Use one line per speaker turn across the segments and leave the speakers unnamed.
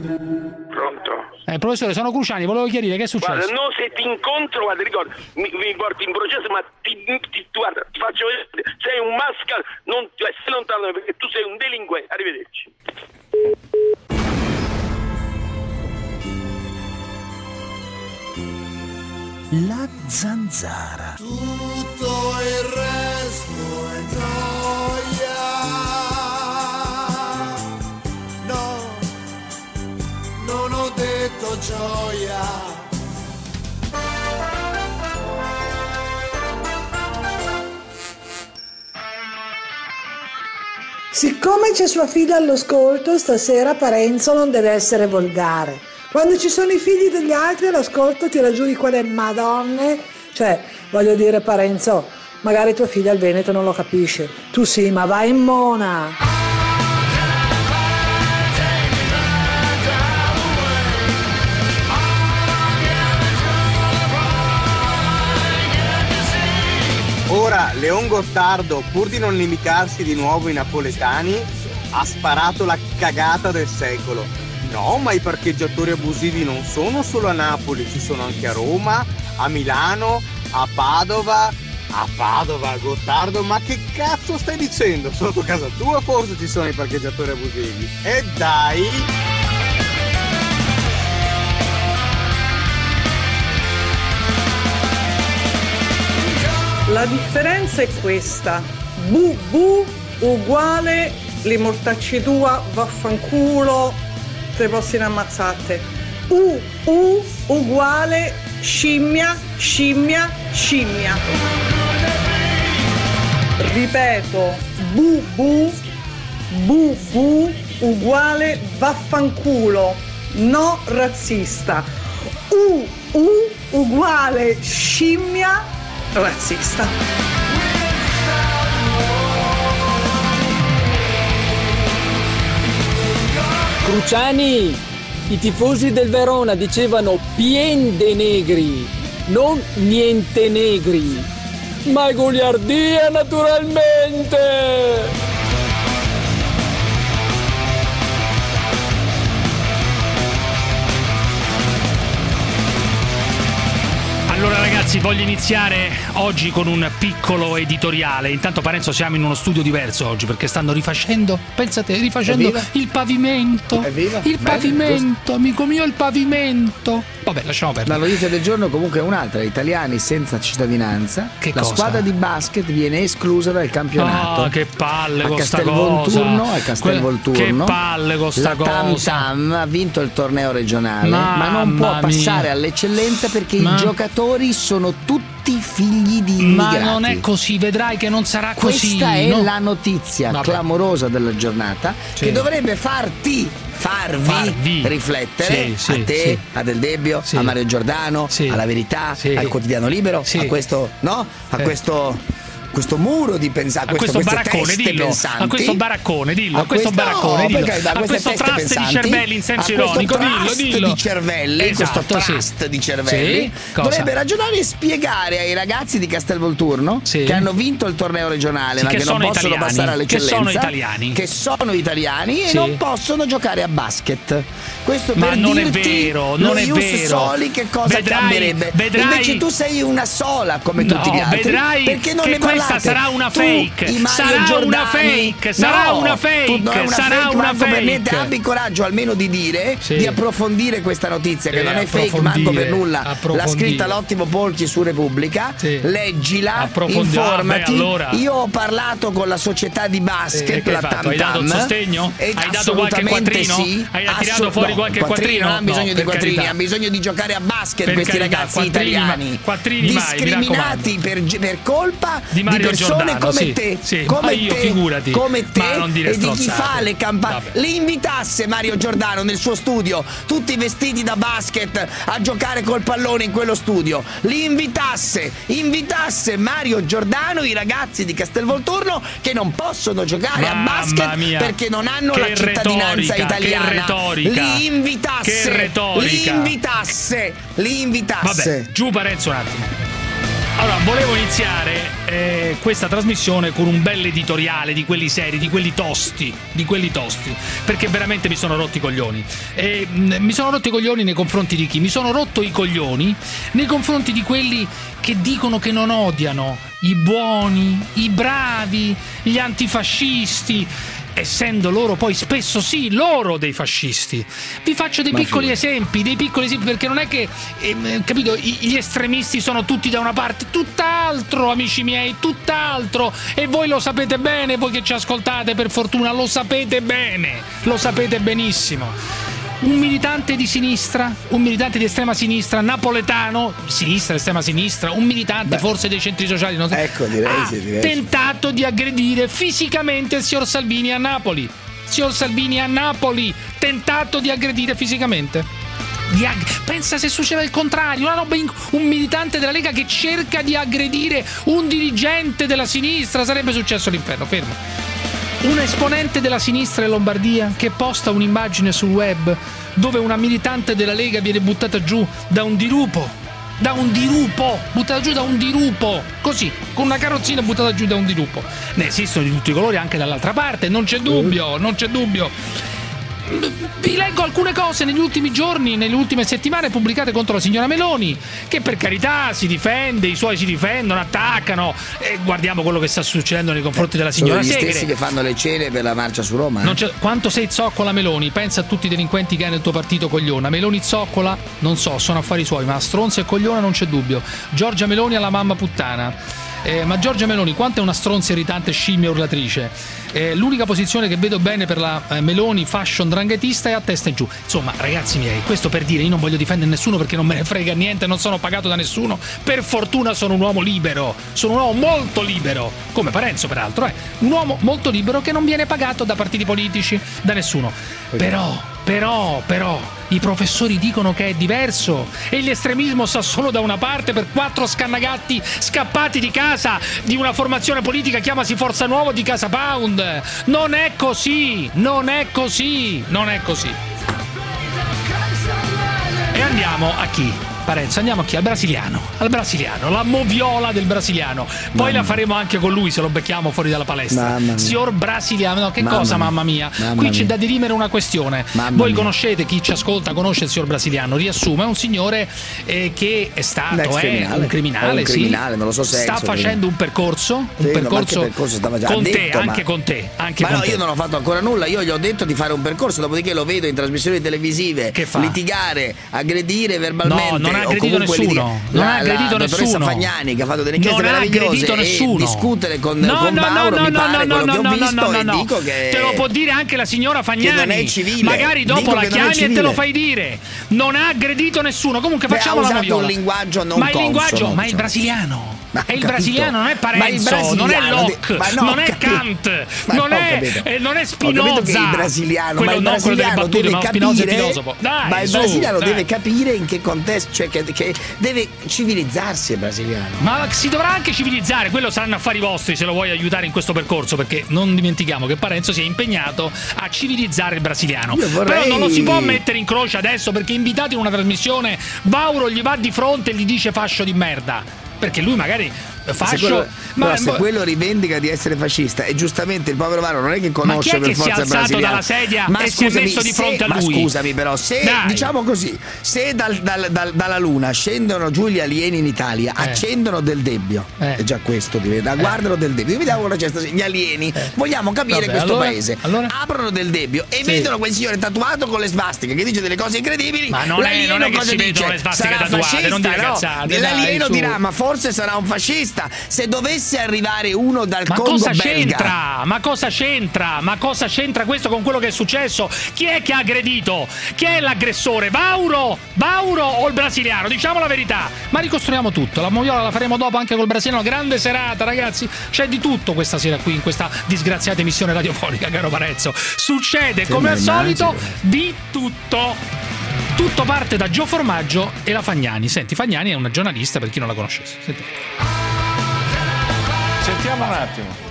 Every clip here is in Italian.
Pronto?
Eh, professore, sono Cruciani, volevo chiarire che è
Guarda,
successo.
no, se ti incontro, guarda, ricordo, mi, mi porti in processo, ma ti, ti- guarda, ti faccio vedere, sei un mascal, non ti stai lontano da me, perché tu sei un delinquente. Arrivederci.
La zanzara.
tutto il resto è noia. No, non ho detto gioia.
Siccome c'è sua figlia all'ascolto, stasera Parenzo non deve essere volgare. Quando ci sono i figli degli altri all'ascolto tira giù di quelle madonne. Cioè, voglio dire Parenzo, magari tua figlia al Veneto non lo capisce. Tu sì, ma vai in mona.
Ora Leon Gottardo, pur di non limitarsi di nuovo ai napoletani, ha sparato la cagata del secolo. No, ma i parcheggiatori abusivi non sono solo a Napoli, ci sono anche a Roma, a Milano, a Padova. A Padova, Gottardo, ma che cazzo stai dicendo? Sotto casa tua forse ci sono i parcheggiatori abusivi. E dai!
La differenza è questa. Bu bu uguale li mortacci tua, vaffanculo, te posti in ammazzate. U u uguale scimmia, scimmia, scimmia. Ripeto, bu bu, bu bu uguale vaffanculo, no razzista. U u uguale scimmia, razzista.
Cruciani, i tifosi del Verona dicevano pien de negri, non niente negri. Ma goliardia naturalmente!
Allora ragazzi, voglio iniziare oggi con un piccolo editoriale. Intanto Parenzo siamo in uno studio diverso oggi perché stanno rifacendo, pensate, rifacendo
Evviva.
il pavimento. Il
Bello,
pavimento, amico mio, il pavimento. Vabbè, lasciamo perdere.
La notizia del giorno comunque è un'altra, italiani senza cittadinanza.
Che
la
cosa?
squadra di basket viene esclusa dal campionato.
Ah, che palle
a
con sta
Castelvolturno,
cosa.
a
Che
Castelvolturno.
palle con sta
la Tam
cosa.
Tam ha vinto il torneo regionale, ma non può
Mamma
passare
mia.
all'eccellenza perché
Ma-
i giocatori sono tutti figli di
Ma
immigrati.
non è così, vedrai che non sarà così.
Questa è
no?
la notizia
Vabbè.
clamorosa della giornata
Sì.
che dovrebbe farti farvi,
Farvi.
riflettere
Sì, sì,
a te,
sì.
a Del Debbio,
Sì.
a Mario Giordano,
Sì.
alla Verità,
Sì.
al Quotidiano Libero,
Sì.
a questo, no? A
Eh.
questo questo muro di pensare,
a questo
queste
baraccone,
teste
dillo,
pensanti.
a questo baraccone, dillo, a
A
questo
questo-
baraccone,
no,
dillo,
perché da
a
queste
questo
teste
trust
pensanti,
di cervelli in senso
a questo
ironico, dillo,
trust
dillo.
di cervelli,
esatto,
questo
sì.
trust di cervelli,
Sì, cosa?
dovrebbe ragionare e spiegare ai ragazzi di Castelvolturno
Sì.
che hanno vinto il torneo regionale,
Sì,
ma
che
che, non
sono
possono
italiani,
passare
che
all'eccellenza,
sono italiani.
che sono italiani e
Sì.
non possono giocare a basket. Questo
Ma
per
non è
dirti
vero,
lo
non è
ius
vero.
soli che cosa
Vedrai-
cambierebbe.
vedrai-
Invece tu sei una sola come
No,
tutti gli altri.
vedrai
perché non
che
ne parlate?
questa sarà una
Tu,
fake,
i Mario
sarà
Giordani-
una fake, sarà
No,
una
tu- non è
fake,
una
sarà
fake,
una
manco per niente.
fake.
Abbi il coraggio almeno di dire,
Sì.
di approfondire questa notizia che
Eh,
non è fake manco
approfondire,
per nulla. L'ha
approfondire.
scritta l'ottimo Polchi su Repubblica.
Sì.
Leggila,
Approfondi-
informati.
Ah, beh, allora.
Io ho parlato con la società di
Eh,
basket,
che hai
la
fatto?
Tam
Hai dato il
Tam,
sostegno?
ed
Hai dato qualche
assolutamente
quattrino?
Sì.
Hai tirato
Assolut-
fuori
no,
qualche
Non ha
quattrino?
bisogno
No,
di
per
quattrini,
carità.
ha bisogno di giocare a basket
Per
questi
carità,
ragazzi
quattrini mai-
italiani.
quattrini mai, mi
discriminati per, gi- per colpa
Di Mario
persone
Giordano,
come
sì,
te,
sì, ma
come
io,
te,
figurati.
come te
Ma non dire
e di chi
stronzate.
fa le campagne.
Vabbè.
Li invitasse Mario Giordano nel suo studio, tutti vestiti da basket a giocare col pallone in quello studio. Li invitasse, invitasse Mario Giordano i ragazzi di Castelvolturno che non possono giocare a
Mamma
basket
mia.
perché non hanno
Che
la cittadinanza
retorica, che
italiana.
retorica.
Li invitasse,
Che retorica.
li invitasse, li invitasse.
Vabbè, giù Parenzo un attimo. Allora, volevo iniziare eh, questa trasmissione con un bel editoriale di quelli seri, di quelli tosti, di quelli tosti, perché veramente mi sono rotti i coglioni. E, mh, mi sono rotto i coglioni nei confronti di chi? Mi sono rotto i coglioni nei confronti di quelli che dicono che non odiano i buoni, i bravi, gli antifascisti. Essendo loro poi spesso sì, loro dei fascisti. Vi faccio dei
Ma
piccoli
figurati.
esempi, dei piccoli esempi, perché non è che, ehm, capito, i- gli estremisti sono tutti da una parte, tutt'altro, amici miei, tutt'altro. E voi lo sapete bene, voi che ci ascoltate, per fortuna, lo sapete bene, lo sapete benissimo. Un militante di sinistra, un militante di estrema sinistra, napoletano, sinistra, estrema sinistra, un militante forse dei centri sociali, non so,
Ecco, direi
ha
sì, direi sì.
Ah, tentato di aggredire fisicamente il signor Salvini a Napoli. Signor Salvini a Napoli, tentato di aggredire fisicamente. Di ag- Pensa se succedeva il contrario, una roba in- un militante della Lega che cerca di aggredire un dirigente della sinistra, sarebbe successo l'inferno, fermo. Un esponente della sinistra in Lombardia che posta un'immagine sul web dove una militante della Lega viene buttata giù da un dirupo. Da un dirupo, buttata giù da un dirupo, così, con una carrozzina buttata giù da un dirupo. Ne esistono di tutti i colori anche dall'altra parte, non c'è dubbio,
Mm.
non c'è dubbio. Vi leggo alcune cose negli ultimi giorni, nelle ultime settimane pubblicate contro la signora Meloni, che per carità si difende, i suoi si difendono, attaccano e guardiamo quello che sta succedendo nei confronti della
Sono
signora
gli
Segre.
stessi che fanno le cene per la marcia su Roma. eh.
Non c'è- quanto sei zoccola Meloni? Pensa a tutti i delinquenti che hai nel tuo partito, cogliona. Meloni zoccola? Non so, sono affari suoi, ma stronza e cogliona non c'è dubbio. Giorgia Meloni alla mamma puttana. Eh, ma Giorgia Meloni, quanto è una stronza irritante scimmia urlatrice? Eh, l'unica posizione che vedo bene per la eh, Meloni fashion dranghetista è a testa in giù. Insomma, ragazzi miei, questo per dire, io non voglio difendere nessuno perché non me ne frega niente, non sono pagato da nessuno. Per fortuna sono un uomo libero, sono un uomo molto libero, come Parenzo peraltro, eh. un uomo molto libero che non viene pagato da partiti politici, da nessuno. Però, però, però, i professori dicono che è diverso e l'estremismo sta solo da una parte per quattro scannagatti scappati di casa di una formazione politica chiamasi Forza Nuova di Casa Pound. Non è così, non è così, non è così. E andiamo a chi? Parenzo, andiamo a chi? Al brasiliano. Al brasiliano, la moviola del brasiliano. Poi la faremo anche con lui se lo becchiamo fuori dalla palestra.
Mamma mia.
Signor brasiliano, no, che
Mamma
cosa,
mia.
mamma mia?
Mamma
Qui c'è
mia.
da dirimere una questione.
Mamma
Voi
mia.
conoscete chi ci ascolta, conosce il signor brasiliano. Riassume, è un signore eh, che è
Un
stato
ex
eh,
criminale.
un criminale,
O un
sì.
criminale, non lo so se
sta
ex o
facendo
criminale.
un percorso, un
Sì, no, ma che
percorso,
percorso stava già
con te,
detto, ma-
anche con te, anche
ma
con
no,
te.
io non ho fatto ancora nulla, io gli ho detto di fare un percorso, dopodiché lo vedo in trasmissioni televisive
Che fa?
litigare, aggredire verbalmente.
No, non ha
o
aggredito
comunque
nessuno, non
la,
ha aggredito
la dottoressa
nessuno.
Fagnani che ha fatto delle inchieste
non ha
meravigliose
aggredito
e
nessuno.
discutere con,
no,
con
no,
Mauro
no,
mi
no,
pare
no,
quello
no,
che ho
no,
visto
no, no,
e
no.
dico che
te lo può dire anche la signora Fagnani.
non è civile.
Magari dopo
Dico
la
che non è
chiami e te
civile.
lo fai dire. Non ha aggredito nessuno. Comunque
Beh,
facciamo
ha
la
usato
moviola.
un linguaggio non
Ma il
consono,
linguaggio, ma il
diciamo.
brasiliano.
Ma
è il
capito.
brasiliano, non è
Ma il
Parenzo, non è
brasiliano,
Locke,
di- ma no,
non è
capito.
Kant,
Ma
non,
no, ho
è,
capito.
eh, non è
Ho capito
Spinoza.
che il brasiliano,
quello,
ma il
non quello delle
brasiliano
battute,
deve
ma Spinoza è
capire-
filosofo. Dai,
ma il
su,
brasiliano
dai.
deve capire in che contesto, cioè che, che deve civilizzarsi il brasiliano.
Ma si dovrà anche civilizzare, quello saranno affari vostri se lo vuoi aiutare in questo percorso, perché non dimentichiamo che Parenzo si è impegnato a civilizzare il brasiliano.
Io vorrei-
Però non lo si può mettere in croce adesso perché invitato in una trasmissione, Vauro gli va di fronte e gli dice fascio di merda. Perché lui magari eh,
Se
fascio...
quello-
ma,
però se
ma-
quello rivendica di essere fascista e giustamente il povero Varo non è che
Ma chi è che
conosce per
si è
forza il
alzato
brasiliano
dalla sedia
ma
e si è
scusami,
messo di
se-
fronte a
ma
lui?
scusami però se
Dai.
diciamo così se dal- dal- dal- dalla luna scendono giù gli alieni in Italia
Eh.
accendono del debbio
Eh.
è già questo diventa guardano del debbio io mi davo una cesta gli alieni vogliamo capire
Eh. Vabbè,
questo
allora-
paese
allora?
aprono del debbio e
Sì.
vedono quel signore tatuato con le svastiche che dice delle cose incredibili
Ma non è-
l'alieno
non è che
cosa
si
dice?
vedono le svastiche
Sarà
tatuate,
fascista,
non dire
no?
cazzate, dai,
l'alieno
su.
dirà ma forse sarà un fascista se dovesse arrivare uno dal
Ma
Congo
cosa
belga.
c'entra? Ma cosa c'entra? Ma cosa c'entra questo con quello che è successo? Chi è che ha aggredito? Chi è l'aggressore? Vauro? Vauro o il brasiliano? Diciamo la verità. Ma ricostruiamo tutto. La moviola la faremo dopo anche col brasiliano. Grande serata, ragazzi. C'è di tutto questa sera qui in questa disgraziata emissione radiofonica, caro Parezzo. Succede, come
ma
al solito, di tutto. Tutto parte da Gio Formaggio e la Fagnani. Senti, Fagnani è una giornalista per chi non la conoscesse. Senti.
Sentiamo un attimo.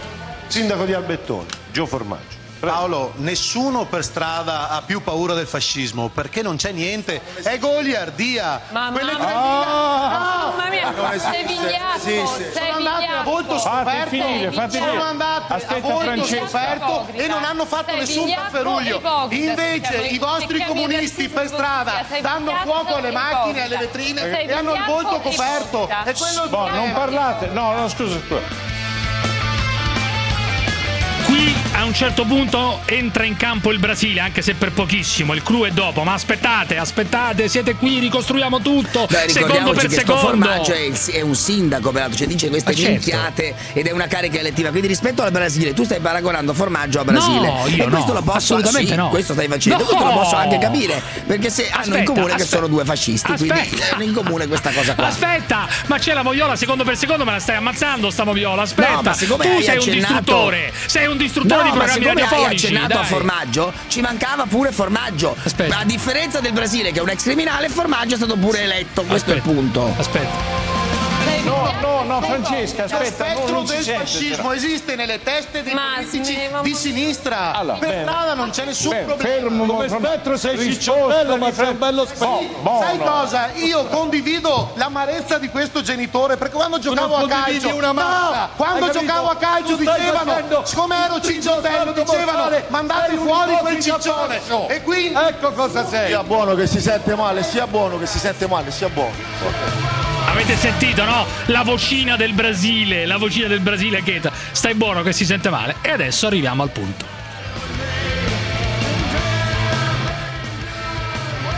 Sindaco di Albettone, Gio Formaggio.
Paolo, nessuno per strada ha più paura del fascismo perché non c'è niente. È goliardia.
Mamma
Quelle
mia. Ah!
3.000.
Mamma mia,
Ah, Non esiste.
sei vigliacco,
Sì, sì.
sei
Sono andate a
vigliacco.
volto
Fate
scoperto. diciamo,
finire, fate
sono
finire.
andate
Aspetta,
a volto
Francesca.
scoperto e non hanno fatto
Sei
nessun
vigliacco e
pafferuglio.
ipocrita,
Invece
siamo
i
i-
vostri
che cambi
comunisti
verso
per
il
strada
ipocrisia, sei
danno
vigliacco
fuoco alle
e
macchine,
ipocrita.
alle vetrine
Sei
e hanno il
vigliacco
volto
e
coperto.
ipocrita.
E quello è il
Boh, non
problema.
parlate. No, no, scusa, scusa.
Qui a un certo punto entra in campo il Brasile, anche se per pochissimo, il cru è dopo, ma aspettate, aspettate, siete qui, ricostruiamo tutto,
Beh,
secondo
ricordiamoci
per
che sto
secondo.
formaggio è, il- è un sindaco, peraltro, cioè dice queste
Ma certo.
minchiate ed è una carica elettiva. Quindi rispetto al Brasile, tu stai paragonando formaggio a Brasile.
No, io
e questo
no,
lo posso
assolutamente
sì,
no.
questo stai facendo,
No!
questo lo posso anche capire. Perché se hanno in
Aspetta,
comune che
aspetta.
sono due fascisti, quindi
Aspetta.
hanno in comune questa cosa qua.
Aspetta, ma c'è la Moviola secondo per secondo, me la stai ammazzando sta Moviola, aspetta.
No, ma siccome
tu
hai
sei un
accennato-
distruttore, sei un distruttore
No,
di
ma
programmi
siccome hai
radiofonici.
accennato a
dai.
formaggio, ci mancava pure formaggio. A differenza del Brasile, che è un ex criminale, formaggio è stato pure eletto. Questo è il punto.
Aspetta.
No, no, no, Francesca, aspetta.
Lo spettro
no, non si
del
sente,
fascismo
però.
esiste nelle teste dei
Ma
politici
sì, ma-
di sinistra.
Allora,
per
bene.
strada non c'è nessun
Bene,
problema.
fermo,
Come
fermo.
spettro sei
Risposta,
cicciottello, ma
mi
sei
fa
un bello
specchio.
Sì,
Buono.
Sai cosa? Io condivido l'amarezza di questo genitore perché quando giocavo a
condividi
calcio,
una mazza,
no, quando
hai
giocavo a
capito?
calcio
Tu stai
dicevano,
facendo
siccome ero
un
cicciottello,
trinciottato
dicevano
mortale,
mandate
sei un
fuori quel
ipocrita
ciccione.
pazzo.
E quindi
Ecco cosa sei.
Sia
buono che si sente male, sia buono che si sente male, sia buono.
Avete sentito, no? La vocina del Brasile, la vocina del Brasile che stai buono che si sente male. E adesso arriviamo al punto.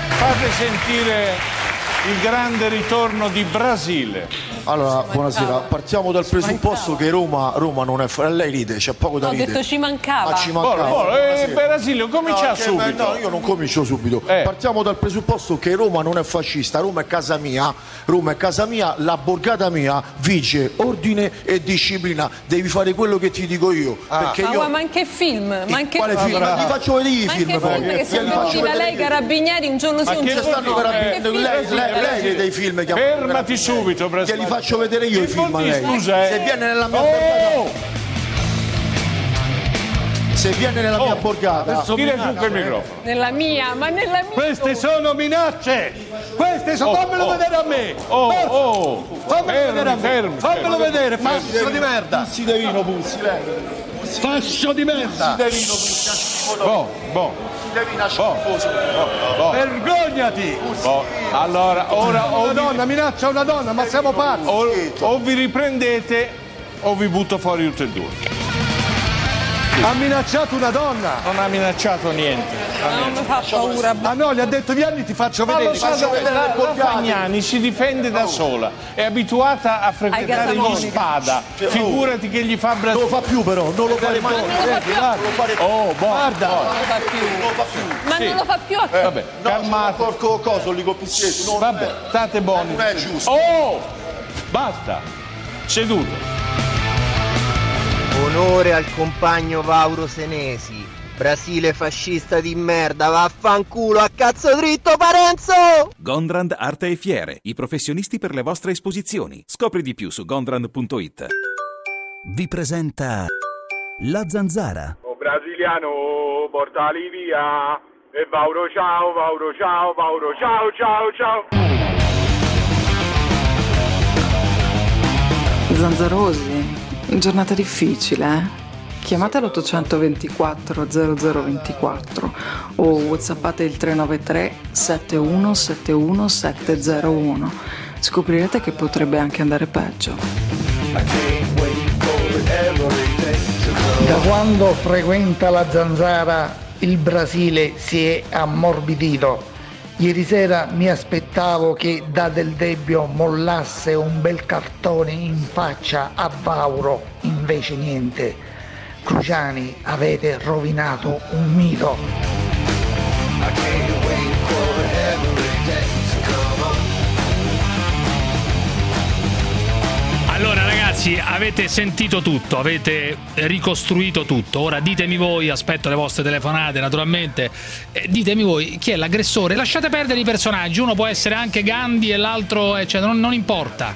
Fate sentire il grande ritorno di Brasile.
Allora, buonasera. Partiamo dal presupposto che Roma, Roma non è. fra- Lei ride, c'è poco da
Ho
ridere.
detto ci mancava.
Ah, ci mancava.
Buono, buono. Eh,
Buonasera.
Brasilio, comincia
No, che-
subito. Eh.
No, io non comincio subito. Partiamo dal presupposto che Roma non è fascista, Roma è casa mia, Roma è casa mia, la borgata mia vige ordine e disciplina. Devi fare quello che ti dico io.
Ah.
Perché
ma,
io.
guarda, ma anche film, ma anche
quale film? Ma vi faccio vedere i
Ma
film,
anche
poi.
film che se
Glieli faccio
veniva
vedere
lei
io.
carabinieri un giorno
Ma
sì, un
che
giorno
stanno
no.
carabinieri?
Che film
Lei-
sono?
lei- lei vede i film che-
Fermati subito, Brasile.
Glieli faccio vedere io
Che
i film a
vuol
lei.
dire, Scusa, eh.
Se viene nella mia
Oh!
borgata. Se viene nella mia borgata.
Oh! Adesso eh? Tira giù quel microfono.
Nella mia, ma nella mia.
Queste sono minacce! Queste sono.
Oh,
fammelo
oh.
vedere a me! Oh, oh! Fammelo vedere a me! fammelo vedere, fascio di merda!
Puzzi Devino, Puzzi, lei.
Fascio di merda!
Devino,
Boh, boh.
Oh!
Vergognati! Boh, Allora, ora o una donna, minaccia una donna, ma siamo pazzi! O, o vi riprendete o vi butto fuori tutti e due. Ha minacciato una donna! Non ha minacciato niente.
Non mi fa paura.
Ah no, gli ha detto vieni ti faccio
Ma lo
vedere.
so, Faccio
la,
vedere le
la- la
porcate.
Fagnani si difende da sola, è abituata a frequentare gli
Gazzamoni.
spada. Figurati che gli fa braccio.
Non lo fa più però, non lo fare mai.
Non lo fa più.
Guarda,
Oh, boh,
guarda.
boh.
Non lo fa più. Ma
Sì.
non lo fa più a
Eh, vabbè,
No, calmate. Porco coso, lì col pizzetto.
Vabbè, state buoni.
Non è giusto.
Oh! Basta! Seduto.
Onore al compagno Vauro Senesi. Brasile fascista di merda, vaffanculo a cazzo dritto Parenzo!
Gondrand Arte e Fiere, i professionisti per le vostre esposizioni. Scopri di più su gondrand.it.
Vi presenta La Zanzara.
brasiliano, portali via. E Vauro ciao, Vauro ciao, Vauro ciao, ciao, ciao.
Zanzarosi, giornata difficile, eh? Chiamate l'824 0024 o whatsappate il 393 7171 701. Scoprirete che potrebbe anche andare peggio.
Da quando frequenta la zanzara il Brasile si è ammorbidito. Ieri sera mi aspettavo che da Del Debbio mollasse un bel cartone in faccia a Vauro, invece niente. Cruciani, avete rovinato un mito.
Allora ragazzi, avete sentito tutto, avete ricostruito tutto. Ora ditemi voi, aspetto le vostre telefonate naturalmente, eh, ditemi voi chi è l'aggressore. Lasciate perdere i personaggi, uno può essere anche Gandhi e l'altro eccetera, non, non importa.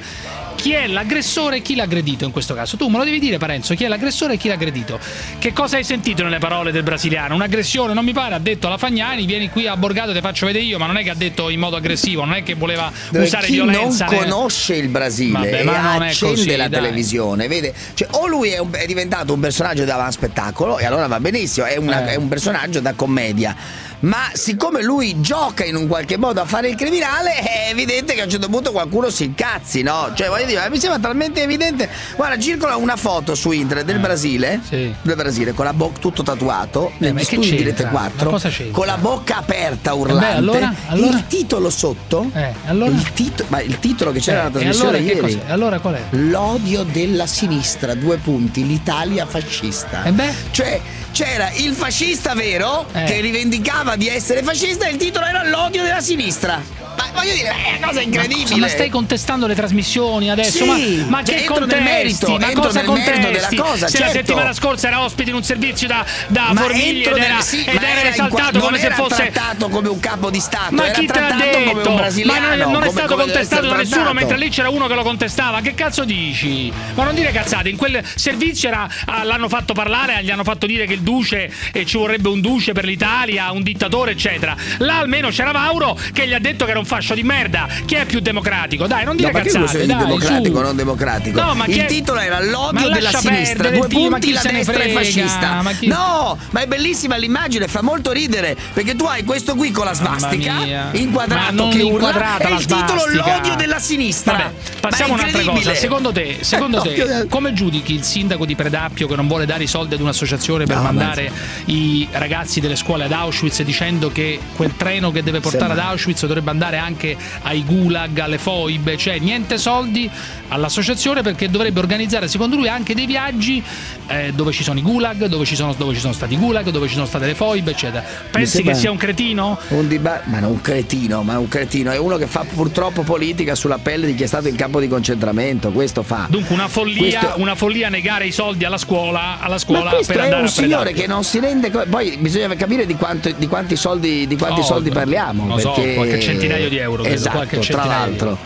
chi è l'aggressore e chi l'ha aggredito in questo caso. Tu me lo devi dire, Parenzo, chi è l'aggressore e chi l'ha aggredito. Che cosa hai sentito nelle parole del brasiliano? Un'aggressione, non mi pare, ha detto alla Fagnani, vieni qui a Borgato, te faccio vedere io, ma non è che ha detto in modo aggressivo, non è che voleva
Dove
usare
chi
violenza.
non
né-
conosce il Brasile
Vabbè,
e
ma non è
accende
così,
la
dai.
televisione, vede? Cioè, o lui è, un- è diventato un personaggio da spettacolo e allora va benissimo, è,
Eh.
una- è un personaggio da commedia. Ma siccome lui gioca in un qualche modo a fare il criminale, è evidente che a un certo punto qualcuno si incazzi, no? Cioè, voglio dire, mi sembra talmente evidente. Guarda, circola una foto su internet
Eh.
del Brasile, del Brasile con la bocca tutto tatuato,
ma
negli
che
studi di
c'entra?
Rete
Ma
4,
cosa c'entra?
con la bocca aperta
Eh beh,
urlante.
allora? Allora?
Il titolo sotto, il tito- ma il titolo che c'era
Eh,
nella
e
trasmissione
allora che
ieri.
cos'è? Allora qual è?
L'odio della sinistra, due punti, l'Italia fascista. Cioè, c'era il fascista vero
Eh.
che rivendicava di essere fascista e il titolo era L'odio della sinistra. Ma voglio dire, è una cosa incredibile.
Ma, ma stai contestando le trasmissioni adesso?
Sì,
ma, ma che
entro nel
contesti?
merito,
ma
entro
cosa
nel merito
contesti?
della cosa,
Se la
certo.
settimana scorsa era ospite in un servizio da, da
Ma
Formiglia
entro
ed
nel-
era,
sì,
ed
ma
era
era in qua-
esaltato
non
come se
era
fosse.
trattato come un capo di Stato,
Ma
era
chi te l'ha
trattato come un
detto? ma non,
brasiliano,
non è
come-
stato
come deve
contestato da
essere
nessuno,
trattato.
mentre lì c'era uno che lo contestava. Che cazzo dici? Ma non dire cazzate, in quel servizio era- ah, l'hanno fatto parlare, gli hanno fatto dire che il duce eh, ci vorrebbe un duce per l'Italia, un dittatore, eccetera. Là almeno c'era Mauro che gli ha detto che era un fascio di merda. Chi è più democratico? Dai, non dire
No, perché
cazzate.
lui si vede
dai,
democratico,
su.
non democratico?
No, ma
il
chi è-
titolo era
Ma
L'odio della
lascia
sinistra,
perdere,
due
Timo,
punti
chi
la
se ne
destra è
frega?
fascista.
Ma chi-
No, ma è bellissima l'immagine, fa molto ridere perché tu hai questo qui con la
mia.
svastica
Ma
inquadrato
non
che urla
inquadrata
e
la
il titolo
svastica.
L'odio della sinistra.
Vabbè, passiamo a
Ma è
un'altra cosa.
incredibile.
Secondo te, secondo
Eh,
te,
l'odio della-
come giudichi il sindaco di Predappio che non vuole dare i soldi ad un'associazione per
No, ma-
mandare i ragazzi delle scuole ad Auschwitz dicendo che quel treno che deve portare
Sembra-
ad Auschwitz dovrebbe andare anche ai gulag, alle foibe, cioè niente soldi all'associazione perché dovrebbe organizzare secondo lui anche dei viaggi eh, dove ci sono i gulag, dove ci sono, dove ci sono stati i gulag, dove ci sono state le foibe, eccetera. Pensi che
sembra-
sia un cretino?
Un diba- ma non un cretino, ma un cretino è uno che fa purtroppo politica sulla pelle di chi è stato in campo di concentramento. Questo fa.
Dunque una follia,
Questo-
una follia negare i soldi alla scuola, alla scuola
Ma questo
per
è
andare
un
a
signore
Predappio.
che non si rende conto. Poi bisogna capire di, quanto- di quanti soldi, di quanti
No,
soldi parliamo.
non so,
perché-
qualche centinaio di euro, credo,
Esatto,
qualche
tra
centinaio di
l'altro.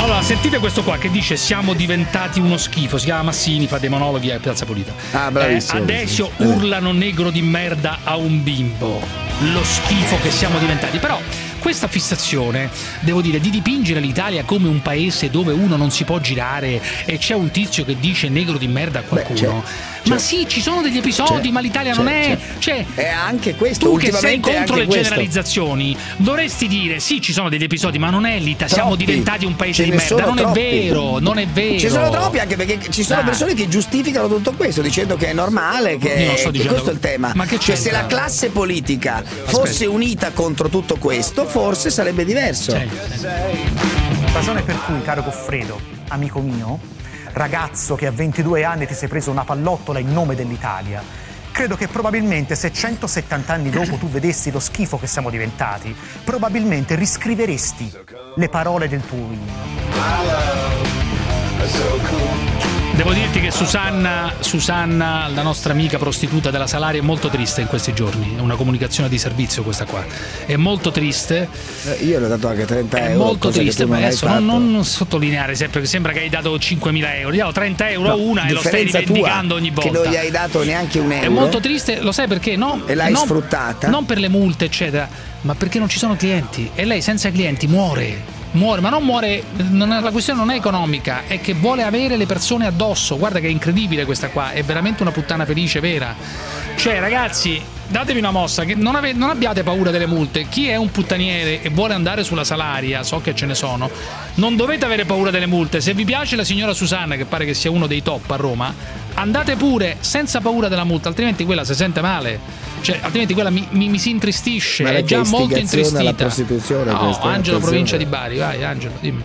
Allora, sentite questo qua che dice siamo diventati uno schifo, si chiama Massini, fa dei monologhi a Piazza Pulita.
Ah, bravissimo.
adesso
Eh.
urlano negro di merda a un bimbo. Lo schifo che siamo diventati. Però questa fissazione, devo dire, di dipingere l'Italia come un paese dove uno non si può girare e c'è un tizio che dice negro di merda a qualcuno.
certo. Cioè,
Ma sì, ci sono degli episodi,
C'è,
ma l'Italia
c'è,
non è.
c'è.
Cioè,
cioè, È anche questo,
Tu che sei
Cioè, ultimamente è
contro
anche
le
questo.
generalizzazioni, dovresti dire: sì, ci sono degli episodi, ma non è l'Italia. Siamo
Troppi.
diventati un paese
Ce
di
ne
merda.
sono
Non
troppi.
è vero, non è vero. Ah.
Ci sono troppi anche perché ci sono
Dai.
persone che giustificano tutto questo dicendo che è normale, che
Io non sto dicendo-
questo è il tema.
Ma che
cioè se
c'entra?
la classe politica fosse unita contro tutto questo, forse sarebbe diverso.
Ragione per cui, caro Goffredo, amico mio, ragazzo che a 22 anni ti sei preso una pallottola in nome dell'Italia, credo che probabilmente se 170 anni dopo tu vedessi lo schifo che siamo diventati, probabilmente riscriveresti le parole del tuo inno.
Devo dirti che Susanna, Susanna, la nostra amica prostituta della Salaria, è molto triste in questi giorni. È una comunicazione di servizio questa qua. È molto triste.
Io le ho dato anche 30
È
euro.
molto
Eh, oh, cosa che
triste,
tu
ma
non hai
adesso non,
fatto.
non sottolineare sempre che sembra che hai dato 5.000 euro. Io ho 30 euro
No,
una e lo stai
differenza tua,
rivendicando ogni volta.
che non gli hai dato neanche un
È
euro.
molto triste, lo sai perché? No,
E l'hai
non-
sfruttata.
Non per le multe, eccetera, ma perché non ci sono clienti. E lei senza clienti muore. Muore, ma non muore. non è- la questione non è economica, è che vuole avere le persone addosso. Guarda che è incredibile questa qua, è veramente una puttana felice, vera. Cioè, ragazzi, datevi una mossa, che non, ave- non abbiate paura delle multe. Chi è un puttaniere e vuole andare sulla salaria, so che ce ne sono, non dovete avere paura delle multe. Se vi piace la signora Susanna, che pare che sia uno dei top a Roma, andate pure senza paura della multa, altrimenti quella si sente male. Cioè, altrimenti quella mi, mi- mi si intristisce,
Ma
è
che
già molto
istigazione alla
intristita.
prostituzione
no,
questa,
Angelo,
attenzione.
provincia di Bari, vai Angelo, dimmi.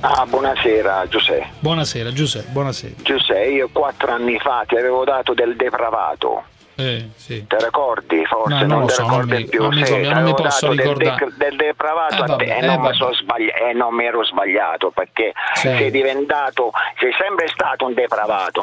Ah, buonasera Giuseppe.
Buonasera, Giuseppe, buonasera.
Giuseppe, io quattro anni fa ti avevo dato del depravato.
Eh, sì.
Te ricordi forse?
No,
non
non lo
te
so, non
ricordi
mi-
più.
non mi-
Sì,
non mi
t'avevo
posso
dato del
ricordare.
dec- Del, depravato
Eh,
a te.
vabbè,
E
eh,
non, mi
vabbè.
sono sbagli- eh, non mi ero sbagliato perché
Sì.
sei diventato, sei sempre stato un depravato.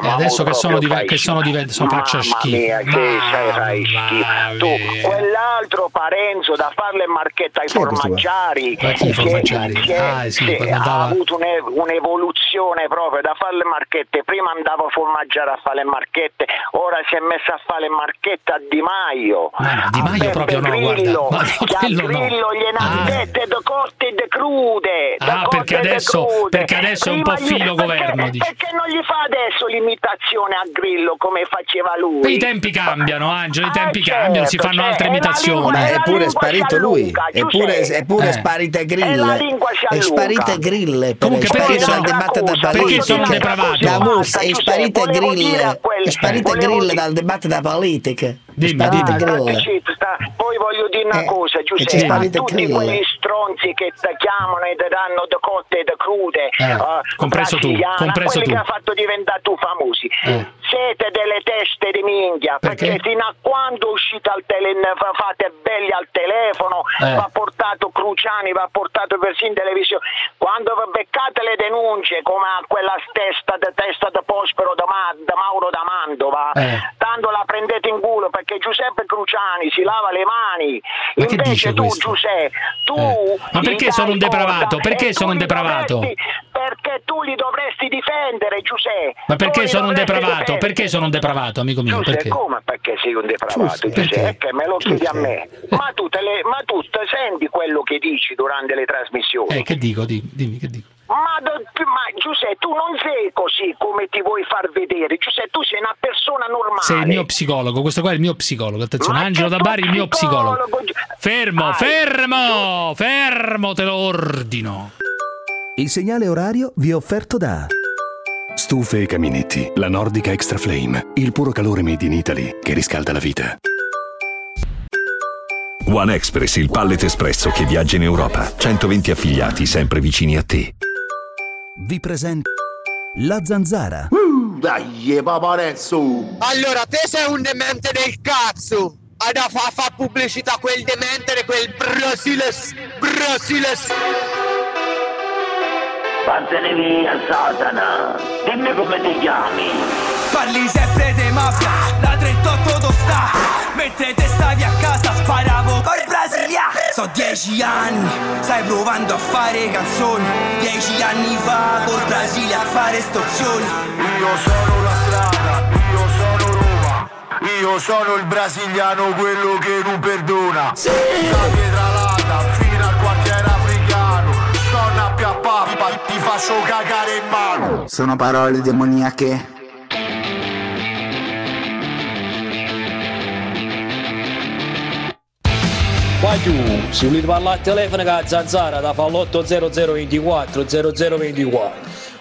Certo. E
ma
Eh, adesso
ora
che sono,
proprio
dive-
fai
che sono divent- sono faccia
Mamma
schifo.
mia, che sei fai schifo. Tu, quell'altro Parenzo da farle marchetta ai formaggiari,
Ma chi,
che-
formaggiari?
che-
Ah, sì,
che
quando
ha
andava-
avuto un'e- un'evoluzione proprio da fare le marchette. Prima andava a formaggiare a fare le marchette, ora si è messa a fare le marchette a Di Maio.
Ma Ah, Di Maio
Beppe
proprio no,
Grillo,
guarda. Ma no,
che a
quello no.
Grillo gliene ha dette de cotte de crude. de
Ah,
cotte
perché
de
adesso-
crude.
perché adesso è un
Prima
po'
gli-
filo
perché-
governo, dici.
Perché non gli fa adesso l'imitazione a Grillo come faceva lui?
I tempi cambiano, Angelo, i tempi
certo,
cambiano, si fanno altre
cioè, è la
imitazioni.
lingua- è la
Eppure è sparito lui, eppure, eppure è
Eh.
sparita
E la
Grill.
lingua si
È
allunga.
sparita Grill.
Comunque, perché
perché sono
sono-
debatta da
perché
Parigi.
sono depravato?
Da Mus, è
Giuseppe,
sparita
volevo
Grill.
dire a quel-
È sparita
volevo
Grill
dire-
dal dibattito da politica. È
Ah,
sparita Grill.
stai zitto, sta- Poi voglio dire una cosa,
c'è
Giuseppe,
sparito
Cioè, tutti
Grillo.
quegli stronzi che ti chiamano e ti danno de cotte e de crude,
Eh,
eh,
compreso tu,
brasiliana,
compreso tu.
quelli che ha fatto diventare tu famosi.
Eh.
Siete delle teste di minchia, perché, fino a quando uscite al tele- fa- fate belli al telefono,
Eh.
va portato Cruciani, va portato persino in televisione. Quando vi beccate le denunce come a quella testa de, testa de Prospero da Ma- da Mauro da Mandova,
Eh.
tanto la prendete in culo perché Giuseppe Cruciani si lava le mani.
Ma che dice
Invece tu,
questo?
Giuseppe, tu.
Eh. Ma
gli
perché
dai
sono un
corda
depravato?
e
Perché
tu
sono un
li
depravato?
dovresti- Perché tu li dovresti difendere, Giuseppe.
Ma
Tu
perché
li
sono un
dovresti
depravato?
difendere.
Perché sono un depravato, amico mio?
Giuseppe,
Perché?
come perché sei un depravato?
Giuseppe,
Giuseppe,
perché?
Perché me lo chiedi a
Giuseppe. Eh.
me. Ma tu, te le- ma tu te senti quello che dici durante le trasmissioni?
Eh, che dico? Di- Dimmi, che dico?
Ma, do- ma Giuseppe, tu non sei così come ti vuoi far vedere. Giuseppe, tu sei una persona normale.
Sei il mio psicologo, questo qua è il mio psicologo. Attenzione, Angelo da Bari, il mio psicologo. Fermo, fermo, fermo, te lo ordino.
Il segnale orario vi è offerto da
Stufe e caminetti, la Nordica Extra Flame, il puro calore made in Italy che riscalda la vita.
One Express, il pallet espresso che viaggia in Europa. 120 affiliati sempre vicini a te.
vi presenta La Zanzara.
Dai, paparazzo!
Allora, te sei un demente del cazzo! Ad a fa, fa pubblicità quel demente di quel Brasiles! Brasiles!
Vattene via, Satana! Dimmi come ti chiami!
Parli sempre di mafia, la 38 tosta Mentre te stavi a casa sparavo col Brasilia So dieci anni, stai provando a fare canzoni Dieci anni fa col Brasilia a fare estorsioni Io sono la strada, io sono Roma
Io sono il brasiliano, quello che non perdona. Sì. Da Pietralata fino al quartiere africano. Sto a pia pappa, ti faccio cagare in mano.
Sono parole demoniache.
Qua giù, se volete parlare al telefono con la zanzara da fallo 80024 0024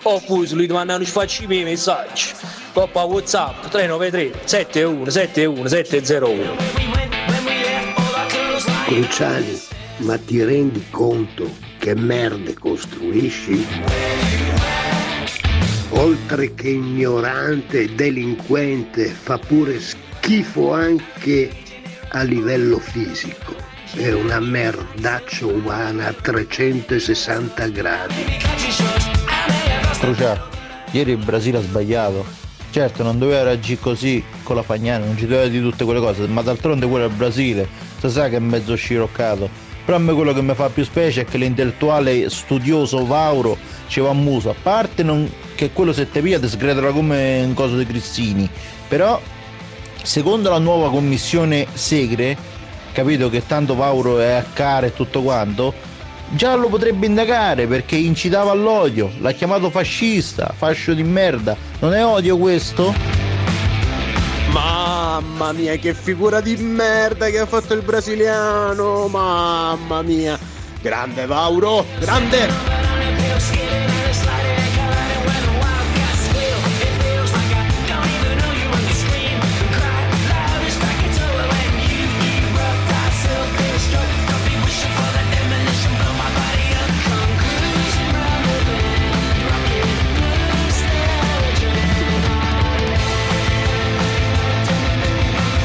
oppure se volete mandare facciamo i messaggi coppa whatsapp 393 71 71 701
Cruciani, ma ti rendi conto che merde costruisci? Oltre che ignorante e delinquente, fa pure schifo anche a livello fisico. È una merdaccia umana a 360 gradi.
Crucià, ieri il Brasile ha sbagliato. Certo, non doveva reagire così con la Fagnana, non ci doveva di tutte quelle cose, ma d'altronde quello è il Brasile, si sa che è mezzo sciroccato. Però a me quello che mi fa più specie è che l'intellettuale studioso Vauro ci va a muso, a parte non- che quello se te piglia ti sgretola come un coso di Cristini, però secondo la nuova commissione Segre, capito che tanto Pauro è a cara e tutto quanto, già lo potrebbe indagare perché incitava all'odio, l'ha chiamato fascista, fascio di merda, non è odio questo?
Mamma mia, che figura di merda che ha fatto il brasiliano! Mamma mia! Grande Vauro! Grande!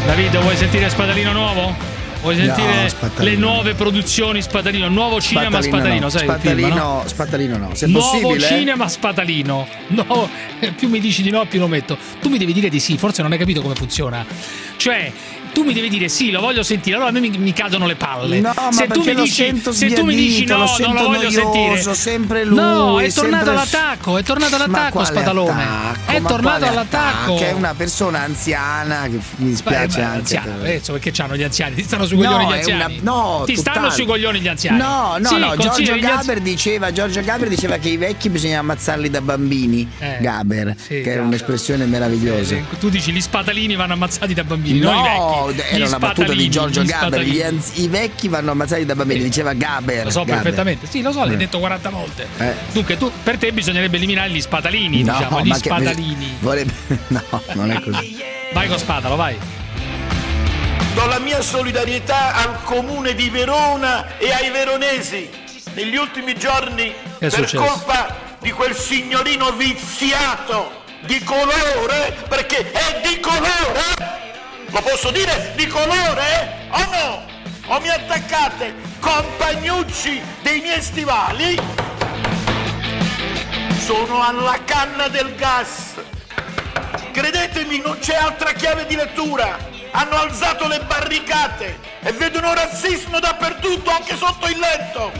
La Davide, vuoi sentire Spadalino nuovo? Vuoi sentire
Spadalino.
le nuove produzioni Spadalino? Nuovo cinema Spadalino,
no.
sai? il
Spatalino,
film, no?
Spatalino no. Se è
nuovo
possibile.
cinema spatalino. No, più mi dici di no, più lo metto. Tu mi devi dire di sì, forse non hai capito come funziona. Cioè, tu mi devi dire sì, lo voglio sentire, allora a me mi, mi cadono le palle.
No, Oh, ma
se tu
perché
mi
lo
dici,
sento
se tu mi dici
sbiadito,
no,
lo
non
sento
lo voglio sentire.
noioso, sempre lui,
No, è tornato
sempre-
all'attacco, è tornato
Ma
all'attacco
quale
Spadalone.
attacco?
È
Ma
tornato
quale
all'attacco.
attacco? È una persona anziana che mi
Beh,
dispiace
beh,
anche
anziano,
per-
adesso perché c'hanno gli anziani? Ti stanno sui
No,
coglioni gli
è una-
anziani?
no,
ti stanno
tutt'altro.
sui coglioni gli anziani.
No, no,
Sì,
no,
consideri
Giorgio
gli anzi-
Gaber diceva Giorgio Gaber diceva che i vecchi bisogna ammazzarli da bambini.
Eh,
Gaber, che era un'espressione meravigliosa.
Tu dici gli spatalini vanno ammazzati da bambini, no,
No,
i vecchi.
era
Gli
una battuta
spatalini,
di Giorgio
gli
Gaber.
spatalini.
gli anzi- I vecchi vanno ammazzati da bambini, diceva Gaber.
Lo so
Gaber.
perfettamente, sì, lo so, l'hai
Eh.
detto 40 volte.
Eh.
Dunque, tu, per te bisognerebbe eliminare gli spatalini,
No,
diciamo, gli
ma che-
spatalini.
vorrebbe- no, non è così.
Vai con Spadalo, vai.
Do la mia solidarietà al comune di Verona e ai veronesi. Negli ultimi giorni,
Che è
per
successo?
colpa di quel signorino viziato di colore, perché è di colore, lo posso dire di colore o no? O mi attaccate compagnucci dei miei stivali? Sono alla canna del gas. Credetemi, non c'è altra chiave di lettura. Hanno alzato le barricate e vedono razzismo dappertutto, anche sotto il letto.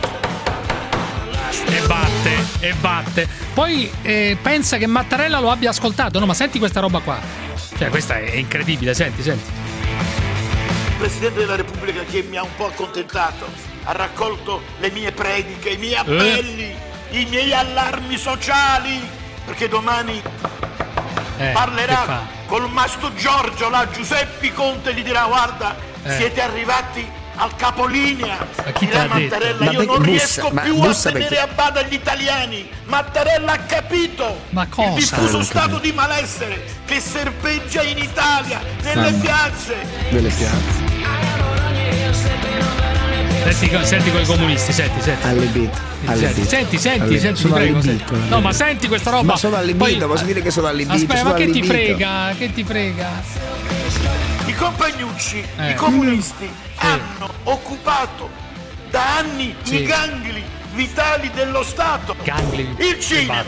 E batte, e batte. Poi eh, pensa che Mattarella lo abbia ascoltato, no? Ma senti questa roba qua. Cioè, questa è è incredibile, senti, senti.
Il Presidente della Repubblica che mi ha un po' accontentato ha raccolto le mie prediche, i
Eh?
miei appelli, i miei allarmi sociali, perché domani
Eh, che fa?
parlerà col mastro Giorgio, la Giuseppi Conte gli dirà guarda,
Eh.
siete arrivati al capolinea.
Ma chi te
dirà
l'ha detto?
Mattarella,
Ma
io
perché-
non
bussa,
riesco
ma
più a
bussa
tenere
perché-
a bada gli italiani. Mattarella ha capito
Ma cosa?
il diffuso
Non
stato di malessere che serpeggia in Italia, nelle
Mamma.
piazze,
Delle piazze.
Senti, co- senti con i comunisti, senti, senti.
Allibito.
Senti,
allibito.
senti, senti,
Allibito.
senti, ti
Sono eh.
prego,
allibito,
senti.
allibito.
No, ma senti questa roba.
Ma sono allibito,
Poi-
posso dire che sono allibito.
Aspetta,
sono
ma che ti
allibito.
frega? Che ti frega?
I compagnucci,
Eh.
i comunisti hanno occupato da anni
Sì.
i gangli vitali dello Stato,
Gangli
il cinema,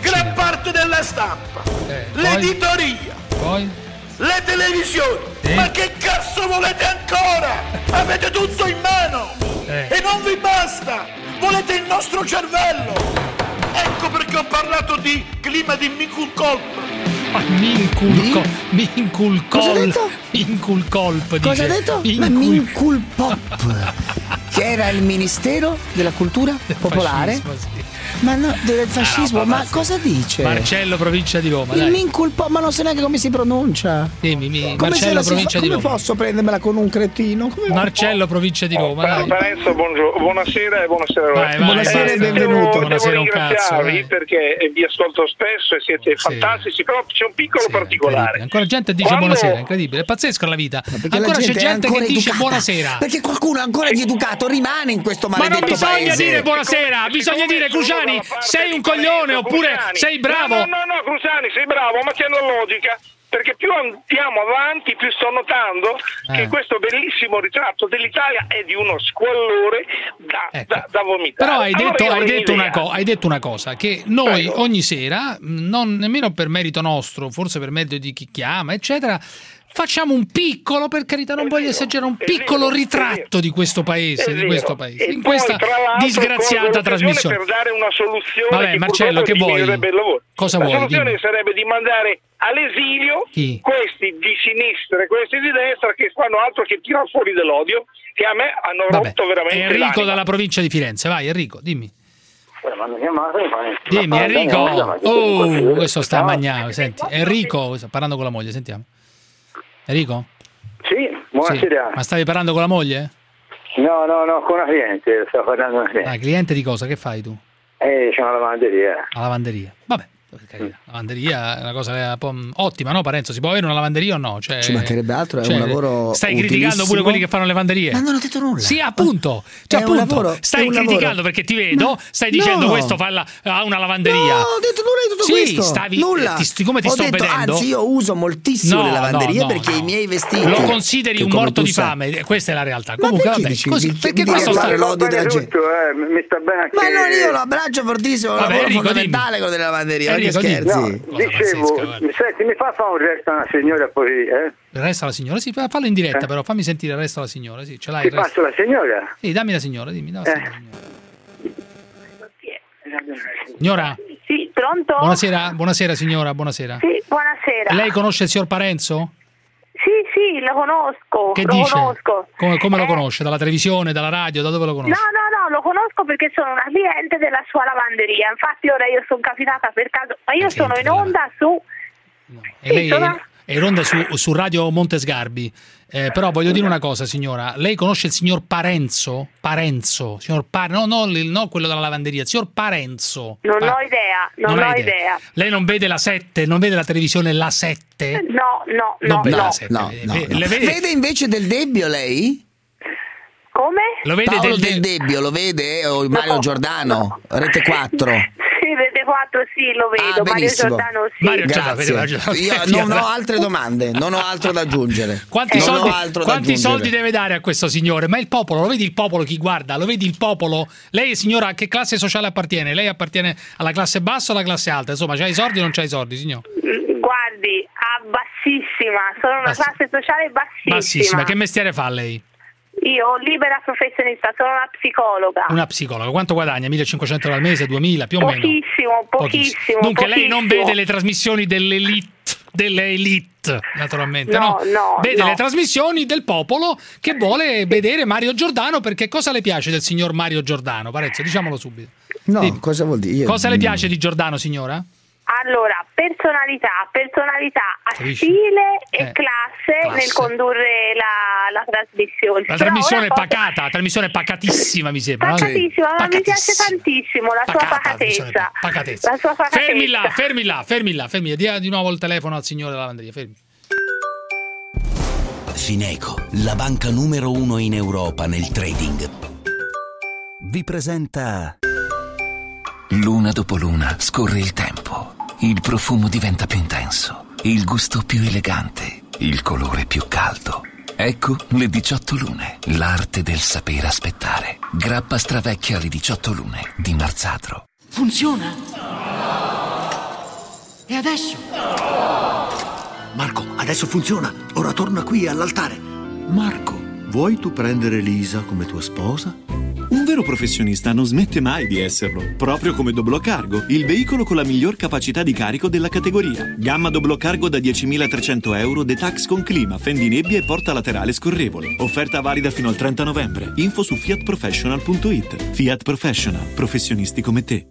gran parte della stampa,
poi?
l'editoria,
Poi?
le televisioni.
Sì.
Ma che cazzo volete ancora? Avete tutto in mano
Eh.
e non vi basta. Volete il nostro cervello. Ecco perché ho parlato di clima di Mikulcolp.
Minculco, minculcol, minculcolp.
Cosa
dice.
ha detto? Ma
Mincul-
Mincul Pop, che era il ministero della cultura popolare.
fascismo,
Ma no, del fascismo,
Ah,
ma
vabbè.
cosa dice?
Marcello, provincia di Roma.
Cioè.
Dai.
il Mincul Pop, ma non so neanche come si pronuncia.
Dimmi, mi-
Come,
Marcello,
se la si fa-
provincia di
come
Roma.
posso prendermela con un cretino? Come-
Marcello, provincia di Roma. dai.
Lorenzo, buongiorno, buonasera e buonasera.
Vai, vai,
Buonasera
basta.
e benvenuto. Devo,
Buonasera,
devo
un cazzo,
ringraziarvi
dai.
perché eh, vi ascolto spesso e siete fantastici, però c'è un piccolo particolare.
Ancora gente dice
Quando-
buonasera, è incredibile, è pazzesca la vita.
Perché la
Ancora c'è
è
gente che
ancora
dice
educata.
buonasera.
Perché qualcuno ancora di educato rimane in questo
Ma non
maledetto
bisogna
paese.
dire buonasera, bisogna dire Cruciani, sei un coglione oppure
Cruzani.
sei bravo.
No, no, no, no, Cruzani, sei bravo, ma c'è una logica. Perché più andiamo avanti, più sto notando che
Eh.
questo bellissimo ritratto dell'Italia è di uno squallore da,
Ecco.
da- da vomitare.
Però hai
Allora
detto,
io
hai,
avrei
detto una
un'idea.
co- hai detto una cosa, che noi
Prego.
ogni sera, mh, non nemmeno per merito nostro, forse per merito di chi chiama, eccetera, facciamo un piccolo, per carità non voglio esagerare, un piccolo ritratto di questo paese, di questo paese,
E
in
poi,
questa
tra l'altro, colgo
disgraziata
l'occasione
trasmissione.
Per dare una soluzione
Vabbè,
che
Marcello,
purtroppo
che vuoi?
diminuirebbe il lavoro.
Cosa
La
vuoi?
soluzione
Dimmi.
sarebbe di mandare all'esilio
Chi?
questi di sinistra e questi di destra che fanno altro che tirare fuori dell'odio che a me hanno rotto veramente l'anima.
Enrico dalla provincia di Firenze, vai Enrico, dimmi.
Ma
Eh,
Dimmi
guarda,
Enrico,
no, no, ma che tipo di-
oh, questo sta magnato, senti, Enrico, sta parlando con la moglie, sentiamo. Enrico?
Sì,
Sì.
buonasera.
Ma stavi parlando con la moglie?
No, no, no, con una
Eh.
cliente, sto parlando con una cliente.
Ah, cliente di cosa? Che fai tu?
Eh, c'è una lavanderia.
La lavanderia. Vabbè, La lavanderia è una cosa eh, mm, ottima, no Parenzo? Si può avere una lavanderia o no? Cioè,
Ci mancherebbe altro, è cioè, un lavoro
Stai criticando pure quelli che fanno le lavanderie.
Ma non ho detto nulla.
Sì, appunto. Cioè, appunto lavoro, stai criticando lavoro. perché ti vedo, Ma, stai dicendo no. questo fa la, ha una lavanderia.
Mm. No, ho detto nulla di tutto
sì,
questo.
Stavi,
nulla.
Ti, siccome ti
ho
sto
detto,
vedendo...
Anzi, io uso moltissimo no, le lavanderie no, perché i miei vestiti...
Lo consideri un morto di fame, questa è la realtà. Comunque, vabbè, così, perché questo sta...
Ma eh, non
io lo abbraccio fortissimo, è un lavoro fondamentale quello della lavanderia, che scherzo.
No, dicevo, senti, mi fa fare un resto alla signora poi, eh?
Il resto alla signora? Sì, fallo in diretta eh? però, fammi sentire il resto alla signora, sì, ce l'hai
Ti passo la signora?
Sì, dammi la signora, dimmi, dammi eh. Signora?
Sì, pronto?
Buonasera, buonasera signora, buonasera.
Sì, buonasera.
Lei conosce il signor Parenzo?
Sì, sì, lo conosco.
Che
lo
dice?
conosco.
Come, come eh. lo conosce? Dalla televisione, dalla radio, da dove lo conosce?
No, no, no, lo conosco perché sono una cliente della sua lavanderia. Infatti ora io sono capitata per caso, ma io sono in onda su...
No. E sì, lei sono... è in onda su, su Radio Montesgarbi. Eh, però voglio dire una cosa, signora. Lei conosce il signor Parenzo? Parenzo, signor pa- no, no, no, quello della lavanderia, il signor Parenzo.
Non pa- ho idea, non, non ho idea. idea.
Lei non vede la 7, non vede la televisione la
Eh,
7?
No, no, no.
Non Eh, vede
no,
la 7.
No, no, no. Vede? vede invece del debbio lei?
Come?
Lo vede Paolo del, del Debbio, lo vede? O Mario Giordano, Rete 4?
Sì, Rete 4 sì, lo vedo.
Ah,
Mario Giordano sì.
Mario Giordano,
Io non ho altre domande, non ho altro da aggiungere.
Quanti,
eh,
soldi,
altro
quanti
da aggiungere.
soldi, deve dare a questo signore? Ma il popolo, lo vedi il popolo chi guarda? Lo vedi il popolo? Lei signora a che classe sociale appartiene? Lei appartiene alla classe bassa o alla classe alta? Insomma, c'ha i soldi o non c'ha i soldi, signor?
Mm, Guardi, a bassissima, sono una Bassi- classe sociale bassissima.
Bassissima, che mestiere fa lei?
Io libera professionista, sono una psicologa.
Una psicologa, quanto guadagna? 1500 euro al mese, 2000 più o
pochissimo,
meno?
Pochissimo, pochissimo.
Dunque
pochissimo.
lei non vede le trasmissioni dell'elite delle elite, naturalmente,
no? no? no
vede
no. Eh.
le trasmissioni del popolo che vuole vedere Mario Giordano perché cosa le piace del signor Mario Giordano? Parezzo, diciamolo subito.
No, Dimmi. cosa vuol dire? mm,
Cosa le piace di Giordano, signora?
Allora, personalità, personalità, Capisci? stile e eh, classe, classe, nel condurre la, la trasmissione.
La trasmissione è pacata, la trasmissione è pacatissima, mi sembra.
Pacatissima, sì. ma mi piace tantissimo la pacata, sua pacatezza.
pacatezza.
La sua pacatezza.
certo. Fermi
Eh,
là, fermi là, fermi là, fermi là. Dia di nuovo il telefono al signore lavanderia, fermi.
Fineco, la banca numero uno in Europa nel trading.
Vi presenta...
Luna dopo luna scorre il tempo. Il profumo diventa più intenso, il gusto più elegante, il colore più caldo. Ecco le 18 lune, l'arte del sapere aspettare. Grappa stravecchia le 18 lune di Marzatro.
Funziona? E adesso?
Marco, adesso funziona. Ora torna qui all'altare.
Marco, vuoi tu prendere Lisa come tua sposa?
Un vero professionista non smette mai di esserlo, proprio come Doblo Cargo, il veicolo con la miglior capacità di carico della categoria. Gamma Doblo Cargo da 10.300 euro, detax con clima, fendi nebbia e porta laterale scorrevole. Offerta valida fino al 30 novembre. Info su fiatprofessional.it. Fiat Professional, professionisti come te.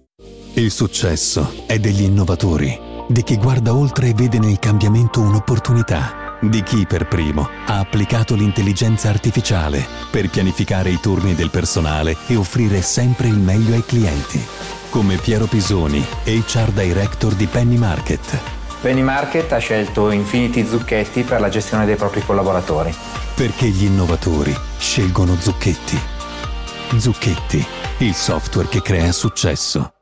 Il successo è degli innovatori, di chi guarda oltre e vede nel cambiamento un'opportunità di chi per primo ha applicato l'intelligenza artificiale per pianificare i turni del personale e offrire sempre il meglio ai clienti, come Piero Pisoni, HR Director di Penny Market.
Penny Market ha scelto Infinity Zucchetti per la gestione dei propri collaboratori.
Perché gli innovatori scelgono Zucchetti. Zucchetti, il software che crea successo.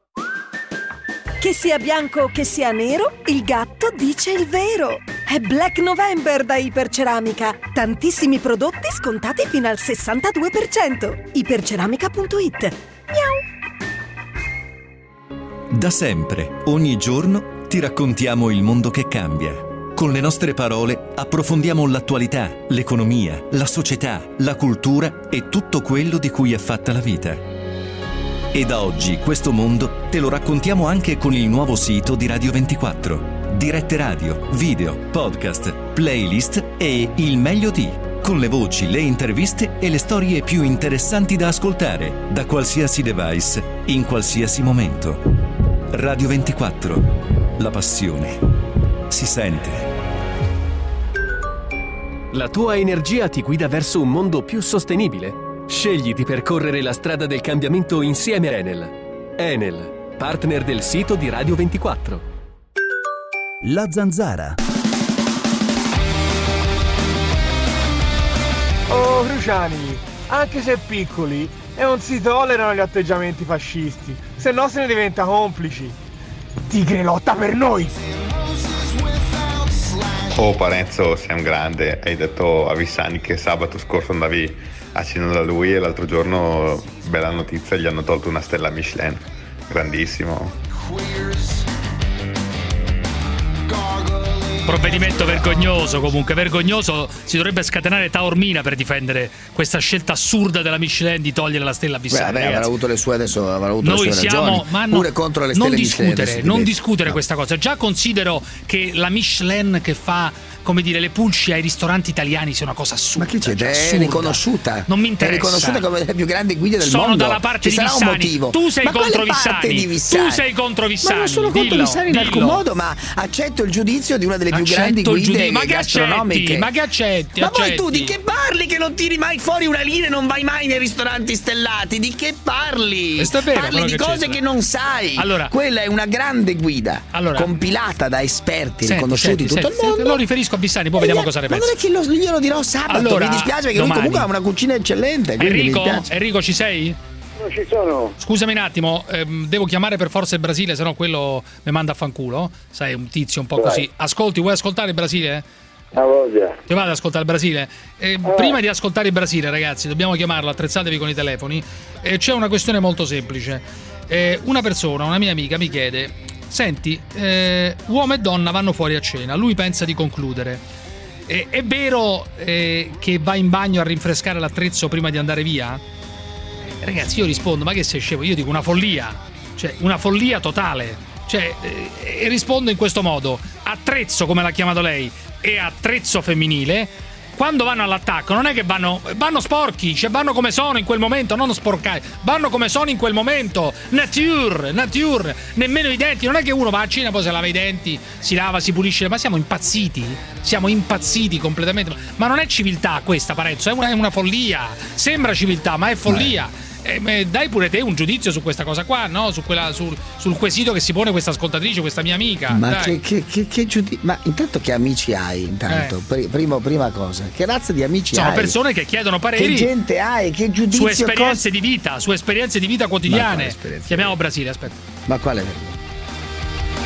Che sia bianco o che sia nero, il gatto dice il vero. È Black November da Iperceramica. Tantissimi prodotti scontati fino al 62%. Iperceramica.it. Miau.
Da sempre, ogni giorno, ti raccontiamo il mondo che cambia. Con le nostre parole approfondiamo l'attualità, l'economia, la società, la cultura e tutto quello di cui è fatta la vita. E da oggi questo mondo te lo raccontiamo anche con il nuovo sito di Radio 24. Dirette radio, video, podcast, playlist e il meglio di. Con le voci, le interviste e le storie più interessanti da ascoltare, da qualsiasi device, in qualsiasi momento. Radio 24. La passione. Si sente.
La tua energia ti guida verso un mondo più sostenibile. Scegli di percorrere la strada del cambiamento insieme a Enel. Enel, partner del sito di Radio 24.
La zanzara.
Oh, Cruciani, anche se piccoli, e non si tollerano gli atteggiamenti fascisti, se no se ne diventa complici.
Eh,
Tigre lotta per noi!
Oh Parenzo, sei un grande, hai detto a Vissani che sabato scorso andavi a cena da lui e l'altro giorno, bella notizia, gli hanno tolto una stella Michelin. Grandissimo.
Provvedimento vergognoso comunque, vergognoso, si dovrebbe scatenare Taormina per difendere questa scelta assurda della Michelin di togliere la stella a Vissani.
Beh, vabbè, avrà avuto le sue adesso, avrà avuto
Noi
le sue
siamo,
ragioni,
ma no,
pure contro le stelle
non
Michelin,
discutere, non
adesso diventa-
discutere
no.
questa cosa. Già considero che la Michelin che fa, come dire, le pulci ai ristoranti italiani sia una cosa assurda.
Ma chi c'è?
cioè,
È
assurda.
riconosciuta.
Non mi interessa.
È riconosciuta come la più grande guida del
sono
mondo.
dalla parte
Ci
di
sarà
Vissani.
un motivo.
Tu sei
Ma quale
contro
parte
Vissani.
di Vissani?
Tu sei contro Vissani.
Ma non sono contro
Dillo,
Vissani in alcun
dillo.
modo, ma accetto il giudizio di una delle più
Accetto
grandi
il
guide
giudizio. Ma che accetti?
gastronomiche.
Ma che accetti?
Ma poi tu
Accetti.
di che parli che non tiri mai fuori una linea e non vai mai nei ristoranti stellati? Di che parli?
Questo è vero,
parli
però,
di
che
cose
c'entra.
che non sai.
Allora-
Quella è una grande guida
Allora-
compilata da esperti
Senti,
riconosciuti in
senti,
tutto il
senti,
mondo. Eh,
senti, Lo riferisco a Vissani, poi vediamo cosa ne
Ma non
pensa.
è che lo, glielo dirò sabato,
Allora,
mi dispiace perché
domani.
lui comunque ha una cucina eccellente. quindi mi
Enrico,
dispiace.
Enrico, ci sei?
Non ci sono.
Scusami un attimo, ehm, devo chiamare per forza il Brasile, sennò quello mi manda a fanculo. Sai, un tizio un po'
Vai.
così. Ascolti, vuoi ascoltare il Brasile?
A voglia. Ah.
Ti vado ad ascoltare il Brasile. Eh, Prima di ascoltare il Brasile, ragazzi, dobbiamo chiamarlo, attrezzatevi con i telefoni. Eh, c'è una questione molto semplice. Eh, una persona, una mia amica, mi chiede: Senti, eh, uomo e donna vanno fuori a cena, lui pensa di concludere. Eh, è vero eh, che va in bagno a rinfrescare l'attrezzo prima di andare via? Eh, Ragazzi, io rispondo: ma che sei scemo? Io dico una follia, cioè una follia totale. Cioè, eh, e rispondo in questo modo: attrezzo, come l'ha chiamato lei, e attrezzo femminile. Quando vanno all'attacco, non è che vanno, vanno sporchi, cioè vanno come sono in quel momento, non sporcare, vanno come sono in quel momento. Nature, nature, nemmeno i denti. Non è che uno va a cena, poi si lava i denti, si lava, si pulisce, ma siamo impazziti. Siamo impazziti completamente. Ma non è civiltà questa, Parenzo, è una, è una follia. Sembra civiltà, ma è follia. Eh, beh, dai pure te un giudizio su questa cosa qua, no? Su quella- sul, sul quesito che si pone questa ascoltatrice, questa mia amica.
Ma
eh, dai.
che, che, che, che giudi- Ma intanto che amici hai? Intanto,
Eh.
Pri- primo- prima cosa, che razza di amici
Sono
hai?
persone che chiedono
Che
pareri
gente hai? Che
su
giudizio
esperienze di vita, su esperienze di vita
Ma quale
quotidiane.
esperienza?
Chiamiamo Brasile, aspetta.
cos- Ma quale vergogna?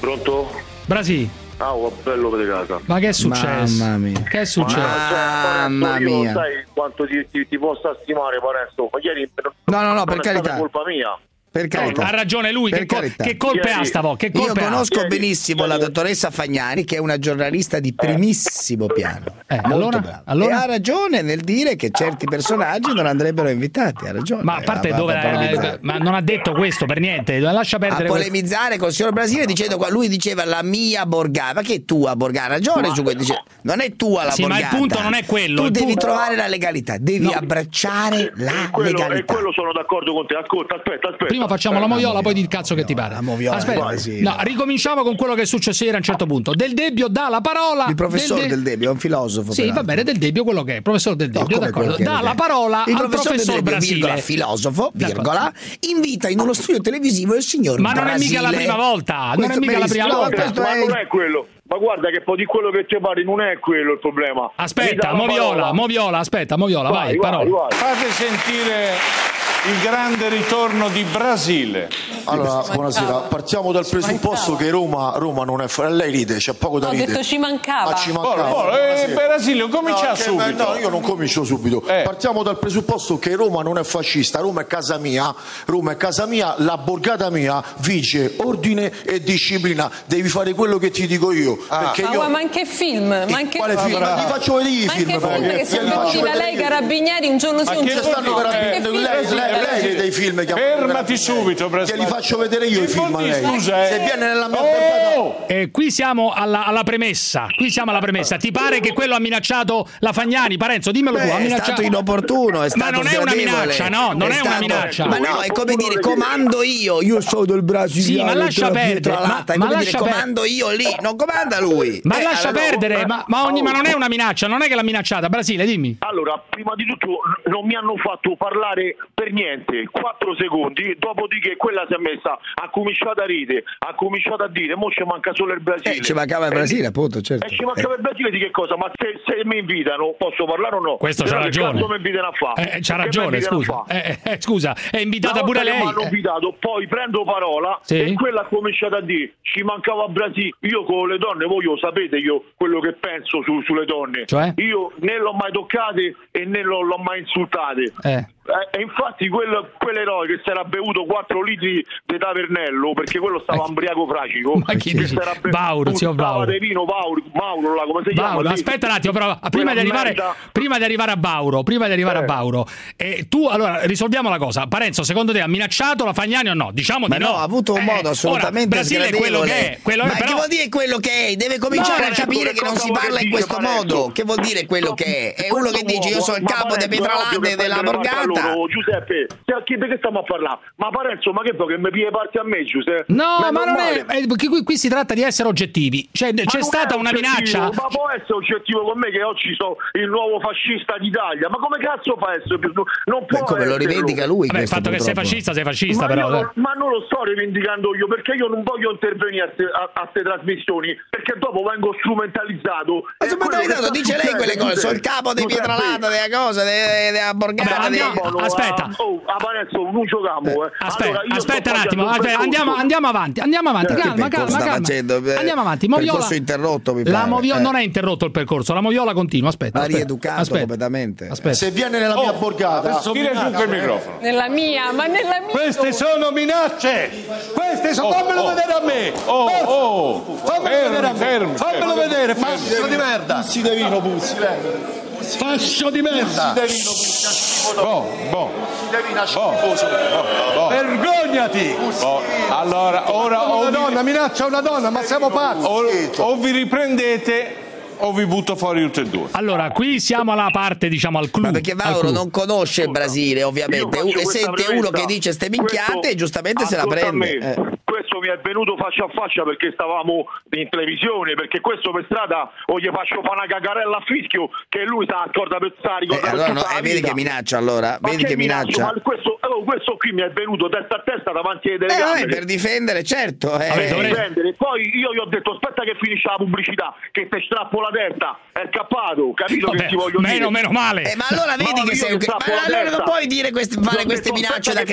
Pronto?
Brasile,
Ah, un bello per casa.
ma che è successo?
Mamma mia.
Che è successo?
Mamma
Lorenzo, io cioè, non
mia.
sai quanto ti, ti, ti posso stimare, Parenzo. Ma ieri non-
No, no, no, per
non è
carità.
stata colpa mia.
Per carità.
Eh, ha ragione lui,
Per
che, col-
carità.
che colpe ha
Ieri-
stavo? Che
Io Eh.
colpe ha?
conosco
Ieri-
benissimo la dottoressa Fagnani, che è una giornalista di primissimo piano.
Eh,
Molto
allora-
brava.
allora?
E ha ragione nel dire che certi personaggi non andrebbero invitati. Ha ragione.
Ma a parte
Ha- ha-
dove
ha polemizzato.
ma non ha detto questo per niente, lascia
a
perdere questo.
polemizzare col signor Brasile dicendo qua lui diceva la mia borgata ma che è tua borgata ha ragione su quello dice non è tua la
Sì, ma il
borgata
punto non è quello,
tu
il
devi
punto-
trovare la legalità devi abbracciare la
E quello, e
legalità
quello sono d'accordo con te. Ascolta, aspetta, aspetta.
Prima facciamo la moviola, poi di il cazzo che ti pare.
la moviola,
Aspetta,
vai, sì.
no, ricominciamo con quello che è successo ieri a un certo punto. Del Debbio dà la parola.
il professor
De-
del Debbio è un filosofo
Sì, va
peraltro.
bene, del Debbio quello che è, professor del
No,
Debbio,
come
d'accordo.
quello che
Dà
è.
la parola
il
al
professor,
professor
del Debbio,
Brasile.
virgola, filosofo,
D'accordo.
virgola, invita in uno studio televisivo il signor
Ma non è
Brasile.
mica la prima volta, non è mica la prima
no,
volta.
questo
ma
è-
non è quello. Ma guarda che poi di quello che ti pare non è quello il problema. Mi dà
Aspetta,
la
Moviola,
parola.
Moviola, aspetta, Moviola, vai, parola.
Fate sentire il grande ritorno di Brasile.
Allora, buonasera. Partiamo dal presupposto che Roma, Roma non è fra lei ride, c'è poco da
Ho
ridere.
detto ci mancava.
Ma ci mancava.
Buono, buono. Eh,
Buonasera.
Brasile, comincia
No, che-
subito. Eh.
No, io non comincio subito. Partiamo dal presupposto che Roma non è fascista, Roma è casa mia, Roma è casa mia, la borgata mia vige ordine e disciplina. Devi fare quello che ti dico io.
Ah.
Perché
ma,
io
guarda, Ah, ma anche film, ma anche
quale film?
bravo.
Ah. Ma ti faccio vedere i
Ma anche
film.
film
perché
che
te li
sono
faccio
venuti da
vedere
lei,
io.
Carabinieri, un giorno sì,
Ma
un
che
Ci
giorno
stanno
no.
veramente-
Che film
lei,
sono
è lei vede i film che ha
Fermati subito,
che li faccio vedere io i film a lei.
Scusa, eh.
Se viene nella mia
Oh! Eh, qui siamo alla, alla premessa. Qui siamo alla premessa. Ti pare che quello ha minacciato la Fagnani? Parenzo, dimmelo
Beh,
tu. Ha
è
minacciato...
stato inopportuno, è stato
Ma non è una
sgradevole.
minaccia, no, non è, una
stato-
minaccia.
Ma no, è come dire comando io, io sono del
Sì,
brasiliano.
ma lascia
te la
perdere.
pietra
Ma,
alata. È
ma
come dire,
lascia per-
comando io lì, non comanda lui.
Ma
Eh,
lascia
allora- oh.
perdere, ma, ma ogni- ma non è una minaccia, non è che l'ha minacciata. Brasile, dimmi.
Allora, prima di tutto n- non mi hanno fatto parlare per niente, 4 secondi, dopodiché quella si è messa, ha cominciato a ridere, ha cominciato a dire, mo ci manca solo il Brasile.
Eh, ci mancava il Brasile, appunto, certo.
E ci
eh.
mancava il Brasile di che cosa? Ma se, se mi invitano posso parlare o no?
Questo
Se
c'ha
no, che
ragione.
cazzo mi invitano a fare?
Eh, c'ha ragione, scusa. Eh, eh, scusa, è invitata pure lei.
Mi hanno
Eh.
invitato, poi prendo parola
Sì.
e quella ha cominciato a dire ci mancava Brasile. Io con le donne, voi lo sapete io quello che penso su- sulle donne.
Cioè?
Io né l'ho mai toccate e né l'ho, l'ho mai insultate.
Eh.
Eh, E infatti quel, quell'eroe che si era bevuto 4 litri di tavernello perché quello stava ambriaco fragico.
Ma chi
che
dici?
si era be-
Bauro, zio
buttava
Bauro.
di vino, Bauro, Mauro, là, come si chiama?
Bauro,
Sì.
aspetta un attimo, però prima
Quella
di, arrivare,
merda.
prima di arrivare a Bauro, prima di arrivare a Bauro, eh, tu allora risolviamo la cosa. Parenzo, secondo te ha minacciato la Fagnani o no? Diciamo
Ma
di
no,
no.
ha avuto un
Eh,
modo
ora,
assolutamente
Brasile è quello che
sgradevole.
è, quello è,
Ma
però-
che vuol dire quello che è? Deve cominciare a
Parenzo,
capire
che
che non
cosa
si
vuole
parla in
dire,
questo
Parenzo?
modo. Che vuol dire quello che è? È uno che
Questo
dice io
uomo,
sono il
ma
capo
Parenzo,
di
ovvio che
Petrolande della
prende parte a
borgata.
loro, Giuseppe, se- chi- perché stiamo a parlare? Ma Parenzo, ma che vuoi che mi pigli parte a me, Giuseppe?
No, ma, non
normale.
è. eh, perché qui, qui si tratta di essere oggettivi. Cioè,
Ma
c'è
non
stata
è
una
oggettivo,
minaccia.
Ma può essere oggettivo con me che oggi sono il nuovo fascista d'Italia? Ma come cazzo fa a essere? Non può
come
esserlo.
lo rivendica lui
Vabbè, il
questo,
fatto che sei
purtroppo.
fascista, sei fascista,
ma,
però. eh.
io non-
dai.
ma non lo sto rivendicando io perché io non voglio intervenire a ste- a queste trasmissioni perché dopo vengo strumentalizzato.
Ma
E
se
quello che
Cioè,
mentalizzato
sta
dice lei quelle
succedendo,
cose, sono il
Giuseppe,
capo di
Giuseppe,
Pietralata, della cosa, de- della
Vabbè,
borgata. de-
andiamo-
Paolo,
aspetta.
ah, oh, ah, Parenzo, non giochiamo, eh.
Aspetta,
Allora, io
aspetta
sto
un attimo,
facendo
aspetta, andiamo,
percorso.
andiamo avanti, andiamo avanti,
Certo,
Che
calma,
percorso
calma,
sta
calma.
facendo? Eh,
Andiamo avanti,
percorso interrotto, mi
la
pare,
Moviola-
eh.
non è interrotto il percorso, la Moviola continua, aspetta.
Ha
aspetta,
rieducato
aspetta,
completamente.
aspetta.
Se viene nella mia borgata,
Oh, tira giù quel microfono.
Nella mia, ma nella mia.
Queste sono minacce! Queste sono.
Oh,
fammelo
oh,
vedere a me! Oh, oh! Fammelo vedere a me! fammelo vedere, fascio di merda!
Puzzi de vino, puzzi,
Fascio di merda! Boh, boh, boh. Vergognati! Boh, Allora, ora o una donna, minaccia una donna, ma siamo pazzi! O, o vi riprendete o vi butto fuori tutti e due.
Allora, qui siamo alla parte, diciamo, al clou.
Ma perché Mauro non conosce il Brasile, ovviamente,
Io faccio
e
questa
sente uno
premessa.
che dice ste minchiate
Questo-
e giustamente se la
ascolta
prende.
me,
Eh.
Questo mi è venuto faccia a faccia perché stavamo in televisione, perché questo per strada o gli faccio fare una cagarella a fischio che lui sta accorda per stare
Eh, allora no, eh, vedi che minaccia allora, vedi che
Ma
minaccia.
questo, oh, questo qui mi è venuto testa a testa davanti alle
Eh, vabbè,
telecamere.
per difendere, certo. eh.
Per difendere. Poi io gli ho detto aspetta che finisce la pubblicità, che te strappo la testa, è scappato, capito
Vabbè,
che ti voglio
meno-
dire?
meno male.
Eh, ma allora
No,
vedi
io
che sei un
gli strappo
ma
la
allora non
testa.
puoi dire queste- fare
Io
queste
ho detto,
minacce
aspetta
da
che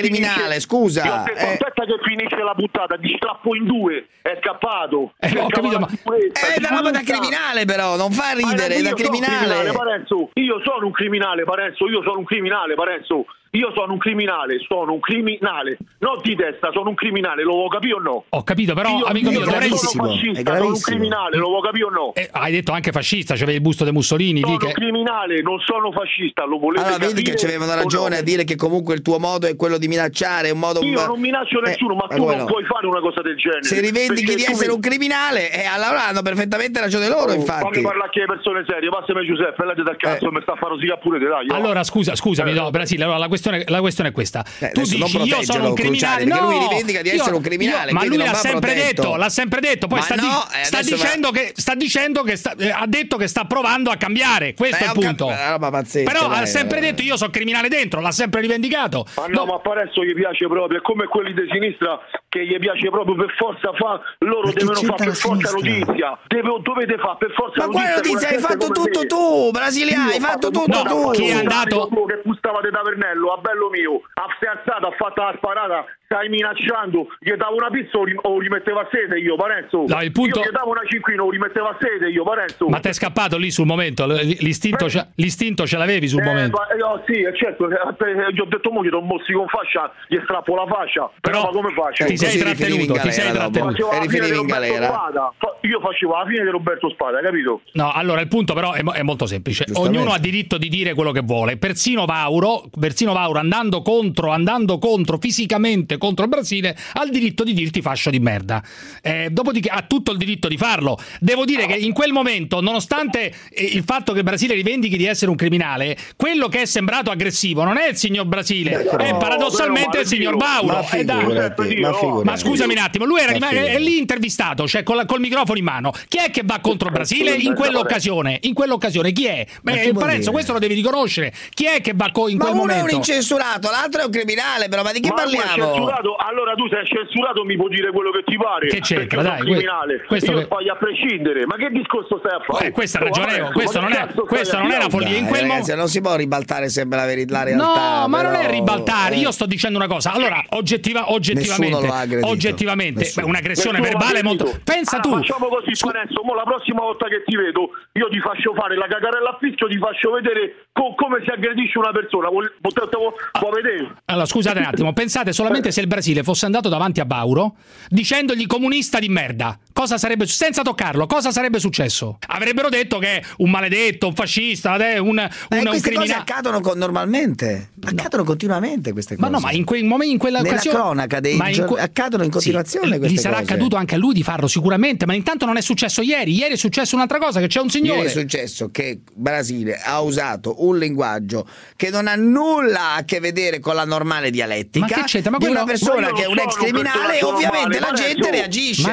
finisce-
criminale,
Io ho
scusa.
detto,
eh.
aspetta che finisce la puntata, ti strappo in due, è scappato.
Eh, ho capito, ma-
È una roba da criminale però, non fa ridere, è da criminale.
Parenzo, io sono un criminale, Parenzo, io sono un criminale, Parenzo. Io sono un criminale, sono un criminale. Non di testa, sono un criminale, lo vuoi capire o no?
Ho capito, però,
io,
amico mio,
io sono
dovrei-
un fascista, sono un criminale, lo vuoi capire o no?
Eh, hai detto anche fascista, c'aveva il busto di Mussolini.
Sono
Lì
un
che...
criminale, non sono fascista, lo volete
Allora vedi
capire
che ci avevano
o no?
ragione a dire che comunque il tuo modo è quello di minacciare, è un modo...
Io non minaccio
Eh,
nessuno, ma tu
voi
non
no.
puoi fare una cosa del genere.
Se rivendichi
Perché
di
tu
essere
mi-
un criminale, eh, allora hanno perfettamente ragione loro,
Oh,
infatti. Eh.
Fammi parlare anche le persone serie, passami Giuseppe, lei dal cazzo, mi sta a fare rosicare pure te, dai. oh.
Allora, scusa, scusami, no, Brasile, allora la questione, la questione è questa. tu
adesso non
dici io sono
proteggelo,
un criminale,
Cruciani, perché lui
No,
rivendica di essere un criminale,
ma
quindi
lui
non
l'ha
va
sempre
protetto.
detto, l'ha sempre detto, poi
Ma
sta, di-
no, eh,
sta
adesso va-
dicendo che sta dicendo che sta- eh, ha detto che sta provando a cambiare, questo
Beh,
è
ho
il punto.
cap- è una roba pazzesca,
Però ha
dai,
sempre
eh.
detto io sono criminale dentro, l'ha sempre rivendicato.
Ma Ah, no, ma Parenzo gli piace proprio, è come quelli di sinistra che gli piace proprio per forza fa, loro devono fare per forza notizia, Deve- dovete fare per forza
Ma quale
notizia. con
notizia?
la
Hai
gente
fatto
come
tutto
te.
tu, brasiliano,
Io
hai
ho
fatto
fatto
tutto
tutta
tu.
la
chi è
puntata,
andato-
tu Che pustavate tavernello, a bello mio, ha alzato, ha fatto la sparata, stai minacciando, gli davo una pizza o ri- o rimetteva a sete io, Parenzo.
No, il punto-
Io gli davo una cinquina o rimetteva a sete io, Parenzo.
Ma ti è scappato lì sul momento, l- l'istinto, ce- l'istinto ce l'avevi sul
Eh,
momento.
ma- eh, no, sì, eh, certo, eh, eh, gli ho detto mo gli do un mossico in fascia, gli strappo la fascia, però, ma come faccio?
ti sei
così rifinivi
trattenuto,
in
ti
galera
sei
dopo.
trattenuto.
Facevo
E
la fine
rifinivi
di
in
Roberto
galera.
Spada. Fa- Io facevo la fine di Roberto Spada, capito?
No, allora il punto però è, mo- è molto semplice.
Giustamente.
Ognuno ha diritto di dire quello che vuole. Persino Vauro Vauro, Versino Vauro andando contro, andando contro fisicamente contro il Brasile, ha il diritto di dirti fascio di merda. Eh, dopodiché ha tutto il diritto di farlo. Devo dire che in quel momento, nonostante eh, il fatto che il Brasile rivendichi di essere un criminale, quello che è sembrato aggressivo non è il signor Brasile,
No,
è Eh, paradossalmente
quello
il signor Vauro.
Ma
Eh, dai.
figurati, ma figurati.
Ma scusami un attimo, lui era
Ma
rima-
figurati.
è lì intervistato, cioè col, col microfono in mano. Chi è che va
Eh,
contro il Brasile in quell'occasione? In quell'occasione chi è?
Ma
Beh,
chi vuol
Lorenzo,
dire?
questo lo devi riconoscere. Chi è che va co- in
Ma
quel
uno
momento?
è un incensurato, l'altro è un criminale, però ma di che
Marco è
parliamo?
censurato. allora tu sei censurato, mi puoi dire quello che ti pare.
Che c'entra,
perché sono
dai, que-
criminale.
questo
Io
che-
sbaglio a prescindere. Ma che discorso stai a fare?
Eh, questa è
Oh,
ragionevole,
Lorenzo,
questo
ma
non
che
è-
cazzo stai
questo
a
non è
dire?
la follia. In
Dai,
quel mo-
ragazzi, non si può ribaltare sempre la, veri- la realtà.
No, ma non è
però-
ribaltare. Io
eh.
sto dicendo una cosa. Allora, oggettiva- oggettivamente,
Nessuno lo ha aggredito.
oggettivamente
Nessuno.
beh, un'aggressione
Nessuno
verbale
l'ha
molto.
aggredito.
Pensa
Allora,
tu.
Ah, Facciamo così, Lorenzo. Mo la prossima volta che ti vedo, io ti faccio fare la cagarella a fischio, ti faccio vedere co- come si aggredisce una persona. Vuol- vo- te- te- vo-
Ah.
Vuoi vedere?
Allora, scusate un attimo, pensate solamente se il Brasile fosse andato davanti a Bauro dicendogli comunista di merda, cosa sarebbe su- senza toccarlo, cosa sarebbe successo? Avrebbero detto che è un maledetto, un fascista, eh, un, un,
Ma
un
queste cose
criminale.
accadono con- normalmente, accadono continuamente queste
Ma
cose.
no, ma in, quei momenti, in
Nella
quell'occasione
cronaca dei
ma in
giorni-
que-
accadono in continuazione
Gli
queste
sarà
cose.
accaduto anche a lui di farlo sicuramente, ma intanto non è successo ieri, ieri è successo un'altra cosa che c'è un
Ieri
signore
è successo che Brasile ha usato un linguaggio che non ha nulla a che vedere con la normale dialettica
Ma che c'entra? Ma
di
quello-
una persona
Ma io
che è
non
un ex
sono un
criminale e
personaggio
ovviamente
normale,
la
Lorenzo.
gente reagisce.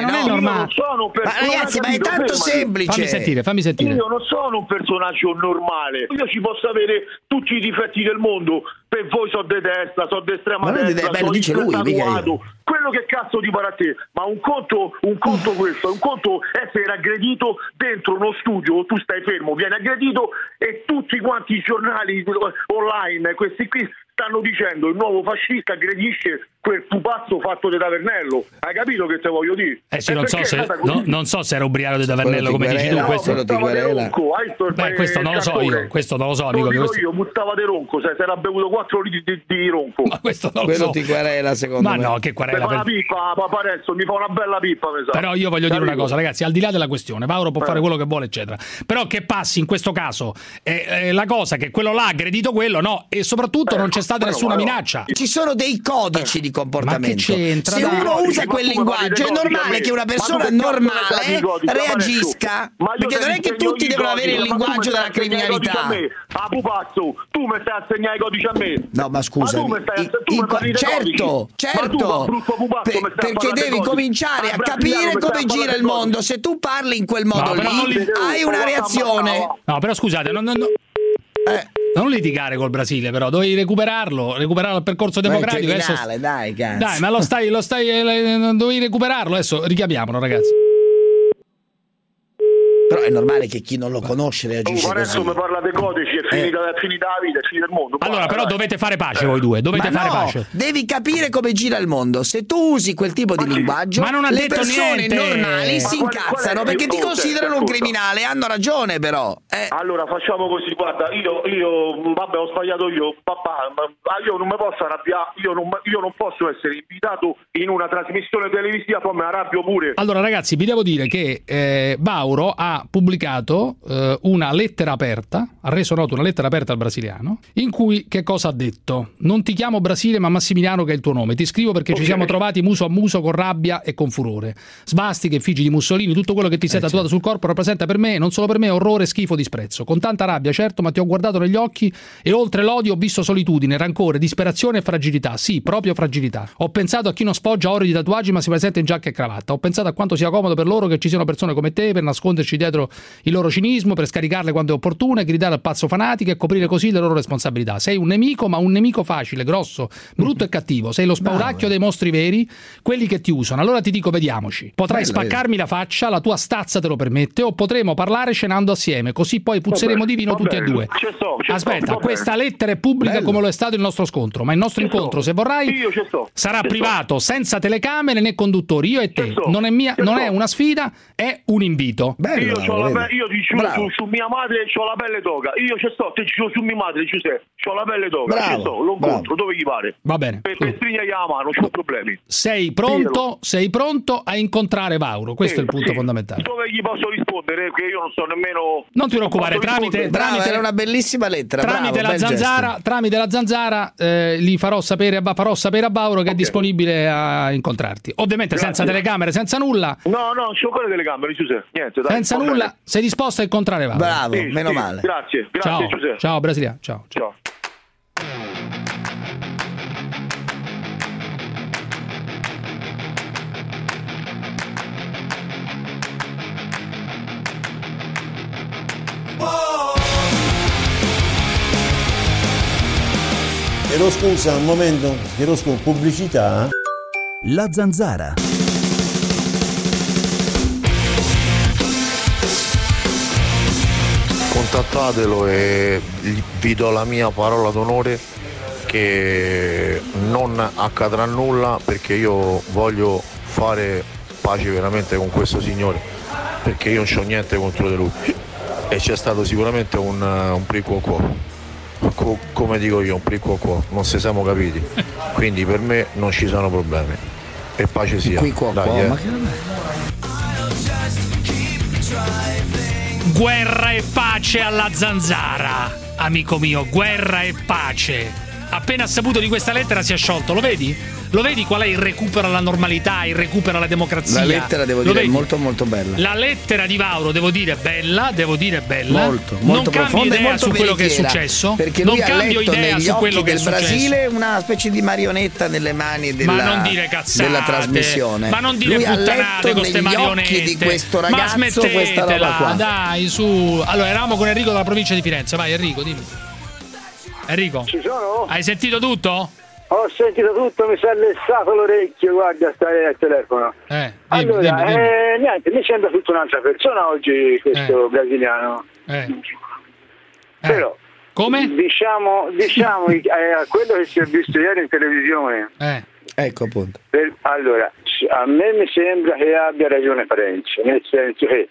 Ma non è
no?
normale.
Non sono un
Ma
personaggio
ragazzi, ma è
capito?
tanto
Fermati.
semplice.
Fammi sentire, fammi sentire.
Io non sono un personaggio normale. Io ci posso avere tutti i difetti del mondo. Per voi so di testa, so di
Ma
estrema
lui di-
destra,
beh,
so
lo
di
dice lui,
tatuato.
mica io.
Quello che cazzo ti pare a te. Ma un conto, un conto
Mm.
questo, un conto essere aggredito dentro uno studio, tu stai fermo, viene aggredito e tutti quanti i giornali online, questi qui stanno dicendo il nuovo fascista aggredisce quel pupazzo fatto di Tavernello. Hai capito che te voglio dire?
Eh sì,
E
non so,
perché è
se,
stata così?
no- non so se era ubriaco di Tavernello
Quello
come
ti
dici tu.
querela,
Questo.
quello ti querela.
Beh, questo non lo so io, questo non lo so, amico,
Lo dico
questo-
io, buttava di ronco, se era bevuto 4 litri di, di ronco. Ma
questo non
Quello ti querela, secondo
Ma
me.
no, che querela,
Mi fa una
per-
pippa, papà Renzo, mi fa una bella pippa, mi sa.
Però io voglio dire una
Capito?
cosa, ragazzi, al di là della questione, Mauro può fare quello che vuole, eccetera. Però che passi in questo caso eh, eh, la cosa che quello là ha aggredito quello, no, e
Eh,
soprattutto non c'è stata nessuna minaccia.
Ci sono dei codici di comportamento.
Ma che c'entra,
Se
dai?
uno usa
Ma
quel
Eh. come parli dei
linguaggio
codici
è
a
normale
me?
che una
Ma tu che
persona
cazzo ne sai
normale
dei codici? Ma adesso-
reagisca.
Ma io
Perché
te
non è
li
che
insegno
tutti
i
devono
codici,
avere il
ma tu mi
linguaggio
stai
della
insegnando i codici a
criminalità.
me? Ah, pupazzo, tu mi stai a insegnare i codici a me.
No, ma scusa,
tu mi stai a- tu mi parli dei
certo,
codici? Ma tu, ma
certo,
brutto pupazzo,
per-
mi stai a
perché
parlare dei
devi
codici?
cominciare
Ah,
a
brasiliano, mi stai
capire
a
come
parlare dei
gira il
codici?
mondo. Se tu parli in quel modo
No, però non
lì,
li-
hai una reazione.
No, però scusate, non, non- non- non litigare col Brasile, però devi recuperarlo, recuperare il percorso
Ma è
democratico. adesso-
criminale, dai, cazzo.
Dai, ma lo stai, lo stai, eh, dovevi recuperarlo. Adesso richiamiamolo, ragazzi.
Però è normale che chi non lo conosce reagisce
Oh, ma adesso
così.
mi parla dei codici, è
Eh.
finita, è finita la vita, è finito il mondo.
Allora, però dovete fare pace voi due, dovete
Ma
fare
no,
pace.
devi capire come gira il mondo. Se tu usi quel tipo di linguaggio,
Ma non ha
le
detto
persone
niente.
normali
Ma
si
qual- qual è
incazzano
il
perché ti
punto?
considerano un
Scusa.
criminale. Hanno ragione, però. Eh,
Allora facciamo così, guarda, io, io vabbè ho sbagliato io, papà, ma ma io non mi posso arrabbiare, io non, io non posso essere invitato in una trasmissione televisiva, poi mi arrabbio pure.
Allora, ragazzi, vi devo dire che eh, Bauro ha pubblicato eh, una lettera aperta, ha reso nota una lettera aperta al brasiliano, in cui che cosa ha detto? Non ti chiamo Brasile, ma Massimiliano che è il tuo nome. Ti scrivo perché ci siamo trovati muso a muso con rabbia e con furore. Svastiche, figi di Mussolini, tutto quello che ti sei tatuato sul corpo rappresenta per me, e non solo per me, orrore, schifo, disprezzo. Con tanta rabbia, certo, ma ti ho guardato negli occhi e oltre l'odio ho visto solitudine, rancore, disperazione e fragilità. Sì, proprio fragilità. Ho pensato a chi non sfoggia ore di tatuaggi ma si presenta in giacca e cravatta. Ho pensato a quanto sia comodo per loro che ci siano persone come te per nasconderci dietro il loro cinismo, per scaricarle quando è opportuno e gridare al pazzo fanatico e coprire così le loro responsabilità. Sei un nemico, ma un nemico facile, grosso, brutto e cattivo. Sei lo spauracchio dei mostri veri, quelli che ti usano. Allora ti dico, vediamoci. Potrai
Bello,
spaccarmi la faccia, la tua stazza te lo permette, o potremo parlare cenando assieme, così poi puzzeremo
bene,
di vino
va
tutti e
bene.
due.
Ci sto, ci sto,
Aspetta,
va bene.
questa lettera è pubblica
Bello.
come lo è stato il nostro scontro, ma il nostro
Ci sto.
incontro, se vorrai,
Io ci sto.
sarà
Ci sto.
privato, senza telecamere né conduttori, io e te. Non è, mia- non è una sfida, è un invito.
Io io, ho la pe- io ti giuro su, su mia madre ho la pelle d'oca. Io ci sto, te giuro su mia madre, Giuseppe, ho la pelle d'oca.
Bravo,
Ci sto, lo incontro, dove gli pare.
Va bene.
Per, per stringergli la mano, ho problemi.
Sei pronto? Sei pronto a incontrare Vauro? Questo
Sì,
è il punto
sì.
fondamentale.
Dove gli posso rispondere? Perché io non so nemmeno.
Non ti preoccupare,
posso
tramite,
rispondere.
tramite,
bellissima lettera.
tramite la zanzara, tramite la zanzara eh, li farò sapere, a- farò sapere a Bauro che è disponibile a incontrarti. Ovviamente senza
Grazie.
telecamere, senza nulla.
No, no, non c'ho ancora delle gambe, Giuseppe. Niente, dai,
Senza
va bene.
nulla, sei disposto a incontrare Vauro.
Sì, sì, Grazie, grazie
ciao,
Giuseppe.
ciao Brasilia, ciao.
Ciao.
Chiedo scusa, un momento, chiedo scusa, pubblicità. La zanzara.
Contattatelo e gli- vi do la mia parola d'onore che non accadrà nulla perché io voglio fare pace veramente con questo signore perché io non ho niente contro di lui e c'è stato sicuramente un, un prico Co- come dico io, un prico qua, non si siamo capiti. Quindi per me non ci sono problemi. E pace sia.
Qui qua,
Dai,
qua,
eh.
ma
Guerra e pace alla zanzara, amico mio, guerra e pace. Appena saputo di questa lettera si è sciolto, lo vedi? Lo vedi qual è il recupero alla normalità, il recupero alla democrazia?
La lettera devo
Lo
dire è
vedi?
molto molto bella.
La lettera di Vauro, devo dire, bella, devo dire bella.
Molto, molto
non cambio
profonda e
idea
molto
su quello che è
veritiera,
successo.
Perché
non
lui ha
cambio
letto
idea
negli
su
occhi
quello che è
del
successo.
Brasile una specie di marionetta nelle mani della,
ma non dire cazzate,
della trasmissione.
Ma non dire
lui ha
puttanate
letto
con ste
negli
marionette.
occhi di questo
ma
ragazzo
smettetela,
questa roba qua.
dai, su. Allora, eravamo con Enrico dalla provincia di Firenze. Vai, Enrico, dimmi. Enrico, hai sentito tutto?
Ho sentito tutto, mi si è lessato l'orecchio, guarda, stare al telefono.
Eh, dimmi,
Allora,
dimmi, dimmi.
eh, niente, mi sembra tutta un'altra persona oggi questo brasiliano.
Eh.
Però,
come?
Diciamo, diciamo eh, a quello che si è visto ieri in televisione.
Eh.
Ecco appunto.
Per- allora, s- a me mi sembra che abbia ragione Parenzo, nel senso che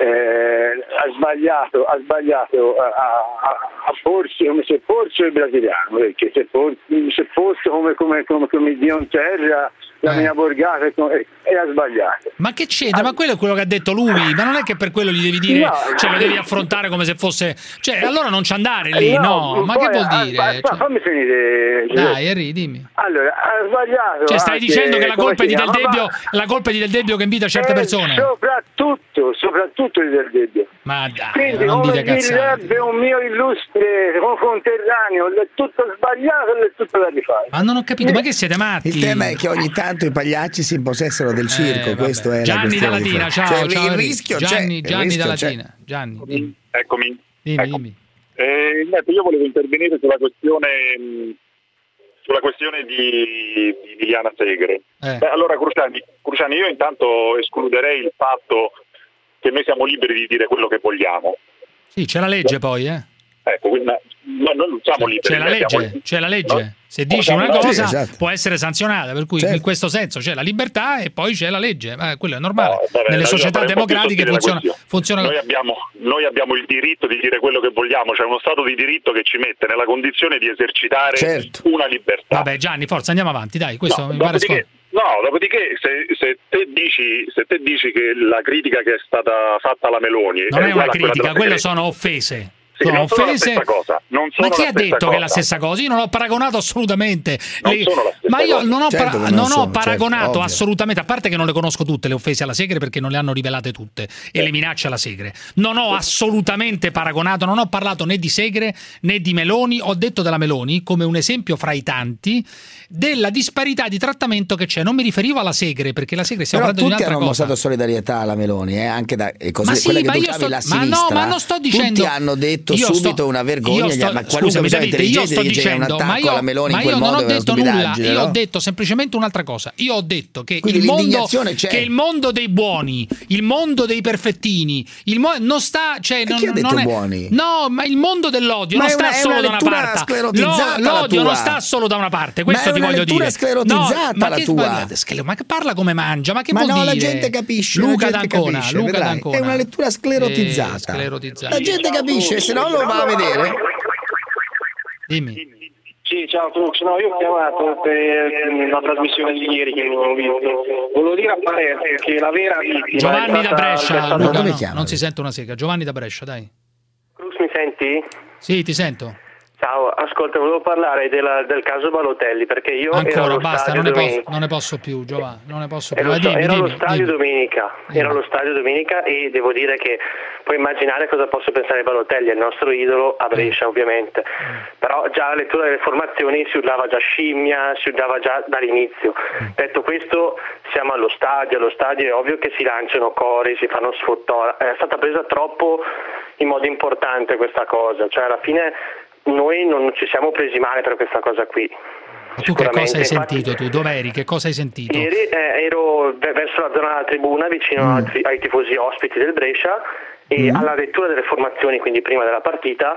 eh, ha sbagliato, ha sbagliato a, a- a- a porsi come se fosse il brasiliano, perché se, for- se fosse come, come, come, come Dio in terra,
Eh.
la mia borgata e, e, e ha sbagliato.
Ma che c'entra? Ma quello è quello che ha detto lui. Ma non è che per quello gli devi dire,
No.
cioè lo devi affrontare come se fosse. Cioè, allora non ci andare lì,
Eh,
no? Ma che
poi-
vuol
ah,
dire?
ah,
Cioè-
fammi finire.
Dai, Henry, dimmi.
Allora, ha sbagliato.
Cioè, stai
anche-
dicendo che la
come
colpa è
si
di Del
chiama?
Debbio, la colpa è di Del Debbio che invita certe
Eh,
persone.
Soprattutto, soprattutto di Del Debbio.
Ma dai,
Quindi,
non
come
dire cazzate.
direbbe un mio illustre conterraneo, è tutto sbagliato e è tutto da rifare.
Ma non ho capito, ma che siete matti?
Il tema è che ogni tanto i pagliacci si impossessano
Eh,
del circo, questo è la
Gianni da
questione di
Latina,
fondo.
ciao,
Cioè,
ciao,
il
Henry.
rischio
Gianni,
c'è,
Gianni
il rischio
da
c'è.
Latina. Gianni, dimmi.
Eccomi.
Dimmi,
Ecco.
dimmi.
Eh, niente, io volevo intervenire sulla questione, mh, sulla questione di, di Liliana Segre.
Eh.
Beh, allora, Cruciani, Cruciani, io intanto escluderei il fatto che noi siamo liberi di dire quello che vogliamo.
Sì, c'è la legge poi, eh.
Ecco, quindi, ma- no, noi non siamo liberi.
C'è la
noi siamo
legge,
liberi.
c'è la
No?
legge. Se dici
Eh,
una
no,
cosa
sì, esatto.
può essere sanzionata, per cui
Certo.
in questo senso c'è la libertà e poi c'è la legge, ma quello è normale.
Vabbè,
Nelle
Eh, noi
società
faremo più
democratiche
sottile la
funziona,
questione.
funziona
Noi abbiamo, noi abbiamo il diritto di dire quello che vogliamo, cioè uno Stato di diritto che ci mette nella condizione di esercitare
Certo.
una libertà.
Vabbè, Gianni, forza, andiamo avanti, dai, questo mi pare
dopodiché,
scontato.
no, dopodiché se, se te dici, se te dici che la critica che è stata fatta alla Meloni
Non è una
uguale a quella
critica,
della
quello
Segre-
sono offese.
Sì,
sono
non sono la
offese.
stessa cosa, non sono
ma chi
la
ha
stessa
detto che è la
cosa.
stessa cosa? Io non ho paragonato assolutamente.
Non
le-
sono la stessa
ma io
cosa.
non ho,
Certo
para-
che non
non ho
sono,
paragonato
certo, ovvio.
assolutamente, a parte che non le conosco tutte le offese alla Segre perché non le hanno rivelate tutte e le minacce alla Segre. Non ho assolutamente paragonato, non ho parlato né di Segre né di Meloni, ho detto della Meloni come un esempio fra i tanti della disparità di trattamento che c'è. Non mi riferivo alla Segre perché la Segre stiamo
Però
parlando di un'altra
tutti hanno
cosa.
mostrato solidarietà alla Meloni, eh, anche da e cose,
Ma sì,
quella che
ma
tu
io
chiami
sto-
la
ma no,
sinistra.
ma non sto dicendo-
Tutti hanno detto
Io
subito
sto-
una vergogna,
io
gli
sto,
ma qualunque
scusami,
persona
Davide, io sto
intelligente dice che è un
dicendo, ma
attacco
io,
alla Meloni in
ma
quel
io non
modo
ho
è una
detto nulla,
stupidaggine,
io ho
no?
detto semplicemente un'altra cosa. Io ho detto che
Quindi
il mondo
l'indignazione c'è.
che il mondo dei buoni, il mondo dei perfettini, il mo- non sta, cioè non,
chi ha detto
non è
buoni?
No, ma il mondo dell'odio
Ma
non
è
sta
una- è
solo
una
da una
lettura
parte. Lo-
sclerotizzata la
l'odio non
tua.
sta solo da una parte,
Ma
questo
è
ti
una
voglio
lettura
dire.
sclerotizzata
no, ma
la
che-
tua.
ma- sclero- Ma parla come mangia, ma che
ma
vuol
no, la
dire?
gente capisce. la
Luca
gente
D'Ancona,
capisce,
Luca
vedrai.
D'Ancona.
È una lettura sclerotizzata.
Eh, sclerotizzata.
La gente capisce, se no lo va a vedere.
Dimmi.
Sì, ciao Crux, no, io ho chiamato per mm, la trasmissione di ieri che non ho visto. Volevo dire a Palermo che la vera vittima
Giovanni
è
da
stata
Brescia,
Alessandra-
Luca, no, non si sente una sega. Giovanni da Brescia, dai.
Cruz, mi senti?
Sì, ti sento.
Ciao, ascolta, volevo parlare della- del caso Balotelli perché io ero
Ancora,
allo
basta,
stadio
non ne, posso,
domenica.
non ne posso più, Giovanni, non ne posso più.
Ero,
Vai,
sta-
dimmi,
ero allo
dimmi,
stadio
dimmi.
domenica, ero allo stadio domenica e devo dire che puoi immaginare cosa posso pensare Balotelli, è il nostro idolo
Eh.
a Brescia ovviamente, però già la lettura delle formazioni si urlava già scimmia, si urlava già dall'inizio.
Eh.
Detto questo siamo allo stadio, allo stadio è ovvio che si lanciano cori, si fanno sfottò, è stata presa troppo in modo importante questa cosa, cioè alla fine noi non ci siamo presi male per questa cosa qui.
Ma tu che cosa hai
Sicuramente, infatti-
sentito? Tu dov'eri? Che cosa hai sentito?
Ieri eh, ero ve- verso la zona della tribuna vicino
Mm.
al tri- ai tifosi ospiti del Brescia e alla lettura delle formazioni, quindi prima della partita,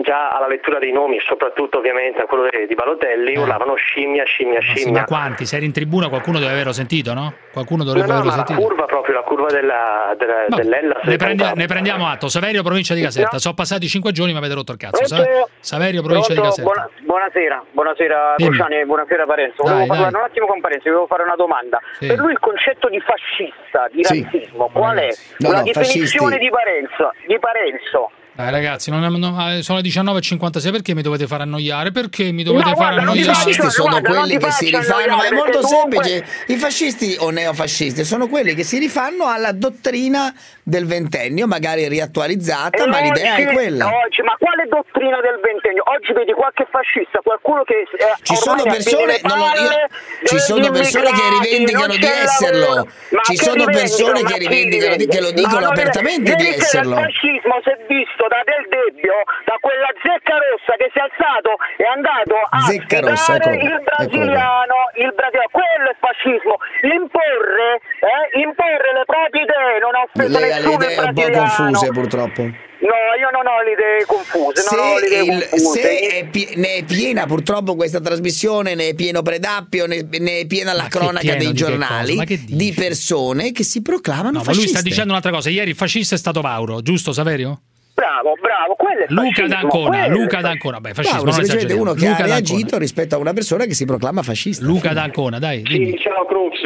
già alla lettura dei nomi, soprattutto ovviamente a quello de- di Balotelli, urlavano scimmia, scimmia,
Eh. Ma sì, ma
scimmia.
quanti? Se eri in tribuna qualcuno deve averlo sentito, no? Qualcuno
No,
dovrebbe
no,
averlo
ma la
sentito.
curva proprio, la curva della, della, dell'Ellas.
Ne, prendi- ne prendiamo atto. Saverio, provincia di Casetta.
No.
Sono passati cinque giorni ma avete rotto il cazzo.
Pronto?
Sa- Saverio, provincia di
Pronto?
Casetta.
Buona- buonasera, buonasera
Dimmi.
Cruciani, buonasera Parenzo.
Dai,
Volevo parlare
dai.
un attimo con Parenzo, volevo fare una domanda.
Sì.
Per lui il concetto di fascista, di
Sì.
razzismo, qual è?
No,
una
no,
definizione
fascisti.
di Parenzo, di Parenzo.
Dai ragazzi, non- non- eh, sono le 19.56, perché mi dovete far annoiare? Perché mi dovete
No,
far
guarda, non ti
annoiare?
fascisti sono quelli che si rifanno, ma è molto semplice.
comunque-
I fascisti o neofascisti sono quelli che si rifanno alla dottrina del ventennio, magari riattualizzata, ma
oggi-
l'idea è quella.
oggi, ma quale dottrina del ventennio? Oggi vedi qualche fascista, qualcuno che eh,
Ci sono
ormai ha piene
persone,
le
no, no, io-
palle
ci
degli
sono persone che
immigrati,
rivendicano
non
di
c'è il
esserlo.
lavoro. Ma
Ci
che
sono persone
rivendicano?
che
Ma chi
rivendicano di- che lo
rivendica?
dicono
Ma non è-
apertamente di
vedi che
esserlo.
Il fascismo si è visto da Del Debbio, da quella zecca rossa che si è alzato e è andato a
Ah,
Zecca rossa,
sfidare
eccolo,
il brasiliano, il brasiliano, quello è fascismo. Imporre, eh, imporre le proprie idee, non ha
Le,
offeso
le
nessuno
idee
il
un po'
brasiliano.
confuse purtroppo.
No, io non ho le idee confuse, non ho le
Se,
idee
il-
confuse.
se è pi- ne è piena purtroppo questa trasmissione, ne è pieno Predappio, ne, ne è piena la
che
cronaca
pieno
dei
di che cosa?
giornali
Ma che
di persone che si proclamano
No, ma lui
fasciste.
sta dicendo un'altra cosa. Ieri il fascista è stato Mauro, giusto Saverio?
Bravo, bravo, quello è
Luca
fascismo,
D'Ancona,
quello è
Luca
fascismo.
D'Ancona. Beh, fascismo,
Paolo,
non
semplicemente
esageriamo.
uno che
Luca
ha
D'Ancona.
reagito rispetto a una persona che si proclama fascista.
Luca D'Ancona, dai.
Sì, ciao Cruz.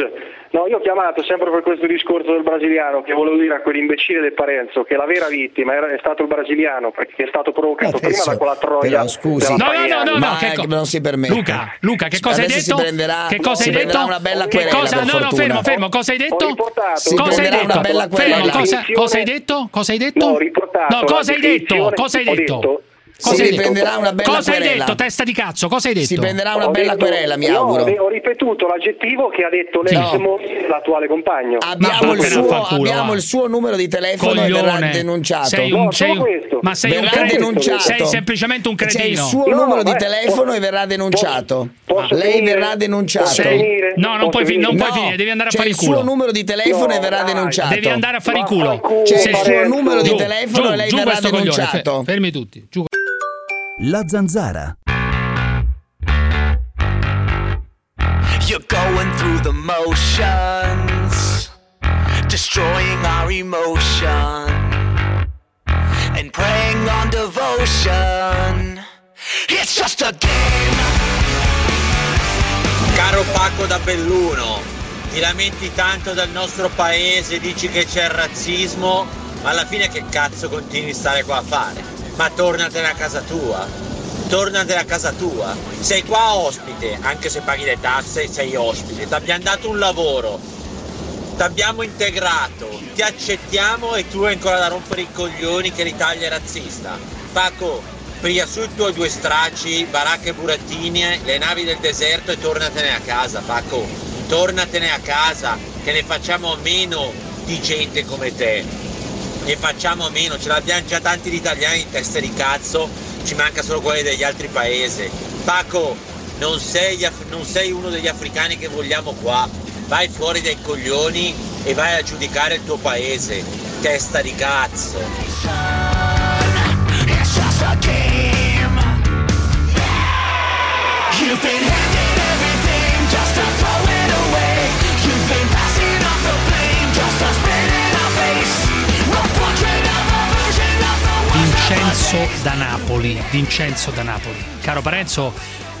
No, io ho chiamato sempre per questo discorso del brasiliano che volevo dire a quell'imbecille del Parenzo che la vera vittima era- è stato il brasiliano perché è stato
Eh,
provocato prima da quella troia.
Però scusi,
della
Ma
Paiani.
che non si permette.
Luca, Luca, che cosa
Adesso
hai detto?
Si prenderà,
che cosa
si
hai
prenderà
detto?
Una bella
che
querela,
cosa?
per
No, no,
fortuna.
fermo, fermo, cosa hai detto?
Si
cosa hai
prenderà una
detto?
bella querela.
fermo, cosa,
Definizione-
cosa hai detto? Cosa hai detto?
No, ho riportato
No,
la
cosa hai detto?
definizione-
Cosa hai
ho
detto?
detto-
Cosa
si
hai detto?
prenderà una bella
Cosa hai
querela.
detto, testa di cazzo? Cosa hai detto?
Si prenderà una
Ho
bella
detto-
querela, mi
no,
auguro.
ho ripetuto l'aggettivo che ha detto l'ex
No.
moglie, l'attuale compagno.
Abbiamo, il suo, abbiamo il suo numero di telefono e verrà
Coglione.
denunciato.
Sei un- No, sei solo un- questo. ma sei un
verrà
cretino.
denunciato.
Sei semplicemente un
C'è il
cretino.
suo
No,
numero di
beh,
telefono
posso-
e verrà denunciato. Ah,
posso
Lei
finire?
verrà denunciato.
Posso Sei- finire? no, non Posso puoi fi- non finire? puoi finire, devi andare a
C'è
fare il
il
culo.
suo numero di telefono
No,
e verrà
dai.
denunciato.
Devi andare a fare il culo.
C'è
Sì,
il suo
Lorenzo.
numero di
Giù,
telefono
giù,
e lei
giù
verrà
questo coglione,
denunciato.
fe- Fermi tutti. Giù.
La zanzara.
You're going through the motions, destroying our emotion, and preying on devotion. It's just a game.
Caro Paco da Belluno, ti lamenti tanto del nostro paese, dici che c'è il razzismo, ma alla fine che cazzo continui a stare qua a fare? Ma tornatene a casa tua, tornatene a casa tua. Sei qua ospite, anche se paghi le tasse, sei ospite. Ti abbiamo dato un lavoro, ti abbiamo integrato, ti accettiamo e tu hai ancora da rompere i coglioni che l'Italia è razzista. Paco, pria su i tuoi due stracci, baracche e burattini, le navi del deserto e tornatene a casa, Paco. Tornatene a casa, che ne facciamo a meno di gente come te. Ne facciamo a meno, ce l'abbiamo già tanti gli italiani in testa di cazzo ci manca solo quelli degli altri paesi. Paco, non sei, af- non sei uno degli africani che vogliamo qua. Vai fuori dai coglioni e vai a giudicare il tuo paese. Testa di cazzo.
It's just a game. You've been handed everything just to throw it away. You've been passing off the blame just to spit in our face. A portrait of a version of the
Vincenzo da Napoli, Vincenzo da Napoli. Caro Parenzo,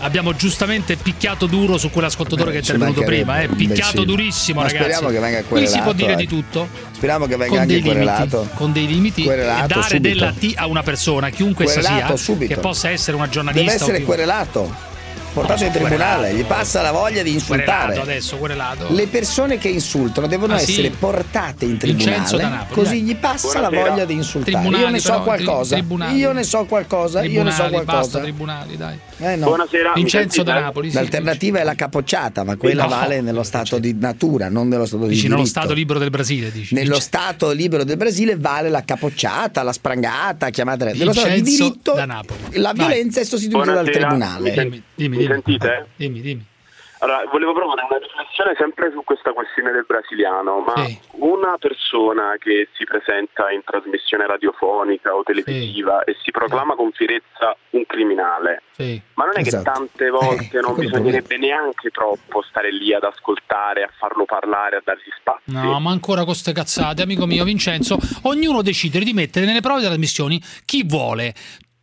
abbiamo giustamente picchiato duro su quell'ascoltatore che è
Ci
intervenuto
mancherebbe,
prima, eh. picchiato
imbecille.
durissimo
Ma
ragazzi.
Speriamo che venga
Qui si può
querelato,
dire
eh.
di tutto.
Speriamo che venga
Con
anche
dei limiti,
querelato.
Con dei limiti
Querelato
e dare
subito.
della T a una persona, chiunque essa sia,
Querelato subito.
che possa essere una giornalista
Deve essere
o più.
querelato. Portato
No,
in tribunale,
querelato.
gli passa la voglia di
Querelato
insultare.
adesso, querelato.
Le persone che insultano devono
Ah, sì?
essere portate in
Vincenzo da
tribunale,
Napoli,
così
dai.
gli passa la
Buonasera.
voglia di insultare. Io
Tribunali,
ne so
però, tri-
qualcosa.
tribunali.
Io ne so qualcosa, io ne so
Tribunali, basta,
qualcosa.
tribunali, dai.
Eh, no.
Vincenzo da Napoli, sì.
L'alternativa è la capocciata, ma quella
No.
vale nello stato di natura, non nello stato di
Dici nello
diritto.
Stato libero del Brasile, dici.
Nello Stato libero del Brasile vale la capocciata, la sprangata, chiamate nello stato di
Vincenzo
diritto
da Napoli.
la
Vai.
violenza è sostituita dal
Buonasera. Mi sen-
tribunale.
Dimmi,
Mi sentite?
Dimmi, dimmi.
Allora, volevo provare una riflessione sempre su questa questione del brasiliano, ma una persona che si presenta in trasmissione radiofonica o televisiva e si proclama con fierezza un criminale,
Sì.
ma non è
Esatto.
che tante volte
quello
non
è il
bisognerebbe neanche troppo stare lì ad ascoltare, a farlo parlare, a dargli spazio?
No, ma ancora con queste cazzate, amico mio Vincenzo, ognuno decide di mettere nelle prove delle trasmissioni chi vuole.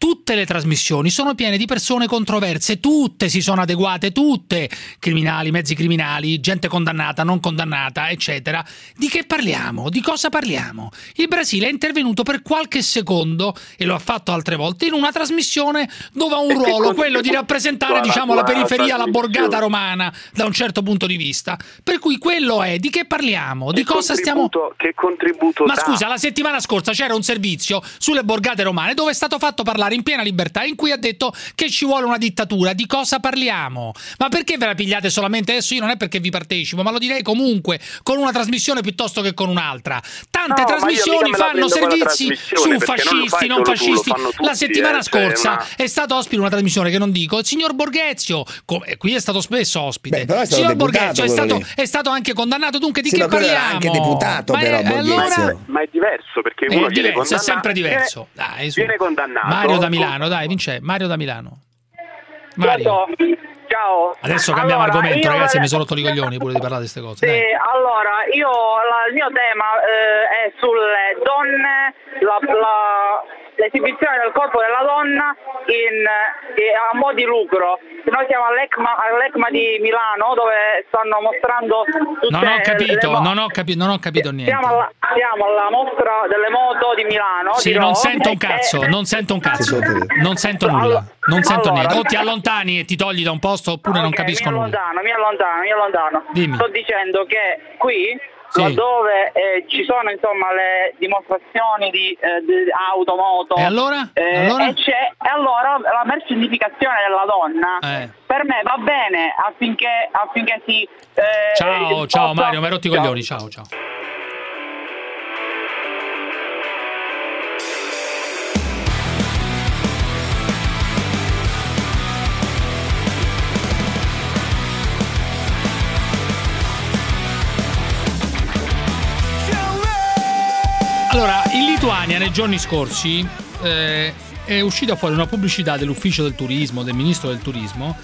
Tutte le trasmissioni sono piene di persone controverse, tutte si sono adeguate, tutte criminali, mezzi criminali, gente condannata, non condannata, eccetera. Di che parliamo? Di cosa parliamo? Il Brasile è intervenuto per qualche secondo, e lo ha fatto altre volte, in una trasmissione dove ha un ruolo, quello di rappresentare, diciamo, la periferia, la borgata romana, da un certo punto di vista. Per cui quello è, di che parliamo? Di cosa stiamo...
Che contributo
Ma
dà?
scusa, la settimana scorsa c'era un servizio sulle borgate romane dove è stato fatto parlare in piena libertà in cui ha detto che ci vuole una dittatura. Di cosa parliamo? Ma perché ve la pigliate solamente adesso? Io non è perché vi partecipo, ma lo direi comunque con una trasmissione piuttosto che con un'altra. Tante
No, ma io
trasmissioni
mica me la
fanno
prendo con la
servizi su
trasmissione, perché non lo
fascisti,
fai
non
solo tu, lo
fascisti.
fanno tutti,
la settimana
eh, cioè,
scorsa
una-
è stato ospite in una trasmissione che non dico, il signor Borghezio, com- e qui è stato spesso ospite.
Beh, però è
il
stato
signor
deputato
Borghezio è
quello
stato,
lì.
è stato anche condannato, dunque di
Sì,
che
ma quello era
parliamo?
anche deputato,
Ma è-
però,
e
Borghezio.
allora-
Ma è diverso perché
Eh, è
uno viene
diverso, è
condannato-
sempre diverso.
viene-
Dai, su.
viene condannato.
Mario da
con-
Milano, dai, vince. Mario da Milano. Mario.
Ciao.
Adesso cambiamo
Allora,
argomento,
io
ragazzi.
vole-
Mi sono rotto i coglioni pure di parlare di queste cose.
Sì,
dai.
allora io la- il mio tema eh, è sulle donne, la- la- l'esibizione del corpo della donna in, eh, a mo' di lucro. Noi siamo all'ECMA, all'ECMA di Milano dove stanno mostrando tutte
Non ho
le
capito,
mo-
non ho capito, non ho capito niente.
Siamo alla, siamo alla mostra delle moto di Milano.
Sì,
dirò,
non sento
e-
un cazzo, non sento un cazzo, non sento nulla, non sento niente. O ti allontani e ti togli da un posto oppure non
Ok,
capisco
mi
nulla.
allontano, mi allontano, mi allontano.
Dimmi.
Sto dicendo che qui
Sì.
laddove eh, ci sono insomma le dimostrazioni di, eh, di auto, moto
E allora?
eh,
Allora?
e c'è- e allora la mercificazione della donna
Eh.
per me va bene affinché, affinché si eh,
Ciao, ciao
possa-
Mario, mi hai rotto i
Ciao.
coglioni, ciao, ciao. Allora, in Lituania nei giorni scorsi eh, è uscita fuori una pubblicità dell'ufficio del turismo, del ministro del turismo,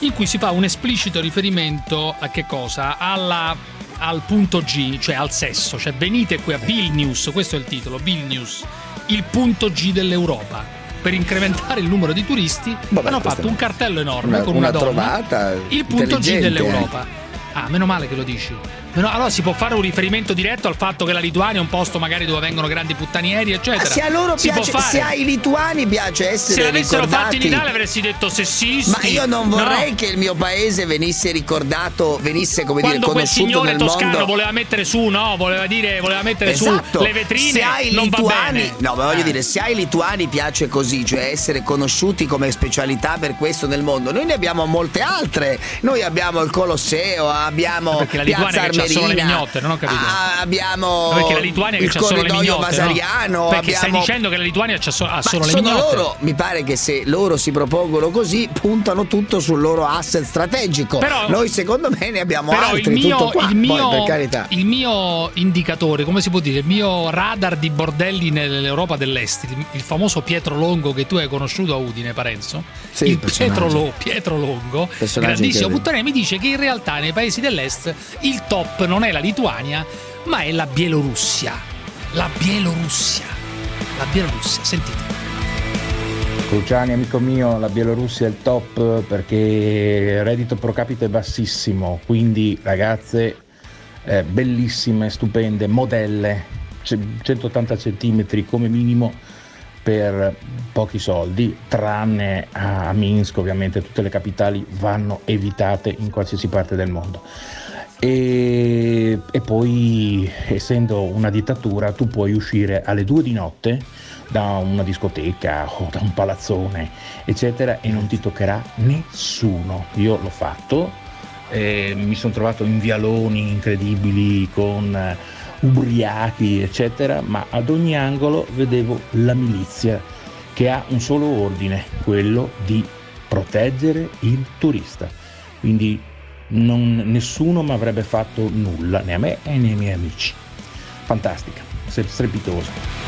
in cui si fa un esplicito riferimento a che cosa? Alla- al punto G, cioè al sesso, cioè venite qui a Vilnius, questo è il titolo, Vilnius, il punto G dell'Europa. Per incrementare il numero di turisti hanno
questa
fatto un cartello enorme
Una,
con una,
una
donna
trovata.
il punto G
intelligente eh.
dell'Europa.
anche.
Ah, meno male che lo dici. Meno- allora si può fare un riferimento diretto al fatto che la Lituania è un posto magari dove vengono grandi puttanieri, eccetera.
Ah, se a loro
si
piace,
può fare.
se ai lituani piace essere
Se l'avessero fatto in
ricordati-
Italia avresti detto sessisti.
Ma io non vorrei
No.
che il mio paese venisse ricordato, venisse come
Quando
dire
quel
conosciuto
signore
nel
toscano
mondo.
voleva mettere su, no, voleva dire, voleva mettere su le vetrine,
Esatto. se ai
non va
lituani,
bene.
no, ma voglio
Eh.
dire, se ai lituani piace così, cioè essere conosciuti come specialità per questo nel mondo, noi ne abbiamo molte altre. Noi abbiamo il Colosseo, abbiamo
Perché la
Piazza
Lituania che c'ha solo le
Camerina,
mignotte, non ho capito.
ah, abbiamo
No, perché la Lituania che
il
c'ha solo le
corridoio
mignotte. no?
vasariano,
Perché stai
abbiamo-
dicendo che la Lituania c'ha so- ha solo le
sono
mignotte.
loro, mi pare che se loro si propongono così, puntano tutto sul loro asset strategico.
Però-
Noi secondo me ne abbiamo
Però
altri,
il mio,
tutto qua,
il, mio,
poi, per carità.
il mio indicatore, come si può dire, il mio radar di bordelli nell'Europa dell'Est, il, il famoso Pietro Longo che tu hai conosciuto a Udine, Parenzo.
Sì,
il
personaggio.
Pietro, Lo- Pietro Longo,
Personaggio
grandissimo
incredibile.
puttane, mi dice che in realtà nei paesi dell'Est il top non è la Lituania, ma è la Bielorussia. La Bielorussia. La Bielorussia, sentite.
Cruciani, amico mio, la Bielorussia è il top perché il reddito pro capite è bassissimo, quindi ragazze eh, bellissime, stupende, modelle, ce- 180 centimetri come minimo per pochi soldi, tranne a Minsk ovviamente tutte le capitali vanno evitate in qualsiasi parte del mondo. E, e poi, essendo una dittatura, tu puoi uscire alle due di notte da una discoteca o da un palazzone, eccetera, e non ti toccherà nessuno. Io l'ho fatto, eh, mi sono trovato in vialoni incredibili con eh, ubriachi, eccetera, ma ad ogni angolo vedevo la milizia che ha un solo ordine, quello di proteggere il turista. Quindi non- nessuno mi avrebbe fatto nulla, né a me né ai miei amici. Fantastica, se- strepitosa.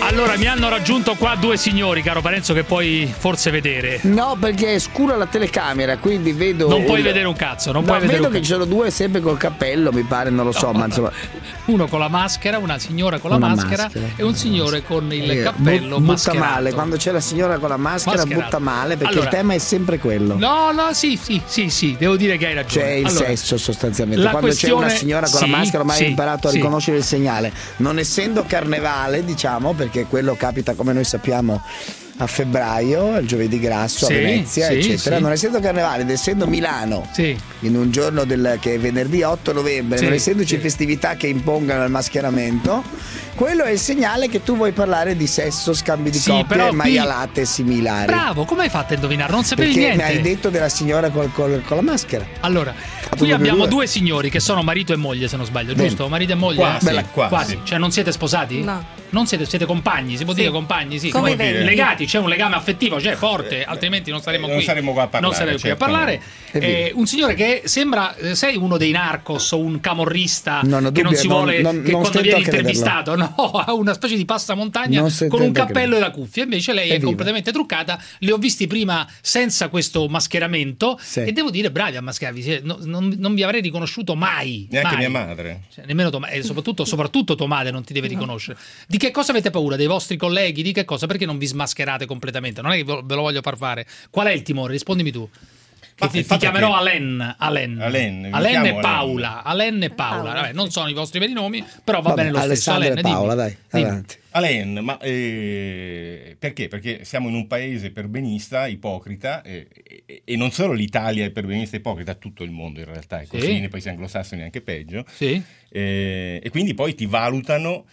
Allora, mi hanno raggiunto qua due signori, caro Parenzo, che puoi forse vedere.
No, perché è scura la telecamera, quindi vedo.
Non puoi vedere un cazzo, non
No,
puoi vedere
vedo
un
che ci sono due sempre col cappello, mi pare, non lo so, ma insomma.
Uno con la maschera, una signora con la
Una
maschera,
maschera,
e un signore con il
eh,
cappello
but- butta
mascherato.
male, quando c'è la signora con la maschera
Mascherato.
butta male, perché
Allora-
il tema è sempre quello.
No, no, sì, sì, sì, sì, devo dire che hai ragione.
C'è il
Allora,
sesso sostanzialmente.
la
Quando c'è una
questione-
signora con
sì,
la maschera ormai
sì,
hai imparato a
sì.
riconoscere il segnale. Non essendo carnevale, diciamo, perché quello capita come noi sappiamo a febbraio, il giovedì grasso
Sì,
a Venezia,
sì,
eccetera.
sì.
Non essendo carnevale, ed essendo Milano, in un giorno del- che è venerdì 8 novembre,
Sì,
non essendoci festività che impongano il mascheramento, quello è il segnale che tu vuoi parlare di sesso, scambi di
Sì,
coppie,
però qui-
maialate e similari.
Bravo, come hai fatto a indovinare? Non sapevi
Perché
niente.
mi hai detto della signora col- col- con la maschera.
Allora, qui
proprio
abbiamo
due.
due signori che sono marito e moglie, se non sbaglio,
Bene.
giusto? Marito e moglie?
Quasi,
eh?
bella, quasi.
Cioè, non siete sposati? No. Non siete, siete compagni, si può dire compagni, sì.
Come
Come
dire.
legati, c'è un legame affettivo, cioè forte, altrimenti
Eh,
non saremmo
non
qui.
saremmo qua a parlare,
Non saremmo qui a parlare.
certamente. È vero.
Eh, un signore che sembra, eh, sei uno dei narcos o un camorrista
Non ho
che non
dubbio,
si
non-
vuole,
non-
che
non
quando
stento
viene
a crederlo.
intervistato, no, ha una specie di passamontagna
Non stento
con un
a crederlo.
cappello e la cuffia. Invece lei è
Evviva.
completamente truccata. Le ho visti prima senza questo mascheramento
Sì.
e devo dire bravi a mascherarvi, se- no- non, non vi avrei riconosciuto mai.
Neanche
mai.
mia madre.
Cioè, nemmeno tua ma- e soprattutto, soprattutto tua madre non ti deve riconoscere. Di che cosa avete paura? Dei vostri colleghi? Di che cosa? Perché non vi smascherate completamente? Non è che ve ve lo voglio far fare. Qual è il timore? Rispondimi tu. Che ti, ti chiamerò Alen. Alen.
Alen, mi
Alen
chiamo
e
Alen.
Paola. Alen e Paola. Vabbè, non sono i vostri veri nomi, però va
Vabbè,
bene lo stesso.
Alessandro e
Alen, Eh, dimmi.
Paola,
dai,
Dimmi.
avanti.
Alain, ma eh, perché? Perché siamo in un paese perbenista, ipocrita, eh, e, e non solo l'Italia è perbenista e ipocrita, tutto il mondo in realtà è così,
Sì.
nei paesi anglosassoni è anche peggio,
Sì.
Eh, e quindi poi ti valutano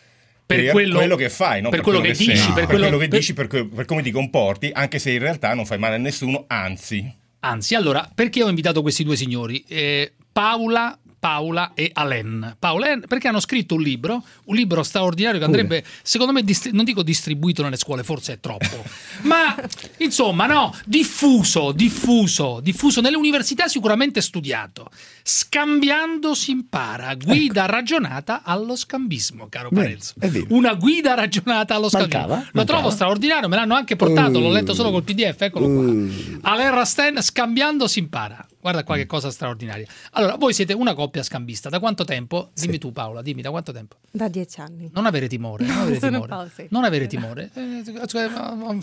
Per quello-
che fai, non
per quello che dici,
sei,
per
per
quello-
quello, che
per-
dici, per, que- per come ti comporti, anche se in realtà non fai male a nessuno, anzi.
Anzi, allora, perché ho invitato questi due signori? Eh, Paola, Paola e Alen. Paola e Alen, perché hanno scritto un libro, un libro straordinario che
Pure.
andrebbe, secondo me, distri- non dico distribuito nelle scuole, forse è troppo, ma insomma, no, diffuso, diffuso, diffuso nelle università, sicuramente studiato. Scambiando si impara, guida ragionata allo scambismo, caro
Bene,
Parenzo. Una guida ragionata allo scambismo. Lo trovo straordinario, me l'hanno anche portato, l'ho letto solo col PDF, eccolo qua.
Mm,
Alain Rasten scambiando si impara. Guarda qua che cosa straordinaria. Allora, voi siete una coppia scambista. Da quanto tempo? Dimmi tu Paola, dimmi da quanto tempo?
Da dieci anni.
Non avere timore, non avere timore. Non avere timore. Eh, cioè, ma- ma-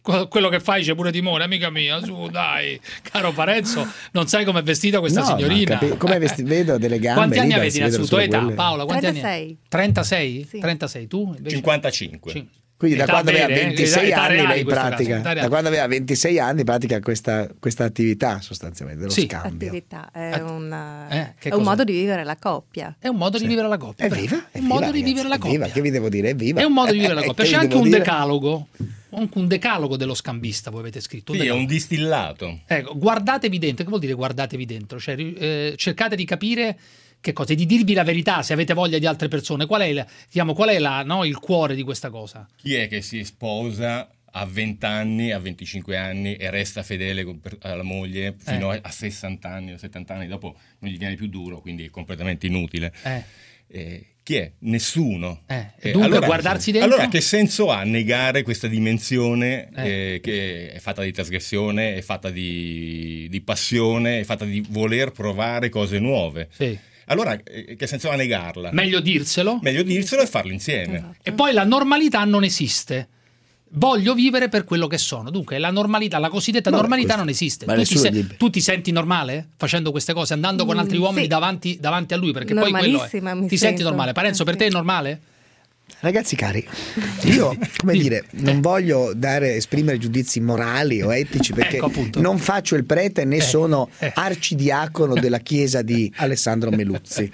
quello- Quello che fai c'è pure timore, amica mia. Su, dai, caro Parenzo, non sai com'è vestita questa
No, ma
signorina. Eh.
capi- come vesti- vedo delle gambe.
Quanti anni
lì,
avete eh,
si vedono
innanzitutto?
solo
Età,
quelle.
Paola, quanti anni?
36.
36? 36 tu? invece?
55.
Cin-
Quindi da
Età
quando aveva
vera, eh?
26
Età
anni
reale
lei
in questo
pratica,
caso, età reale.
da quando aveva 26 anni pratica questa, questa attività sostanzialmente, dello
Sì.
scambio.
Attività, è, una-
eh, che
è un
cosa?
modo di vivere la coppia.
È un modo di vivere la coppia.
Evviva,
È un modo di vivere la coppia.
Evviva, che vi devo dire? Evviva.
È un modo di vivere la
Eh,
coppia.
che
C'è
vi
anche
devo
un
dire?
decalogo. Anche un decalogo dello scambista, voi avete scritto.
Sì, è
decalogo.
un distillato.
Ecco, guardatevi dentro. Che vuol dire guardatevi dentro? Cioè, ri- eh, cercate di capire che cosa, e di dirvi la verità se avete voglia di altre persone. Qual è, la- diciamo, qual è la- no, il cuore di questa cosa?
Chi è che si sposa a 20 anni, a 25 anni e resta fedele con- per- alla moglie fino
Eh.
a 60 anni o 70 anni? Dopo non gli viene più duro, quindi è completamente inutile.
Eh.
Eh, chi è? Nessuno.
Eh,
Eh,
dunque, guardarsi dentro.
Allora, che senso ha negare questa dimensione
Eh.
eh, che è fatta di trasgressione, è fatta di, di passione, è fatta di voler provare cose nuove?
Sì.
Allora, eh, che senso ha negarla?
Meglio dirselo.
Meglio dirselo e farlo insieme.
Mm.
E poi la normalità non esiste. Voglio vivere per quello che sono. Dunque, la normalità, la cosiddetta
Ma
normalità
questo-
non esiste.
ma
Tu ti,
nessuno
se-
gli-
tu ti senti normale facendo queste cose, andando con
Mm,
altri uomini
sì.
davanti, davanti a lui? Perché poi quello è. Ti
Normalissima, mi
senti
sento.
normale? Parenzo, per te è normale?
Ragazzi cari, io come dire, non voglio dare, esprimere giudizi morali o etici perché
Ecco, appunto.
non faccio il prete né
Eh,
sono
eh.
arcidiacono della chiesa di Alessandro Meluzzi.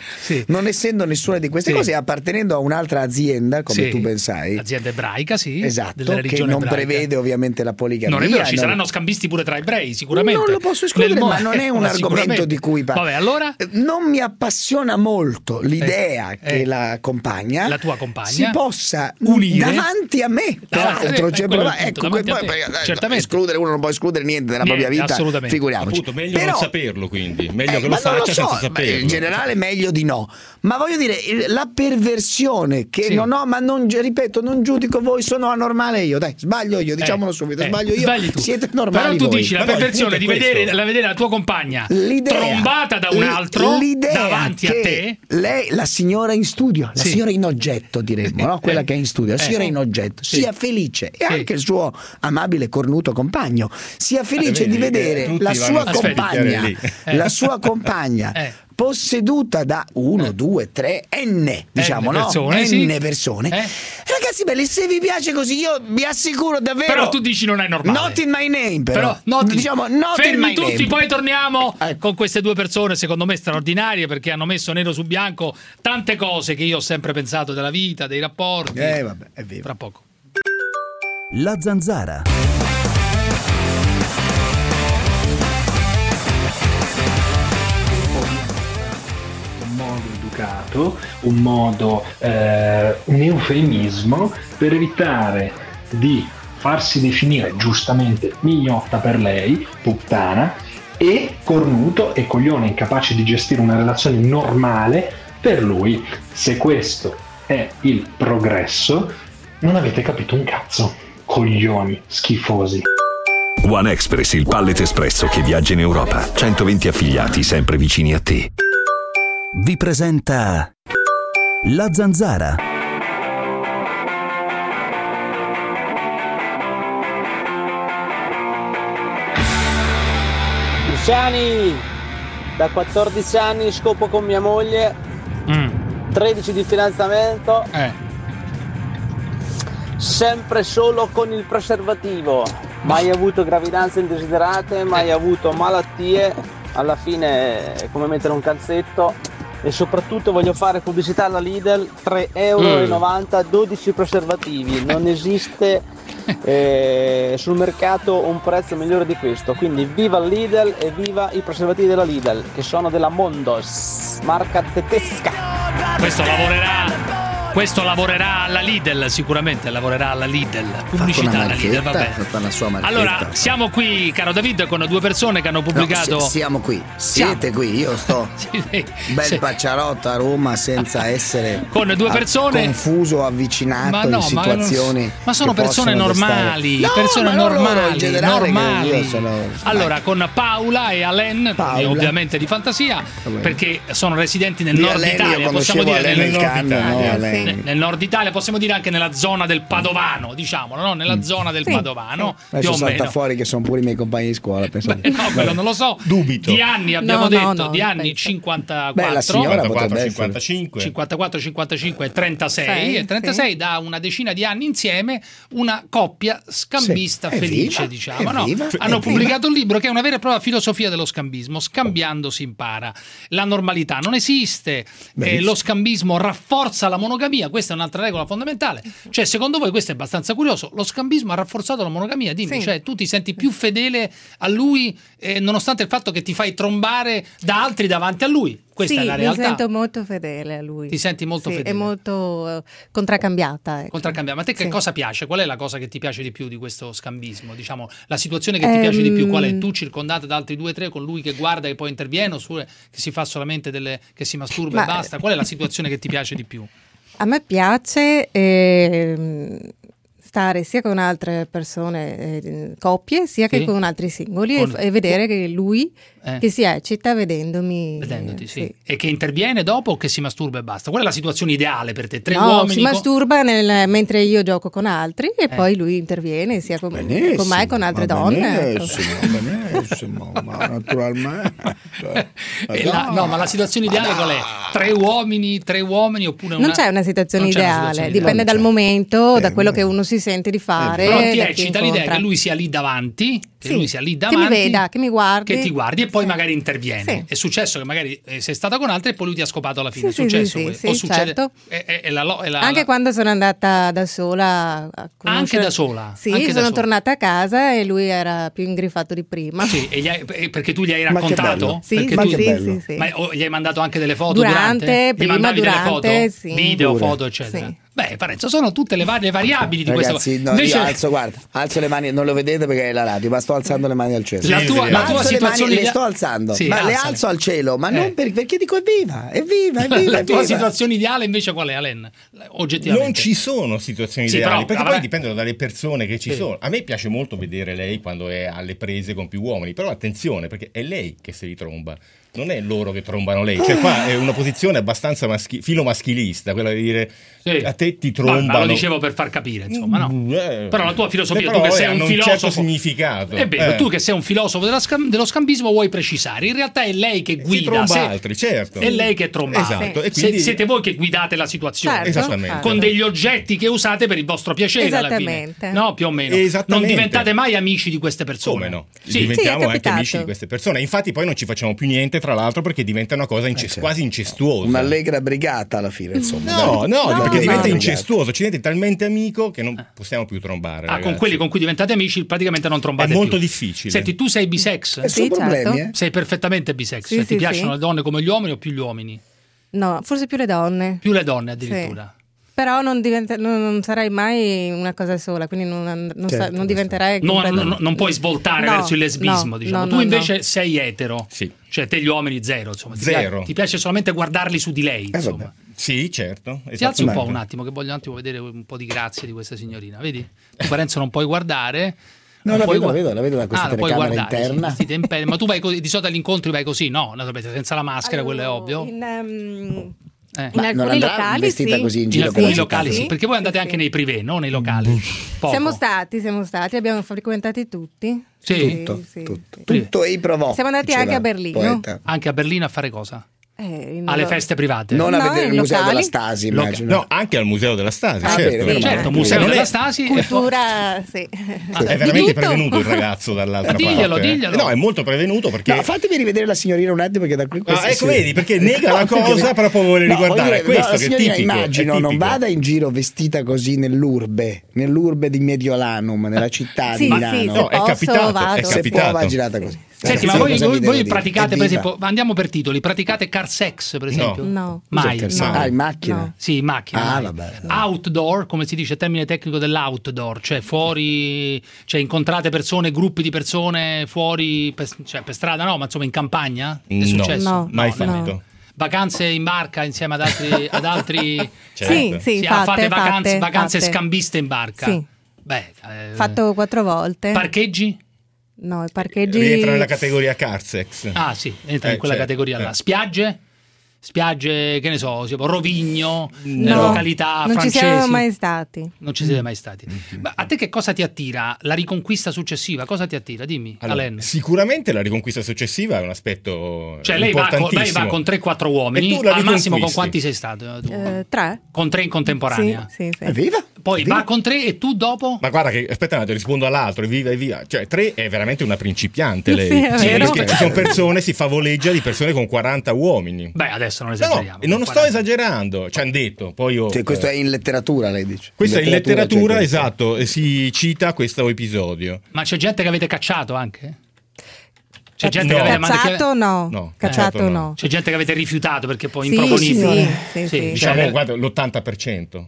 Non essendo nessuna di queste
Sì.
cose, appartenendo a un'altra azienda, come
Sì.
tu ben sai,
Azienda ebraica, sì.
esatto,
della
che
religione
non
ebraica.
prevede ovviamente la poligamia.
Non è vero, ci
non-
saranno scambisti pure tra ebrei, sicuramente.
Non lo posso
Nel
escludere, ma
mondo-
non è un
ma
argomento
sicuramente.
di cui parlo.
Vabbè, allora
Eh, Non mi appassiona molto l'idea
Eh,
che
eh.
la compagna,
La tua compagna.
si possa
Unire.
davanti a me,
Davanti a
peraltro,
te, eh,
cioè,
quello è il
prova-
punto,
ecco,
davanti a
poi-
te.
poi-
Certamente.
escludere uno non può escludere niente nella
Niente,
propria vita,
assolutamente.
figuriamoci.
Appunto, meglio non
Però-
saperlo, quindi. Meglio
eh,
che
ma
lo
non
faccia senza
so, ma
saperlo.
In generale meglio di no. Ma voglio dire, il- la perversione che non ho, ma non, gi- ripeto, non giudico voi, sono anormale io. Dai, sbaglio io, diciamolo subito,
eh,
sbaglio io.
sbagli tu.
Siete
Però
normali
tu
voi.
dici la
Vabbè, il
perversione di
punto è questo.
vedere la, vedere la tua compagna
L'idea-
trombata da un
l-
altro
l'idea
davanti a
che
te.
Lei, la signora in studio, la
Sì.
signora in oggetto, diremmo, no? quella che è in studio, la
Eh.
signora in oggetto,
Sì.
sia felice e
Sì.
anche il suo amabile cornuto compagno, sia felice
vedi,
di vedere
eh, tutti
la sua
vanno a
compagna,
spendicare lì. Eh.
la sua compagna.
Eh.
Posseduta da 1, 2, 3, n diciamo no?
persone,
n
sì.
persone.
Eh.
Ragazzi, belli, se vi piace così, io vi assicuro davvero.
Però tu dici non è normale.
Not in my name, però.
Però, noti-
diciamo, not in
fermi
my
tutti,
name.
poi torniamo
Ecco.
con queste due persone, secondo me straordinarie, perché hanno messo nero su bianco tante cose che io ho sempre pensato della vita, dei rapporti.
Eh, vabbè, è vero.
Tra poco.
La zanzara.
un modo educato, un modo, eh, un eufemismo per evitare di farsi definire giustamente mignotta per lei, puttana, e cornuto e coglione incapace di gestire una relazione normale per lui. Se questo è il progresso, non avete capito un cazzo. Coglioni schifosi.
One Express, il pallet espresso che viaggia in Europa. 120 affiliati sempre vicini a te.
Vi presenta La zanzara.
Luciani, Eh, da 14 anni scopo con mia moglie,
Mm.
13 di fidanzamento, sempre solo con il preservativo, mai avuto gravidanze indesiderate, mai avuto malattie, alla fine è come mettere un calzetto e soprattutto voglio fare pubblicità alla Lidl, 3,90 euro, 12 preservativi, non esiste eh, sul mercato un prezzo migliore di questo, quindi viva Lidl e viva i preservativi della Lidl che sono della Mondos, marca tedesca.
Questo lavorerà. Questo lavorerà alla Lidl, sicuramente lavorerà alla Lidl. Pubblicità alla Lidl, vabbè.
la sua
Allora, siamo qui, caro David, con due persone che hanno pubblicato.
No, si- siamo qui,
Siamo.
siete qui, io sto bel
sì.
pacciarotto a Roma senza essere
Con due
a-
persone-
confuso, avvicinato
Ma no,
in
ma
situazioni.
non- ma sono
che
persone
possono
normali,
destare- No,
persone
ma non loro,
normali,
in generale, che
normali.
io sono-
Allora, con Paola e Alen, quindi ovviamente di fantasia, perché sono residenti nel
Di
nord
Alen io
Italia, possiamo
conoscevo
dire
Alen
nel
il
nord
cane, no, Mm.
Italia.
Alen.
nel, nel nord Italia, possiamo dire anche nella zona del Padovano, diciamolo, no? Nella zona del Padovano, più
Mm. Adesso
o
salta
meno.
fuori che sono pure i miei compagni di scuola. pensa te.
No, quello non lo so.
Dubito.
Di anni abbiamo
No, no,
detto, di anni 54,
Beh, la signora potrebbe essere.
55.
54, 55 e 36.
Sì,
eh,
e 36 da una decina di anni insieme una coppia scambista
Eh,
Sì,
felice,
evviva,
diciamo. no?
evviva,
Hanno
evviva.
pubblicato un libro che è una vera e propria filosofia dello scambismo. Scambiando si impara. La normalità non esiste. Eh,
Benissimo.
lo scambismo rafforza la monogamia. Questa è un'altra regola fondamentale. Cioè, secondo voi questo è abbastanza curioso. Lo scambismo ha rafforzato la monogamia, dimmi. Cioè, tu ti senti più fedele a lui eh, nonostante il fatto che ti fai trombare da altri davanti a lui. Questa
sì,
è la realtà.
mi sento molto fedele a lui.
Ti senti molto
Sì,
fedele.
È molto eh, contraccambiata. ecco.
Contraccambiamo. A te che
Sì.
cosa piace? Qual è la cosa che ti piace di più di questo scambismo? Diciamo, la situazione che ti
Ehm.
piace di più? Qual è? Tu circondata da altri due o tre con lui che guarda e poi interviene oppure che si fa solamente delle... che si masturba e
Ma- eh,
basta? Qual è la situazione che ti piace di più?
A me piace ehm, stare sia con altre persone, eh, coppie, sia
Sì.
che con altri singoli e
Con-
f- e, vedere che lui
Eh.
che si eccita vedendomi.
Vedendoti, sì. E che interviene dopo o che si masturba e basta? Qual è la situazione ideale per te? Tre
no,
uomini
si
con-
masturba nel- mentre io gioco con altri e
Eh.
poi lui interviene sia con,
Benissimo,
con me che con altre
ma
donne. ecco.
Benissimo, benissimo, ma naturalmente.
Eh, la- no, ma la situazione ideale qual è? Tre uomini, tre uomini oppure
Non c'è una situazione
Non c'è una
ideale,
situazione
dipende
ideale.
dal momento, da quello che uno si sente
Eh,
di fare.
Però ti
da chi
eccita l'idea
incontra.
che lui sia lì davanti, che
Sì,
lui sia lì
che
davanti.
mi veda, che mi guardi.
che ti guardi e poi magari interviene.
Sì.
È successo che magari eh, sei stata con altri e poi lui ti ha scopato alla fine.
Sì,
è
sì,
successo
sì,
questo.
sì,
o
sì,
succede.
certo.
È, è- è la lo- è la-
Anche
la-
quando sono andata da sola a conoscere-
da sola?
Sì,
Anche da
sono
sola?
tornata a casa e lui era più ingrifato di prima.
Sì, e gli hai- eh, perché tu gli hai
Ma che
raccontato?
bello. Sì,
Perché
ma
tu-
che bello. sì, sì.
Ma oh, gli hai mandato anche delle foto
Durante,
durante? gli
prima,
mandavi delle
durante,
foto?
sì.
Video,
Pure.
foto, eccetera. Beh, Parenzo, sono tutte le varie variabili di questa
Ragazzi, no,
Invece-
io alzo, guarda, alzo le mani, non lo vedete perché è la radio, ma sto alzando le mani al cielo.
Sì, La tua- sì, la
Alzo
tua
le
situazione
mani, le
idea-
sto alzando,
Sì,
ma le
alzale.
alzo al cielo, ma
Eh.
non per- perché dico evviva, evviva, evviva.
la tua
evviva.
situazione ideale invece qual è, Alen? Oggettivamente.
Non ci sono situazioni
Sì,
ideali,
però-
perché
ah,
poi
beh.
dipendono dalle persone che ci
Sì.
sono. A me piace molto vedere lei quando è alle prese con più uomini, però attenzione, perché è lei che si ritromba. Non è loro che trombano lei, cioè qua è una posizione abbastanza maschi- filomaschilista, quella di dire a te ti
Ma- ma
trombano.
lo dicevo per far capire, insomma, no?
Eh,
Però la tua filosofia,
le
tu che
parole
sei
hanno
un
un certo
filosofo,
significato.
È vero,
Eh.
tu che sei un filosofo della scam- dello scambismo vuoi precisare. In realtà è lei che guida.
tromba
se-
altri, certo.
È lei che tromba.
Esatto,
altri.
e quindi-
Se- siete voi che guidate la situazione.
Certo, Esattamente.
Con degli oggetti che usate per il vostro piacere alla fine.
Esattamente.
No, più o meno. Non
Esattamente.
diventate mai amici di queste persone.
Come no?
Sì.
Diventiamo
Sì, è
anche
capitato.
amici di queste persone. Infatti, poi non ci facciamo più niente, tra l'altro, perché diventa una cosa inces- quasi incestuosa.
Eh, certo. Un'allegra brigata alla fine, insomma.
No,
Dai.
no, perché diventa
no.
incestuoso, ci diventi talmente amico che non possiamo più trombare.
Ah, con quelli con cui diventate amici praticamente non trombate
È molto
più.
difficile.
Senti, tu sei bisex?
Eh, sono Sì, problemi, certo. eh.
Sei perfettamente bisex.
Sì,
Cioè,
sì,
ti piacciono
sì.
le donne come gli uomini o più gli uomini?
No, forse più le donne.
Più le donne addirittura.
Però non, diventa- non- non sarai mai una cosa sola, quindi non, and- non sa-
Certo,
non diventerai...
No,
complet-
no, no, non puoi svoltare
Eh, No,
verso il lesbismo,
no,
diciamo.
no,
tu
no,
invece sei etero. Cioè, te gli uomini zero, insomma. Ti pi-
Zero.
Ti piace solamente guardarli su di
Eh,
lei, insomma.
Sì, certo.
Ti alzi un po' un attimo, che voglio un attimo vedere un po' di grazia di questa signorina. Vedi? Tu Parenzo non puoi guardare.
No,
non
la
puoi
vedo, la
guard-
vedo, la vedo da questa
ah, la puoi
telecamera
guardare, sì,
interna.
vestita in pelle. Ma tu vai così, di solito agli incontri vai così, no? Naturalmente, senza la maschera, quello è ovvio.
In, ehm,
Eh.
in alcuni locali sì.
alcuni locali sì,
Sì.
perché voi andate anche nei privé, no? Nei locali.
Mm.
Poco.
Siamo stati, siamo stati, abbiamo frequentati tutti.
Sì.
Tutto,
sì.
tutto, tutto e i provò.
Siamo andati
diceva
anche a
il
Berlino.
poeta.
Anche a Berlino a fare cosa?
Eh, in-
Alle feste private.
Non a No, vedere il in museo locali. della Stasi,
Loca-
immagino.
No, anche al museo della Stasi,
Ah,
certo.
bene, bene,
Certo,
bene.
museo
Non
della
è-
Stasi.
Cultura, sì.
Ah, è
Di
veramente
tutto.
prevenuto il ragazzo dall'altra
Diglielo,
parte. eh.
diglielo.
No, è molto prevenuto perché
No, fatemi rivedere la signorina un attimo perché da qui questa
Ah, ecco,
si-
vedi, perché nega la
perché-
cosa, però poi vuole riguardare.
voglio
Questo che
la
è
signorina,
tipico, è
immagino non
tipico.
vada in giro vestita così nell'urbe, nell'urbe di Mediolanum, nella città
Sì,
di
sì,
Milano.
se No, è posso, capitato, vado.
Se
è
può
capitato.
va girata così.
Senti,
Ragazzi,
ma voi,
cosa vi
voi-
devo
voi
dire?
praticate, per
Evviva.
esempio, andiamo per titoli, praticate car sex, per esempio?
No.
Mai.
Cos'è il car sex? Ah, in macchina? No.
Sì, in macchina.
Ah,
mai.
vabbè,
Outdoor, come si dice, termine tecnico dell'outdoor, cioè fuori, cioè incontrate persone, gruppi di persone fuori, per, cioè per strada, no, ma insomma in campagna? È
No,
successo?
No, mai
nemmeno.
fatto.
Vacanze in barca insieme ad altri... ad altri-
Certo. Sì, sì,
ah,
fatte,
fate vacanze,
fatte,
vacanze
fatte.
scambiste in barca.
Sì.
Beh, eh,
Fatto quattro volte.
Parcheggi?
No, i parcheggi...
rientra nella categoria Carsex. certo. Eh.
Ah, sì, entra in quella categoria là. Spiagge? spiagge, che ne so, tipo Rovigno, eh,
No,
località
non ci
francesi.
siamo mai stati.
Non ci siete mai stati.
Mm-hmm.
Ma a te che cosa ti attira? La riconquista successiva? Cosa ti attira? Dimmi,
Allora,
Alen.
sicuramente la riconquista successiva è un aspetto
Cioè lei va, con, lei
importantissimo.
va con 3-4
E
uomini,
tu la
al massimo con
riconquisti.
quanti sei stato? tu?
Eh, tre?
Con 3 in contemporanea.
Sì,
Eh,
sì, sì.
Poi va con 3 e tu dopo?
Ma guarda che aspetta un attimo, rispondo all'altro, e viva e via. Cioè, tre è veramente una principiante lei.
Sì, è vero.
perché ci sono persone, si favoleggia di persone con 40 uomini.
Beh, adesso non
No,
esageriamo.
non sto esagerando, ci hanno detto. Poi io,
Cioè, questo
eh,
è in letteratura, lei dice.
questo è in
cioè,
letteratura,
questo-
esatto, eh, si cita questo episodio.
Ma c'è gente che avete cacciato anche? C'è
Cazz-
gente
no.
che avete mandato-
Cacciato no.
No,
Cacciato
cacciato
no.
no.
C'è gente che avete rifiutato perché poi
Sì,
improponibile.
sì, sì, sì.
Cioè,
diciamo-
guarda, l'80%.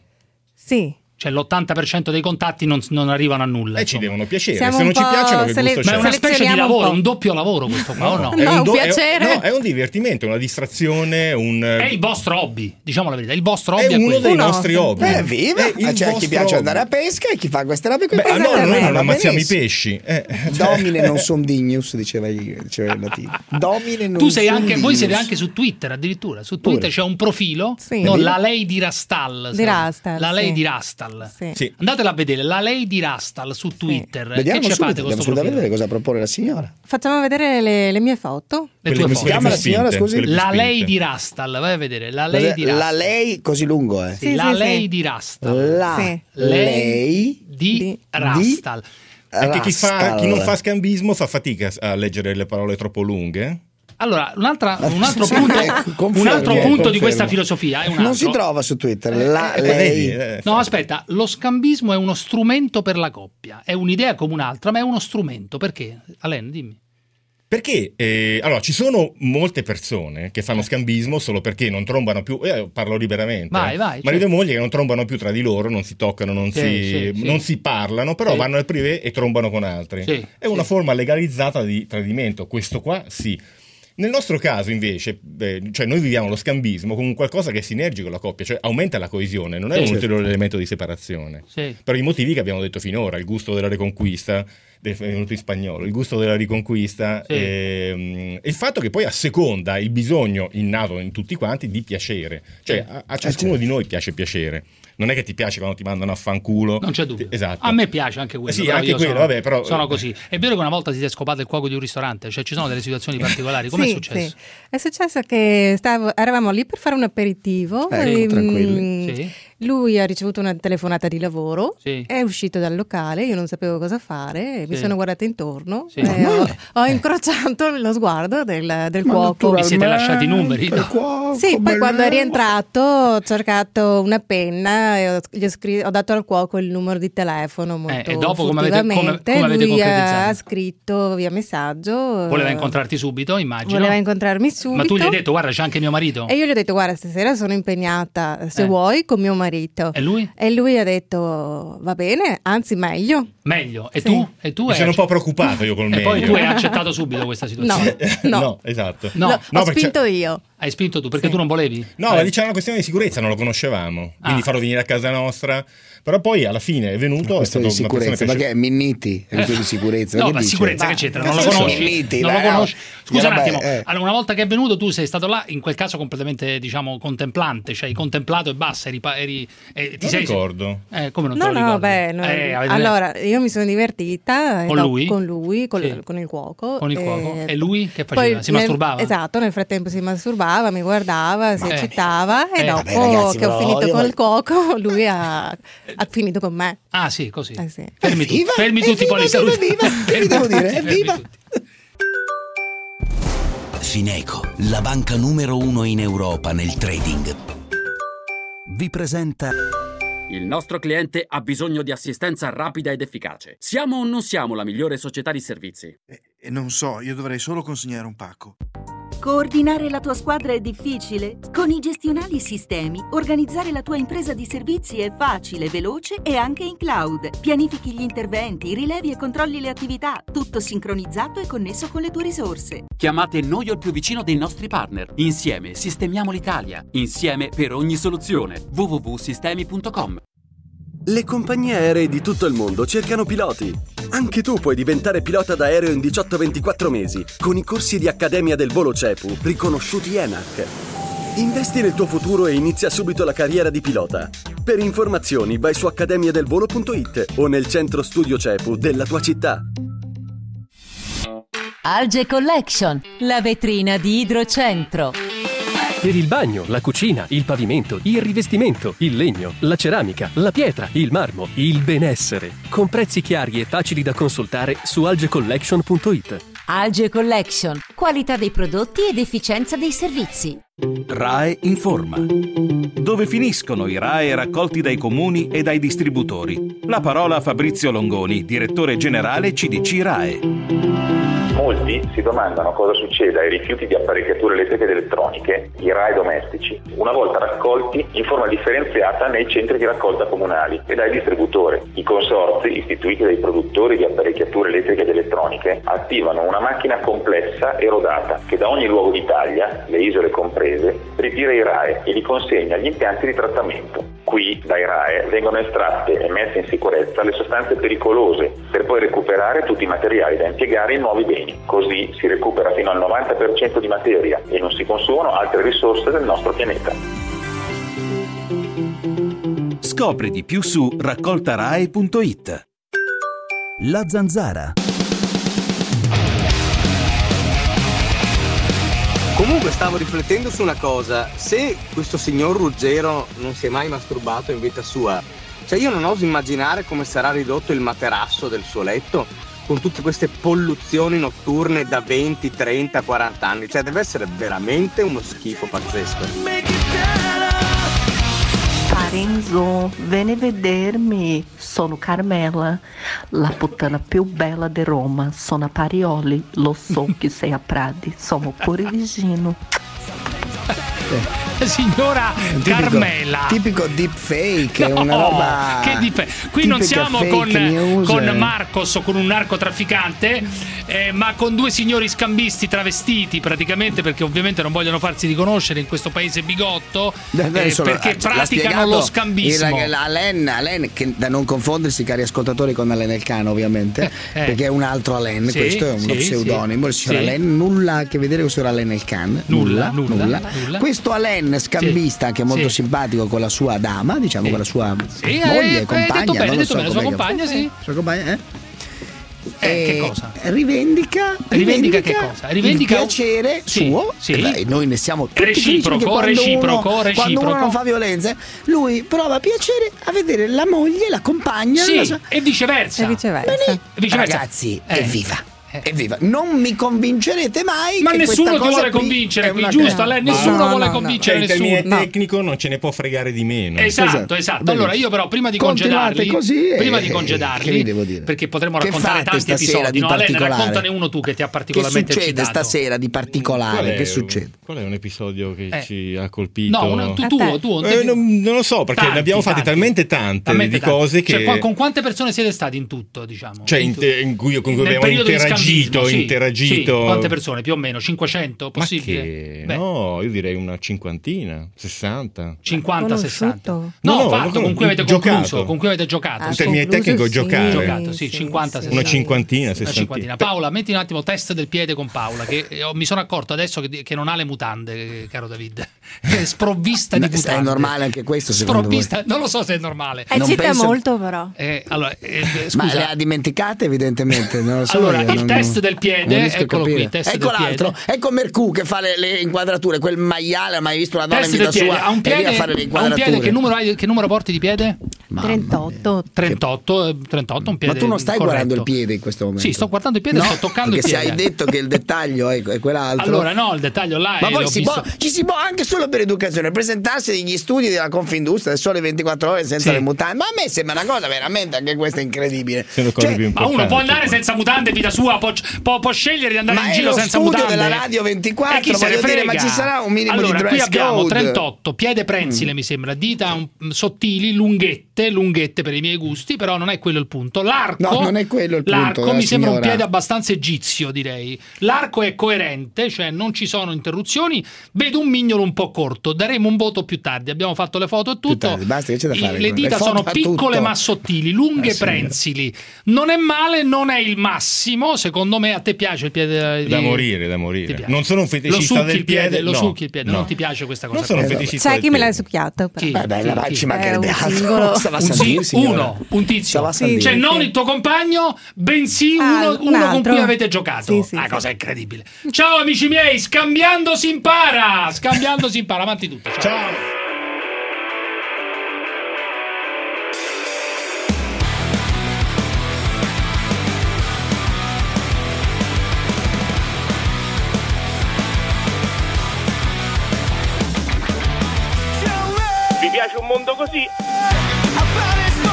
Sì.
Cioè l'80% dei contatti non, non arrivano a nulla. E ci
devono piacere,
Siamo se non un ci po' piacciono, che sele- gusto
Ma è
c'è?
una specie di
selezioniamo un
lavoro,
po'.
un doppio lavoro questo qua, o no?
è do- è- no, è un divertimento, una distrazione, un...
È il vostro hobby, diciamo la verità, il vostro
È
hobby
uno
quello.
dei nostri hobby.
Eh, viva!
È il
Ah, c'è chi
vostro
piace
hobby.
andare a pesca e chi fa queste robe qui.
Beh, allora noi non
Va
ammazziamo
benissimo.
i pesci. Eh, cioè-
Domine non son dignus, diceva, diceva il latino. Domine non
Ah, Tu sei anche,
son
voi siete
dignus.
anche su Twitter addirittura, su Twitter c'è un profilo, no,
Vedi?
la lei di Rastal,
Di
se-
Rastal,
la lei
sì.
di Rastal,
Sì.
Sì.
andatela a vedere, la lei di Rastal su Twitter,
Vediamo
eh, che ci
subito,
fate
andiamo
questo
subito a
profilo?
vedere cosa propone la signora.
Facciamo vedere le, le mie foto.
Le
Quelle
tue
più-
foto.
quelle Chiama più la signora, spinte, scusi? quelle più
La lei
spinte.
di Rastal, vai a vedere, la
La,
lei di Rastal.
lei così lungo, eh.
Sì, la lei di Rastal.
La
Sì.
lei
di, Rastal.
Perché chi, fa, chi non fa
Rastal.
scambismo fa fatica a leggere le parole troppo lunghe.
Allora, un'altra- un altro punto,
Ecco,
un
confermo,
altro
eh,
punto di
confermo.
questa filosofia è un altro.
Non si trova su Twitter. La
eh,
lei.
vedi, eh,
No, aspetta, lo scambismo è uno strumento per la coppia, è un'idea come un'altra, ma è uno strumento, perché? Alen, dimmi.
Perché eh, allora ci sono molte persone che
Eh.
fanno scambismo solo perché non trombano più. eh, parlo liberamente.
Vai,
eh.
vai,
Marito
certo.
e moglie che non trombano più tra di loro, non si toccano, non,
Sì,
si,
sì, sì.
non si parlano, però
Sì.
vanno al privé e trombano con altri.
Sì,
È una forma legalizzata di tradimento. Questo qua sì. Nel nostro caso, invece, beh, cioè noi viviamo lo scambismo come un qualcosa che è sinergico alla coppia, cioè aumenta la coesione, non è
Sì,
un
certo.
ulteriore elemento di separazione
Sì.
per i motivi che abbiamo detto finora, il gusto della riconquista, del- è venuto in spagnolo, il gusto della riconquista
Sì.
ehm, e il fatto che poi asseconda il bisogno innato in tutti quanti di piacere, cioè
Sì.
a, a
Eh,
ciascuno di noi piace piacere, non è che ti piace quando ti mandano a fanculo,
Non c'è dubbio.
esatto.
A me piace anche quello.
Sì,
però
anche
io
quello,
sono,
vabbè, però-
sono così. È vero che una volta ti sei scopato il cuoco di un ristorante, cioè ci sono delle situazioni particolari. Com'è
Sì,
successo?
sì. È successo che stavo- eravamo lì per fare un aperitivo.
Ecco,
mm,
tranquilli. Sì.
Lui ha ricevuto una telefonata di lavoro,
Sì.
è uscito dal locale, io non sapevo cosa fare, mi
Sì.
sono guardata intorno,
Sì.
e
Ma
ho, ho incrociato lo sguardo del, del
Ma
cuoco.
naturalmente, Vi siete lasciati i numeri, no?
Sì, poi quando è rientrato ho cercato una penna e ho, gli ho, scri- ho dato al cuoco il numero di telefono molto
Eh, e dopo come avete- come-
furtivamente.
come avete
Lui ha
concretizzato?
scritto via messaggio. eh,
Voleva incontrarti subito, immagino.
voleva incontrarmi subito.
Ma tu gli hai detto, guarda, c'è anche mio marito.
E io gli ho detto, guarda, stasera sono impegnata, se
Eh.
vuoi, con mio marito.
E lui?
E lui ha detto, va bene, anzi meglio.
Meglio. E
Sì.
tu? E tu
Mi
hai
sono un po'
accett-
preoccupato io col
E poi
meglio.
tu hai accettato subito questa situazione.
no. esatto.
No.
L'ho-
No,
ho
perché-
spinto io.
Hai spinto tu perché tu non volevi? Eh.
No,
Ah.
ma diciamo una questione di sicurezza, non lo conoscevamo, quindi farlo venire a casa nostra, però poi alla fine è venuto... Oh, È stato
Questo di
una
sicurezza,
persona
perché è Minniti, è questo
Eh.
di sicurezza.
No,
che
ma
dice?
sicurezza che c'entra, non lo
cazzo
conosci.
Minniti,
non lo
dai, no.
conosci. Scusa
Eh,
un
vabbè,
attimo.
eh.
Allora, una volta che è venuto, tu sei stato là, in quel caso completamente, diciamo, contemplante, cioè hai contemplato e basta, eri, pa- eri- eh, ti
Non
sei
ricordo.
Eh, come non te
No,
lo
no,
ricordi?
beh, no.
Eh, avete-
allora io mi sono divertita eh,
Con
no,
lui?
con, lui, col-
Sì.
con il cuoco.
Con il cuoco. E lui che
eh, poi
faceva? Si
nel-
masturbava?
Esatto, nel frattempo si masturbava, mi guardava, si
Eh.
eccitava e
Eh.
dopo
Vabbè, ragazzi,
che ho
però
finito
io-
col cuoco lui ha, ha finito con me.
Ah, sì, così.
Eh, sì.
Fermi, tu-
Evviva,
fermi tutti
evviva,
quali saluti.
Che vi devo dire?
Fermi
Evviva!
Fineco, la banca numero uno in Europa nel trading. Vi presenta
Il nostro cliente ha bisogno di assistenza rapida ed efficace. Siamo o non siamo la migliore società di servizi?
E non so, io dovrei solo consegnare un pacco.
Coordinare la tua squadra è difficile? Con i gestionali sistemi, organizzare la tua impresa di servizi è facile, veloce e anche in cloud. Pianifichi gli interventi, rilevi e controlli le attività, tutto sincronizzato e connesso con le tue risorse.
Chiamate noi o il più vicino dei nostri partner. Insieme sistemiamo l'Italia. Insieme per ogni soluzione. www.sistemi.com
Le compagnie aeree di tutto il mondo cercano piloti. Anche tu puoi diventare pilota d'aereo in 18-24 mesi con i corsi di Accademia del Volo CEPU riconosciuti ENAC. Investi nel tuo futuro e inizia subito la carriera di pilota. Per informazioni vai su accademiadelvolo.it o nel centro studio CEPU della tua città.
Alge Collection, la vetrina di Idrocentro.
Per il bagno, la cucina, il pavimento, il rivestimento, il legno, la ceramica, la pietra, il marmo, il benessere. Con prezzi chiari e facili da consultare su algecollection.it.
Alge Collection, qualità dei prodotti ed efficienza dei servizi.
RAE Informa. Dove finiscono i RAE raccolti dai comuni e dai distributori? La parola a Fabrizio Longoni, direttore generale CDC RAE.
Molti si domandano cosa succede ai rifiuti di apparecchiature elettriche ed elettroniche, i RAE domestici, una volta raccolti in forma differenziata nei centri di raccolta comunali e dai distributori. I consorzi istituiti dai produttori di apparecchiature elettriche ed elettroniche attivano una macchina complessa e rodata che da ogni luogo d'Italia, le isole comprese, ritira i RAE e li consegna agli impianti di trattamento. Qui dai RAE vengono estratte e messe in sicurezza le sostanze pericolose per poi recuperare tutti i materiali da impiegare in nuovi beni. Così si recupera fino al 90% di materia e non si consumano altre risorse del nostro pianeta.
Scopri di più su raccoltarae.it.
La zanzara.
Comunque stavo riflettendo su una cosa, se questo signor Ruggero non si è mai masturbato in vita sua, cioè io non oso immaginare come sarà ridotto il materasso del suo letto con tutte queste polluzioni notturne da 20, 30, 40 anni, cioè deve essere veramente uno schifo pazzesco.
Carenzo, vieni a vedermi. Sono Carmela, la puttana più bella di Roma. Sono a Parioli, lo so che sei a Prati. Sono pure vicino.
Signora Carmela.
Tipico deepfake, è una
No,
roba.
che di pe- Qui non
tipica
siamo
fake
con,
news. eh.
con Marcos o con un narcotrafficante, eh, ma con due signori scambisti travestiti praticamente perché ovviamente non vogliono farsi riconoscere in questo paese bigotto
Beh, beh,
eh,
solo-
perché
l'ha
praticano
spiegato
lo scambismo.
il- la- Alen, Alen, che da non confondersi, cari ascoltatori, con Alen Elcano, ovviamente,
eh.
perché è un altro Alen.
Sì,
questo è uno
sì,
pseudonimo. Il
sì.
signor
Sì.
Alen nulla a che vedere con il signor Alen Elcan.
Nulla, nulla,
nulla.
Questo Alen, scambista, anche molto
sì.
simpatico con la sua dama, diciamo, con la sua
eh,
moglie,
eh,
compagna.
detto bene,
non lo
detto
so
bene, sua
com'è che-
compagna, sì.
Sua compagna, eh?
che
Eh,
cosa?
Rivendica,
Rivendica che cosa? Rivendica
il
un-
piacere
Sì,
suo
sì.
e beh, noi ne siamo tutti
Reciproco,
felici perché quando
reciproco,
uno, quando
reciproco.
uno non fa violenze lui prova piacere a vedere la moglie la compagna
Sì,
la sua-
e viceversa.
Ma lì-
viceversa.
ragazzi
Eh.
evviva evviva non mi convincerete mai
Ma
che
nessuno
questa
ti
cosa
vuole
qui
convincere,
è
qui,
una
giusto,
cosa-
Alen? Nessuno
No, no,
vuole
no, no.
convincere
Cioè, in termini
nessuno.
tecnico non ce ne può fregare di meno. Cioè,
Esatto, esatto. Allora io però prima di congedarli, prima di
che vi
congedarli,
devo dire?
perché potremmo
Che
raccontare
fate
tanti
stasera
episodi,
di
no? Alen,
particolare?
raccontane uno tu che ti ha
che
particolarmente
succede
eccitato.
stasera di
Qual
particolare
è
che
un-
succede
Qual è un episodio che ci ha colpito?
Eh. No, un- tu- tuo,
Eh,
tuo, te-
non, non lo so, perché
Tanti,
ne abbiamo fatte
tanti.
talmente tante
Talmente
di
tanti.
cose
Cioè,
che...
qua- con quante persone siete stati in tutto, diciamo?
Cioè, in, te- in cui, con cui
Nel
abbiamo
periodo di
interagito,
scambismo, sì,
interagito.
sì. Quante persone? Più o meno 500,
Ma
possibile?
che?
Beh.
No, io direi una cinquantina, 60.
50, 60. No,
No, no,
fatto,
no,
con cui avete
giocato.
concluso, con cui avete giocato.
In termini
Concluso,
tecnico,
sì.
giocare.
Giocato, sì, 50, 60.
Una cinquantina,
Una cinquantina.
sessantina.
Paola, metti un attimo testa del piede con Paola, che eh, ho- mi sono accorto adesso che, che non ha le mutande, eh, caro David. È sprovvista di
Ma sta-
mutande.
è normale anche questo secondo voi
Sprovvista, non lo so se è normale.
Eh, Non cita penso- molto,
però.
Eh, allora, eh, eh,
ma le
scusa.
ha dimenticate evidentemente non lo so
Allora,
io,
il
non-
test del piede,
non riesco a
eccolo qui,
capire.
test
ecco
del piede.
l'altro ecco Mercù che fa le, le inquadrature quel maiale ha mai visto una donna
Testa
in
del
vita
piede,
sua
ha un
e viene
piede,
a fare le
ha un
inquadrature
piede che numero, hai, che numero porti di piede?
38.
38, eh, 38 un piede
ma tu non stai
corretto.
guardando il piede in questo momento
Sì, sto guardando il piede,
No,
sto toccando il
perché
piede.
se hai detto che il dettaglio è, è quell'altro
Allora, no, il dettaglio là
ma
è-
poi
l'ho
si
visto-
può- ci si può anche solo per educazione presentarsi agli studi della Confindustria del sole 24 ore senza
Sì.
le mutande ma a me sembra una cosa veramente anche questa è incredibile Cioè,
Sono cose più
Ma uno
importanti.
può andare senza mutande, vita sua, può, può- può scegliere di andare
Ma
in
è
giro
lo
senza
studio
mutande.
della Radio 24,
E chi se ne
voglio dire,
frega.
ma ci sarà un minimo di
allora, qui
dress
abbiamo
code?
38, piede prensile mi sembra, dita mm, sottili, lunghetti. strette, lunghette per i miei gusti, però non è quello il punto. L'arco,
No, non è quello il punto, eh,
l'arco mi
signora.
sembra un piede abbastanza egizio, direi. L'arco è coerente, cioè non ci sono interruzioni. Vedo un mignolo un po' corto. Daremo un voto più tardi. Abbiamo fatto le foto e tutto.
Dai, Eh, Basta, che c'è da
I-
fare?
le dita
foto
sono
a
piccole
tutto.
ma sottili, lunghe
Eh, signora.
prensili. Non è male, non è il massimo. Secondo me a te piace il piede eh, di-
Da morire, da
Ti
morire.
piace.
Non sono un
Lo
feticista
succhi
del
il piede,
piede.
lo
no.
succhi il piede.
No.
Non ti piace questa cosa?
Non sono
qua.
feticista
C'è
del
chi me l'ha
piede.
succhiato. però.
Chi? Beh, beh, la-
Ma ci mancherebbe
Eh, un
altro.
singolo.
Stava a
Un
salire,
sì,
signora.
uno, un tizio,
Stava a salire.
cioè non il tuo compagno, bensì
Ah,
uno,
un
uno con
altro.
cui avete giocato.
Sì, sì,
Una cosa incredibile. Ciao amici miei, scambiando si impara, scambiando si impara, avanti tutto. Ciao.
Vi piace un mondo così?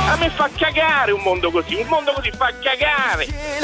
A me fa cagare un mondo così, un mondo così fa cagare.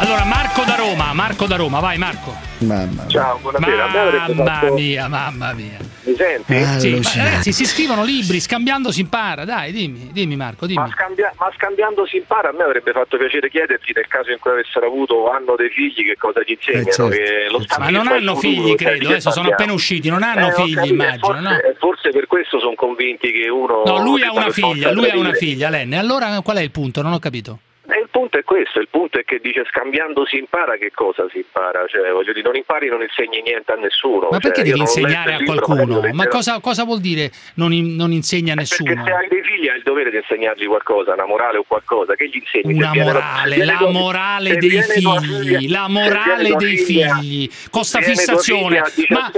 Allora Marco da Roma, Marco da Roma, vai Marco.
Mamma.
Ciao, buonasera. Abbiamo detto
Mamma
fatto-
mia, mamma mia.
Mi senti?
Sì, ma ragazzi, si scrivono libri, scambiando si impara, dai, dimmi, dimmi Marco, dimmi.
Ma, scambia- ma scambiando si impara, a me avrebbe fatto piacere chiederti nel caso in cui avessero avuto o hanno dei figli che cosa gli insegnano.
certo,
che lo
Ma
scambio
non
fa il
hanno
futuro,
figli,
cioè, di
credo,
che
adesso sono
parliamo?
appena usciti, non hanno
Eh, ho
figli,
capito,
immagino,
forse,
no?
forse per questo sono convinti che uno...
No, lui ha una
per forza
figlia, lui ha una
tradire.
figlia, Lenne. Allora qual è il punto? Non ho capito.
E il punto è questo, il punto è che dice scambiando si impara che cosa si impara, cioè voglio dire non impari non insegni niente a nessuno.
Ma
Cioè,
perché
io
devi
non ho letto
insegnare
il
a
libro,
qualcuno?
magari lo
Ma
leggerò.
cosa, cosa vuol dire non, in- non insegna a
Perché
nessuno?
se hai dei figli hai il dovere di insegnargli qualcosa, una morale o qualcosa, che gli insegni?
Una
Se viene- se
morale,
viene
la
tua-
morale
se
dei
viene tua figlia-
figli, la
se viene
morale
tua
dei
figlia-
figli, con sta
viene tua
fissazione.
figlia
Ma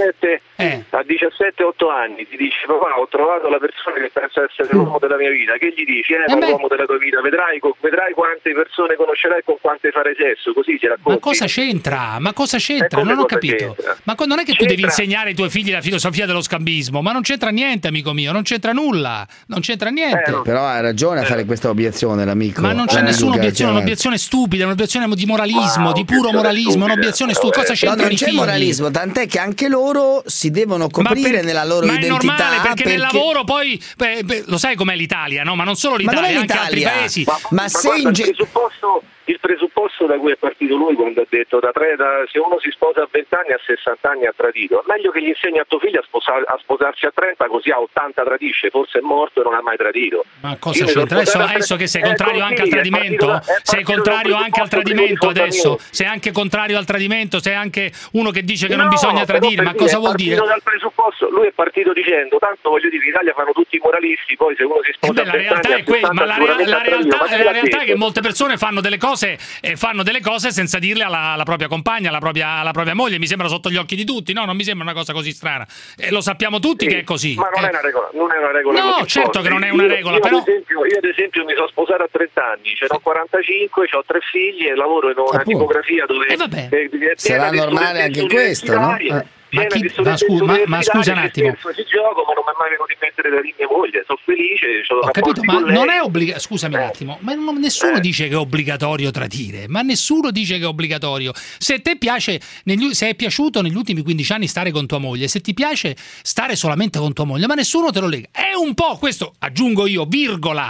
eh.
A 17, a 17-8 anni ti dice papà ho trovato la persona che penso essere
Mm.
l'uomo della mia vita, che gli dici? Eh, ma l'uomo della tua vita, vedrai, co- vedrai quante persone conoscerai e con quante fare sesso, così si racconta.
Ma cosa c'entra? Ma cosa c'entra?
Eh, come
Non ho
cosa
capito.
c'entra?
Ma co- non è che tu devi
C'entra.
insegnare ai tuoi figli la filosofia dello scambismo, ma non c'entra niente, amico mio, non c'entra nulla, non
Eh,
c'entra niente.
Però ha ragione a fare questa obiezione l'amico.
Ma non c'è
Eh,
nessuna
Luca,
obiezione, è
chiaramente.
un'obiezione stupida, è un'obiezione di moralismo,
Ah,
Wow,
di puro
obiezione
moralismo, è
stupida.
un'obiezione stupida. Cosa
No,
c'entrano
non
i
c'è
figli?
moralismo, tant'è che anche loro si devono coprire
per-
nella loro
ma è
identità.
normale perché, nel lavoro poi beh, beh, lo sai com'è l'Italia, no? Ma non solo
Ma non
l'Italia,
è
anche altri
l'Italia.
paesi.
Ma- Ma ma se guarda, in ge-
Il presupposto, il presupposto da cui è partito lui quando ha detto da tre, da- se uno si sposa a 20 anni a 60 anni ha tradito, è meglio che gli insegni a tuo figlio a, sposa- a sposarsi a 30 così a 80 tradisce, forse è morto e non ha mai tradito.
Ma cosa c'entra? Adesso, adesso che
eh,
sei contrario anche al tradimento, sei contrario anche al tradimento adesso, sei anche contrario al tradimento, sei anche uno che dice che non
No,
bisogna
però
tradire, ma
per
cosa
è
vuol
partito
dire?
dal presupposto- lui è partito dicendo, tanto voglio dire, in Italia fanno tutti i moralisti, poi se uno si
Eh
sposa
beh,
a
la
20
realtà
anni
è quella,
a 60
ma la,
sicuramente
la
ha tradito,
realtà,
ma chi
la
l'ha
realtà è che
detto?
molte persone fanno delle cose e fanno delle cose senza dirle alla, alla propria compagna, alla propria, alla propria moglie. Mi sembra sotto gli occhi di tutti, no? Non mi sembra una cosa così strana. E lo sappiamo tutti che è così.
Ma non
Eh.
è una regola, non è una regola
No,
così
certo
forte.
che non è una
Io-
regola,
io,
però-
Ad esempio, io ad esempio mi sono sposato a 30 anni, ce n'ho 45, ho tre figli e lavoro in una tipografia dove...
vabbè.
eh, è piena
Sarà
di
normale
studentesse
anche questo, no?
universitarie,
Eh.
Ma
piena
chi-
di
ma
studentesse
scu- ma- ma
universitarie
scusa un
che
attimo.
spesso Ci gioco, ma non mi è mai venuto in mente le mie moglie, sono felice, c'ho
Ho
rapporti
capito, ma
con lei. Eh.
non è obbligatorio. Scusami un attimo, ma non- nessuno dice che è obbligatorio tradire, ma nessuno dice che è obbligatorio. Se te piace, negli u- se è piaciuto negli ultimi 15 anni stare con tua moglie, se ti piace stare solamente con tua moglie, ma nessuno te lo lega. È un po' questo, aggiungo io, virgola.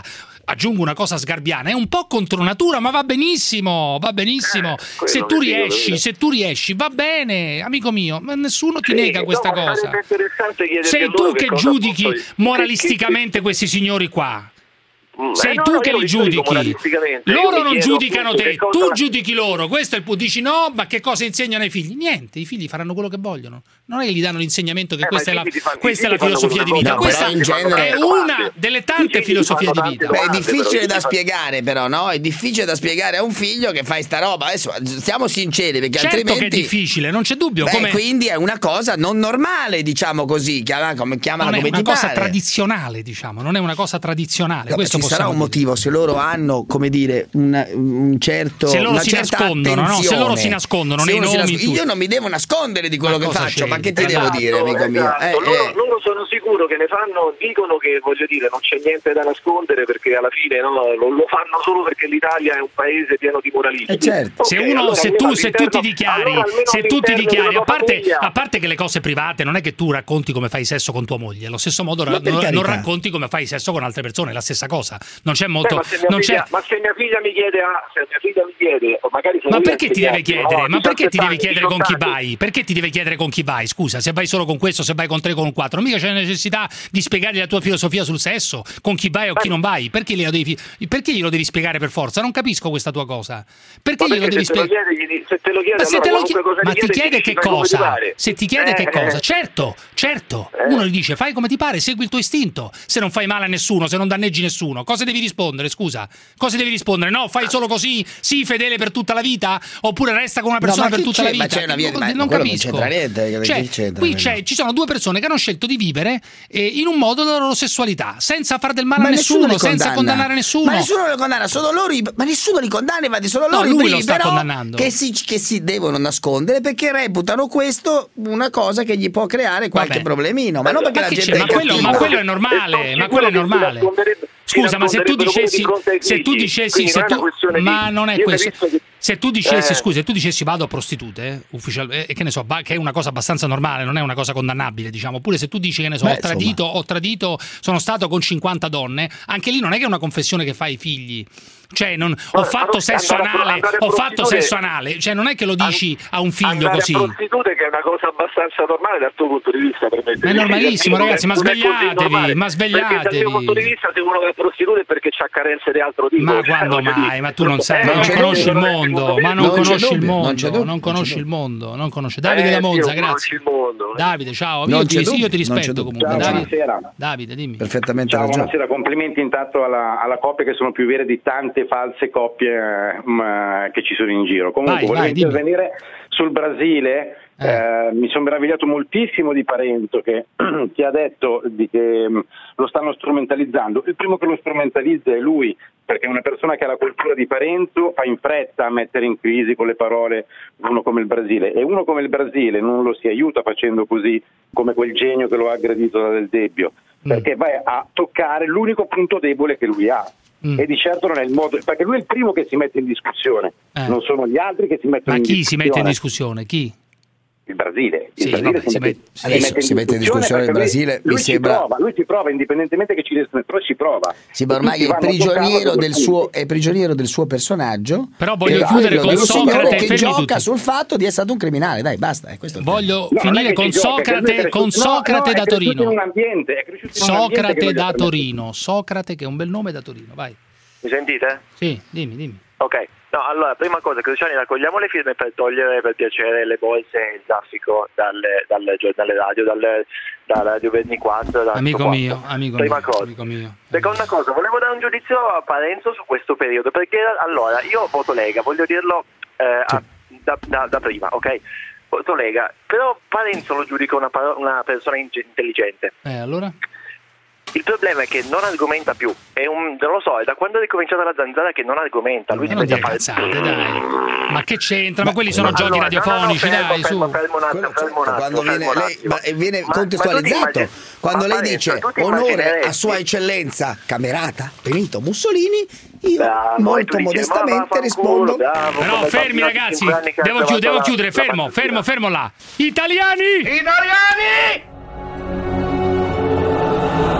Aggiungo una cosa sgarbiana, è un po' contro natura, ma va benissimo, va benissimo. se tu
che dico,
riesci,
Eh, quello.
se tu riesci, va bene, amico mio, ma nessuno ti
Sì,
nega
no,
questa
ma
cosa.
sarebbe interessante chiederti a
Sei
loro
tu
che
che
cosa
giudichi
possono-
moralisticamente questi signori qua.
Mm,
Sei
eh, no,
tu
no,
che
io
li
giudico
giudichi.
moralisticamente, io
Loro
mi
non
chiedo
giudicano
appunto
te,
che cosa-
tu giudichi loro. Questo è il punto. Dici no, ma che cosa insegnano ai figli? Niente, i figli faranno quello che vogliono. Non è che gli danno l'insegnamento che
Eh, ma
questa, è
i
la,
figli ti fanno-
questa
i
è la
figli fanno
filosofia di
quello che
vita.
vogliono.
questa
No, però in
è
genere-
una delle tante
I figli ti
filosofie di
fanno
vita.
tante
Beh, è
domande,
difficile
però,
da
ti fanno-
spiegare, però, no? È difficile da spiegare a un figlio che fai sta roba. Adesso siamo sinceri, perché
Certo
altrimenti.
che è difficile, non c'è dubbio.
Beh,
come-
quindi è una cosa non normale, diciamo così. Chiama, come, chiamala
non è
come
una
ti
cosa
pare.
tradizionale, diciamo, non è una cosa tradizionale.
No,
Questo
ci sarà
possiamo
un motivo se loro hanno, come dire, un, un certo.
Se loro
una
si
certa
nascondono, no? Se
attenzione.
loro si nascondono
Se
nei
uno si
nomi,
nasc-
tutto.
Io non mi devo nascondere di quello
Ma
che
cosa
faccio,
c'entra?
ma che ti
Esatto,
devo dire, amico mio? Eh,
esatto. loro,
eh.
loro sono sicuro che ne fanno, dicono che voglio dire non c'è niente da nascondere perché alla fine no, lo, lo fanno solo perché l'Italia è un paese pieno di moralisti.
Eh,
Ok,
se uno,
allora
se
almeno
tu, se tu ti
all'interno-
dichiari,
allora almeno
se tu ti
all'interno
dichiari,
della
a
tua
parte,
famiglia.
a parte che le cose private, non è che tu racconti come fai sesso con tua moglie, allo stesso modo
Ma
ra-
per
non,
carità.
non racconti come fai sesso con altre persone, è la stessa cosa. Non c'è
Beh,
molto,
eh, ma, se mia
non c'è,
figlia, ma se mia figlia mi chiede, ah, se mia figlia mi chiede, o magari sono
Ma
io
perché
che
ti deve
chiedo, no,
chiedere? Ma perché ti
17
devi
"Oh, anni,
chiedere con
18
chi
anni.
vai? Perché ti devi chiedere con chi vai? Scusa, se vai solo con questo, se vai con tre, con quattro, mica c'è necessità di spiegare la tua filosofia sul sesso, con chi vai o chi non vai. Perché, glielo devi, perché glielo devi spiegare per forza? Non capisco questa tua cosa. Perché
Ma
glielo
perché
devi
se te lo
spiegare?
chiede, gli di- se te lo chiede,
Ma se
allora
te lo
qualunque
chiede,
cosa
ma
gli
ti
chiede,
chiede
gli
che
dici, fai come ti
cosa?
pare.
Se ti chiede
Eh,
che cosa?
eh.
Certo, certo.
Eh.
Uno gli dice fai come ti pare, segui il tuo istinto. Se non fai male a nessuno, se non danneggi nessuno, cosa devi rispondere? Scusa, cosa devi rispondere? No, fai solo così, sii fedele per tutta la vita? Oppure resta con una
No,
persona
ma
per
chi
tutta
c'è?
la vita?
Ma c'è una via di-
Non-
ma
non
quello non
capisco.
c'entra niente, che
Cioè,
c'entra,
qui
no?
c'è- ci sono due persone che hanno scelto di vivere eh, in un modo la loro sessualità, senza far del male
Ma
a
nessuno
nessuno,
li
senza
condanna.
condannare nessuno.
Ma nessuno lo condanna, sono loro i- ma nessuno li condanna, infatti, sono
No,
loro i
lui lo
primi,
sta
però,
condannando.
Che si, che si devono nascondere perché reputano questo una cosa che gli può creare qualche
Vabbè.
problemino. Ma non perché la
che
gente
c'è?
è
Ma quello,
cattiva.
ma quello è normale, ma quello è normale. Scusa, ma se tu dicessi, se tu dicessi, se tu- ma non è questo. Se tu dicessi,
Eh.
scusa, se tu dicessi vado a prostitute, ufficialmente, che ne so, va- che è una cosa abbastanza normale, non è una cosa condannabile, diciamo. Oppure se tu dici che ne so,
Beh,
ho tradito, ho tradito, sono stato con 50 donne, anche lì non è che è una confessione che fai ai figli. Cioè, non- ho
Ma-
fatto
ma-
sesso
andare a-
anale,
andare a
ho fatto
prostitute-
sesso anale, cioè non è che lo dici a un figlio
Andare
così.
a prostitute che è una cosa abbastanza normale dal tuo punto di vista,
Ma
permettetemi
è
di
normalissimo,
dire, non è-
ragazzi, ma
non è così normale,
svegliatevi, ma
Perché dal mio punto di
svegliatevi.
vista se uno va a prostitute è perché c'ha carenze di altro tipo.
Ma
cioè,
quando
voglio
mai?
dire.
Ma tu non sai,
Eh,
Cioè, non
c'è
conosci il
dubbio, non è
mondo,
dubbio.
ma non
c'è
conosci il
dubbio, non c'è
mondo,
dubbio,
non
non c'è
conosci il
dubbio.
mondo, non conosci eh. Davide
Eh,
da
io
Monza,
conosco
grazie.
il mondo.
Davide, ciao, io
Non
ti, sì, io ti
c'è dubbio, non c'è
rispetto
dubbio.
comunque.
Ciao,
Davide,
buonasera.
Davide, dimmi.
Perfettamente
Ciao,
ragione.
buonasera, complimenti intanto alla, alla coppia che sono più vere di tante false coppie eh, ma- che ci sono in giro. Comunque,
Vai,
volevo
vai, dimmi.
intervenire sul Brasile. Eh, mi sono meravigliato moltissimo di Parento che, che ha detto di che mh, lo stanno strumentalizzando. Il primo che lo strumentalizza è lui, perché una persona che ha la cultura di Parento fa in fretta a mettere in crisi con le parole uno come il Brasile. E uno come il Brasile non lo si aiuta facendo così come quel genio che lo ha aggredito da Del Debbio perché vai a toccare l'unico punto debole che lui ha. E di certo non è il modo, perché lui è il primo che si mette in discussione,
Eh.
non sono gli altri che si mettono
Ma
in
chi
discussione.
si mette in discussione? Chi?
Il Brasile. Il
Sì,
Brasile
vabbè,
si,
si
mette,
met- adesso
si mette in discussione
il
perché lui-
Brasile,
lui
mi
ci
sembra-
prova, lui ci prova, indipendentemente che ci riesca, però ci prova.
Sì, ma
E
ormai
tutti
è
vanno a toccarlo
prigioniero
dopo
del
tutti.
suo, è prigioniero del suo personaggio.
Però
voglio
e
chiudere
quello
con
del signore
Socrate,
che
fermi
gioca
tutti.
sul fatto di essere stato un criminale. Dai, basta. È questo il
Voglio
No, non è
finire
che
con
ci gioca, è che lui è
Socrate,
cresciuto-
con
no, no,
Socrate
è
da
cresciuto
Torino.
in un ambiente- è cresciuto in un ambiente che
Socrate
non gli ha
da
permesso-
Torino, Socrate che è un bel nome da Torino, vai.
Mi sentite?
Sì, dimmi, dimmi.
Ok, no, allora, prima cosa, Cruciani, raccogliamo le firme per togliere per piacere le bolse e il traffico dalle, dalle giornale radio, dalle, da Radio 24. Da
Amico
tutto
mio,
quanto.
amico
Prima
mio,
cosa.
amico mio.
Seconda cosa, volevo dare un giudizio a Parenzo su questo periodo, perché allora io voto Lega, voglio dirlo eh, a- da, da- da prima, ok? Voto Lega, però Parenzo lo giudico una, paro- una persona inge- intelligente.
Eh, allora?
Il problema è che non argomenta più, è un, non lo so, è da quando è ricominciata la zanzara che non argomenta, lui
Ma non
dipende a
dire
fare...
cazzate, dai. Ma che c'entra? Ma, quelli sono
ma
giochi
allora,
radiofonici,
no, no, no,
dai,
fermo,
su.
fermo, fermo un attimo, fermo un attimo,
quando
fermo
viene,
un
lei-
attimo.
ma- e viene
Ma- ma tu ti
contestualizzato
immagini-
quando
ma
lei
Parenzo,
dice
tu ti
onore
immagineresti-
a sua eccellenza camerata Benito Mussolini
e
io
tu
molto
dici, ma
modestamente
vaffanculo,
rispondo
bravo,
No,
come
fermi
bambino di
ragazzi,
cinque anni che ha
devo
trovato la-
chiudere, devo chiudere,
la
fermo,
pastiglia.
fermo, fermo là. Italiani!
Italiani!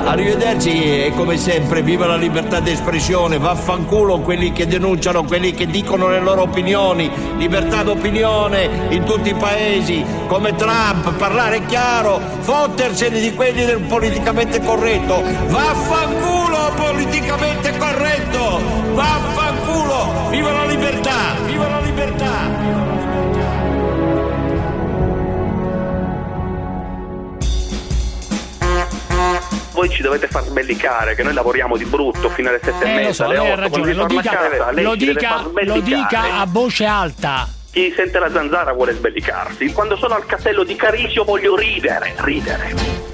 Arrivederci e come sempre viva la libertà di espressione, vaffanculo quelli che denunciano, quelli che dicono le loro opinioni, libertà d'opinione in tutti i paesi, come Trump, parlare chiaro, fottersene di quelli del politicamente corretto, vaffanculo politicamente corretto, vaffanculo, viva la libertà, viva la libertà!
Voi ci dovete far sbellicare, che noi lavoriamo di brutto fino alle sette e
Eh, lo
mezza,
so,
alle
lei ha
otto, quando
ragione,
vi
lo
torna a
dica,
casa, lei
lo
ci deve
dica,
far
lo
sbellicare.
dica a voce alta.
Chi sente la zanzara vuole sbellicarsi. Quando sono al castello di Carisio voglio ridere, ridere.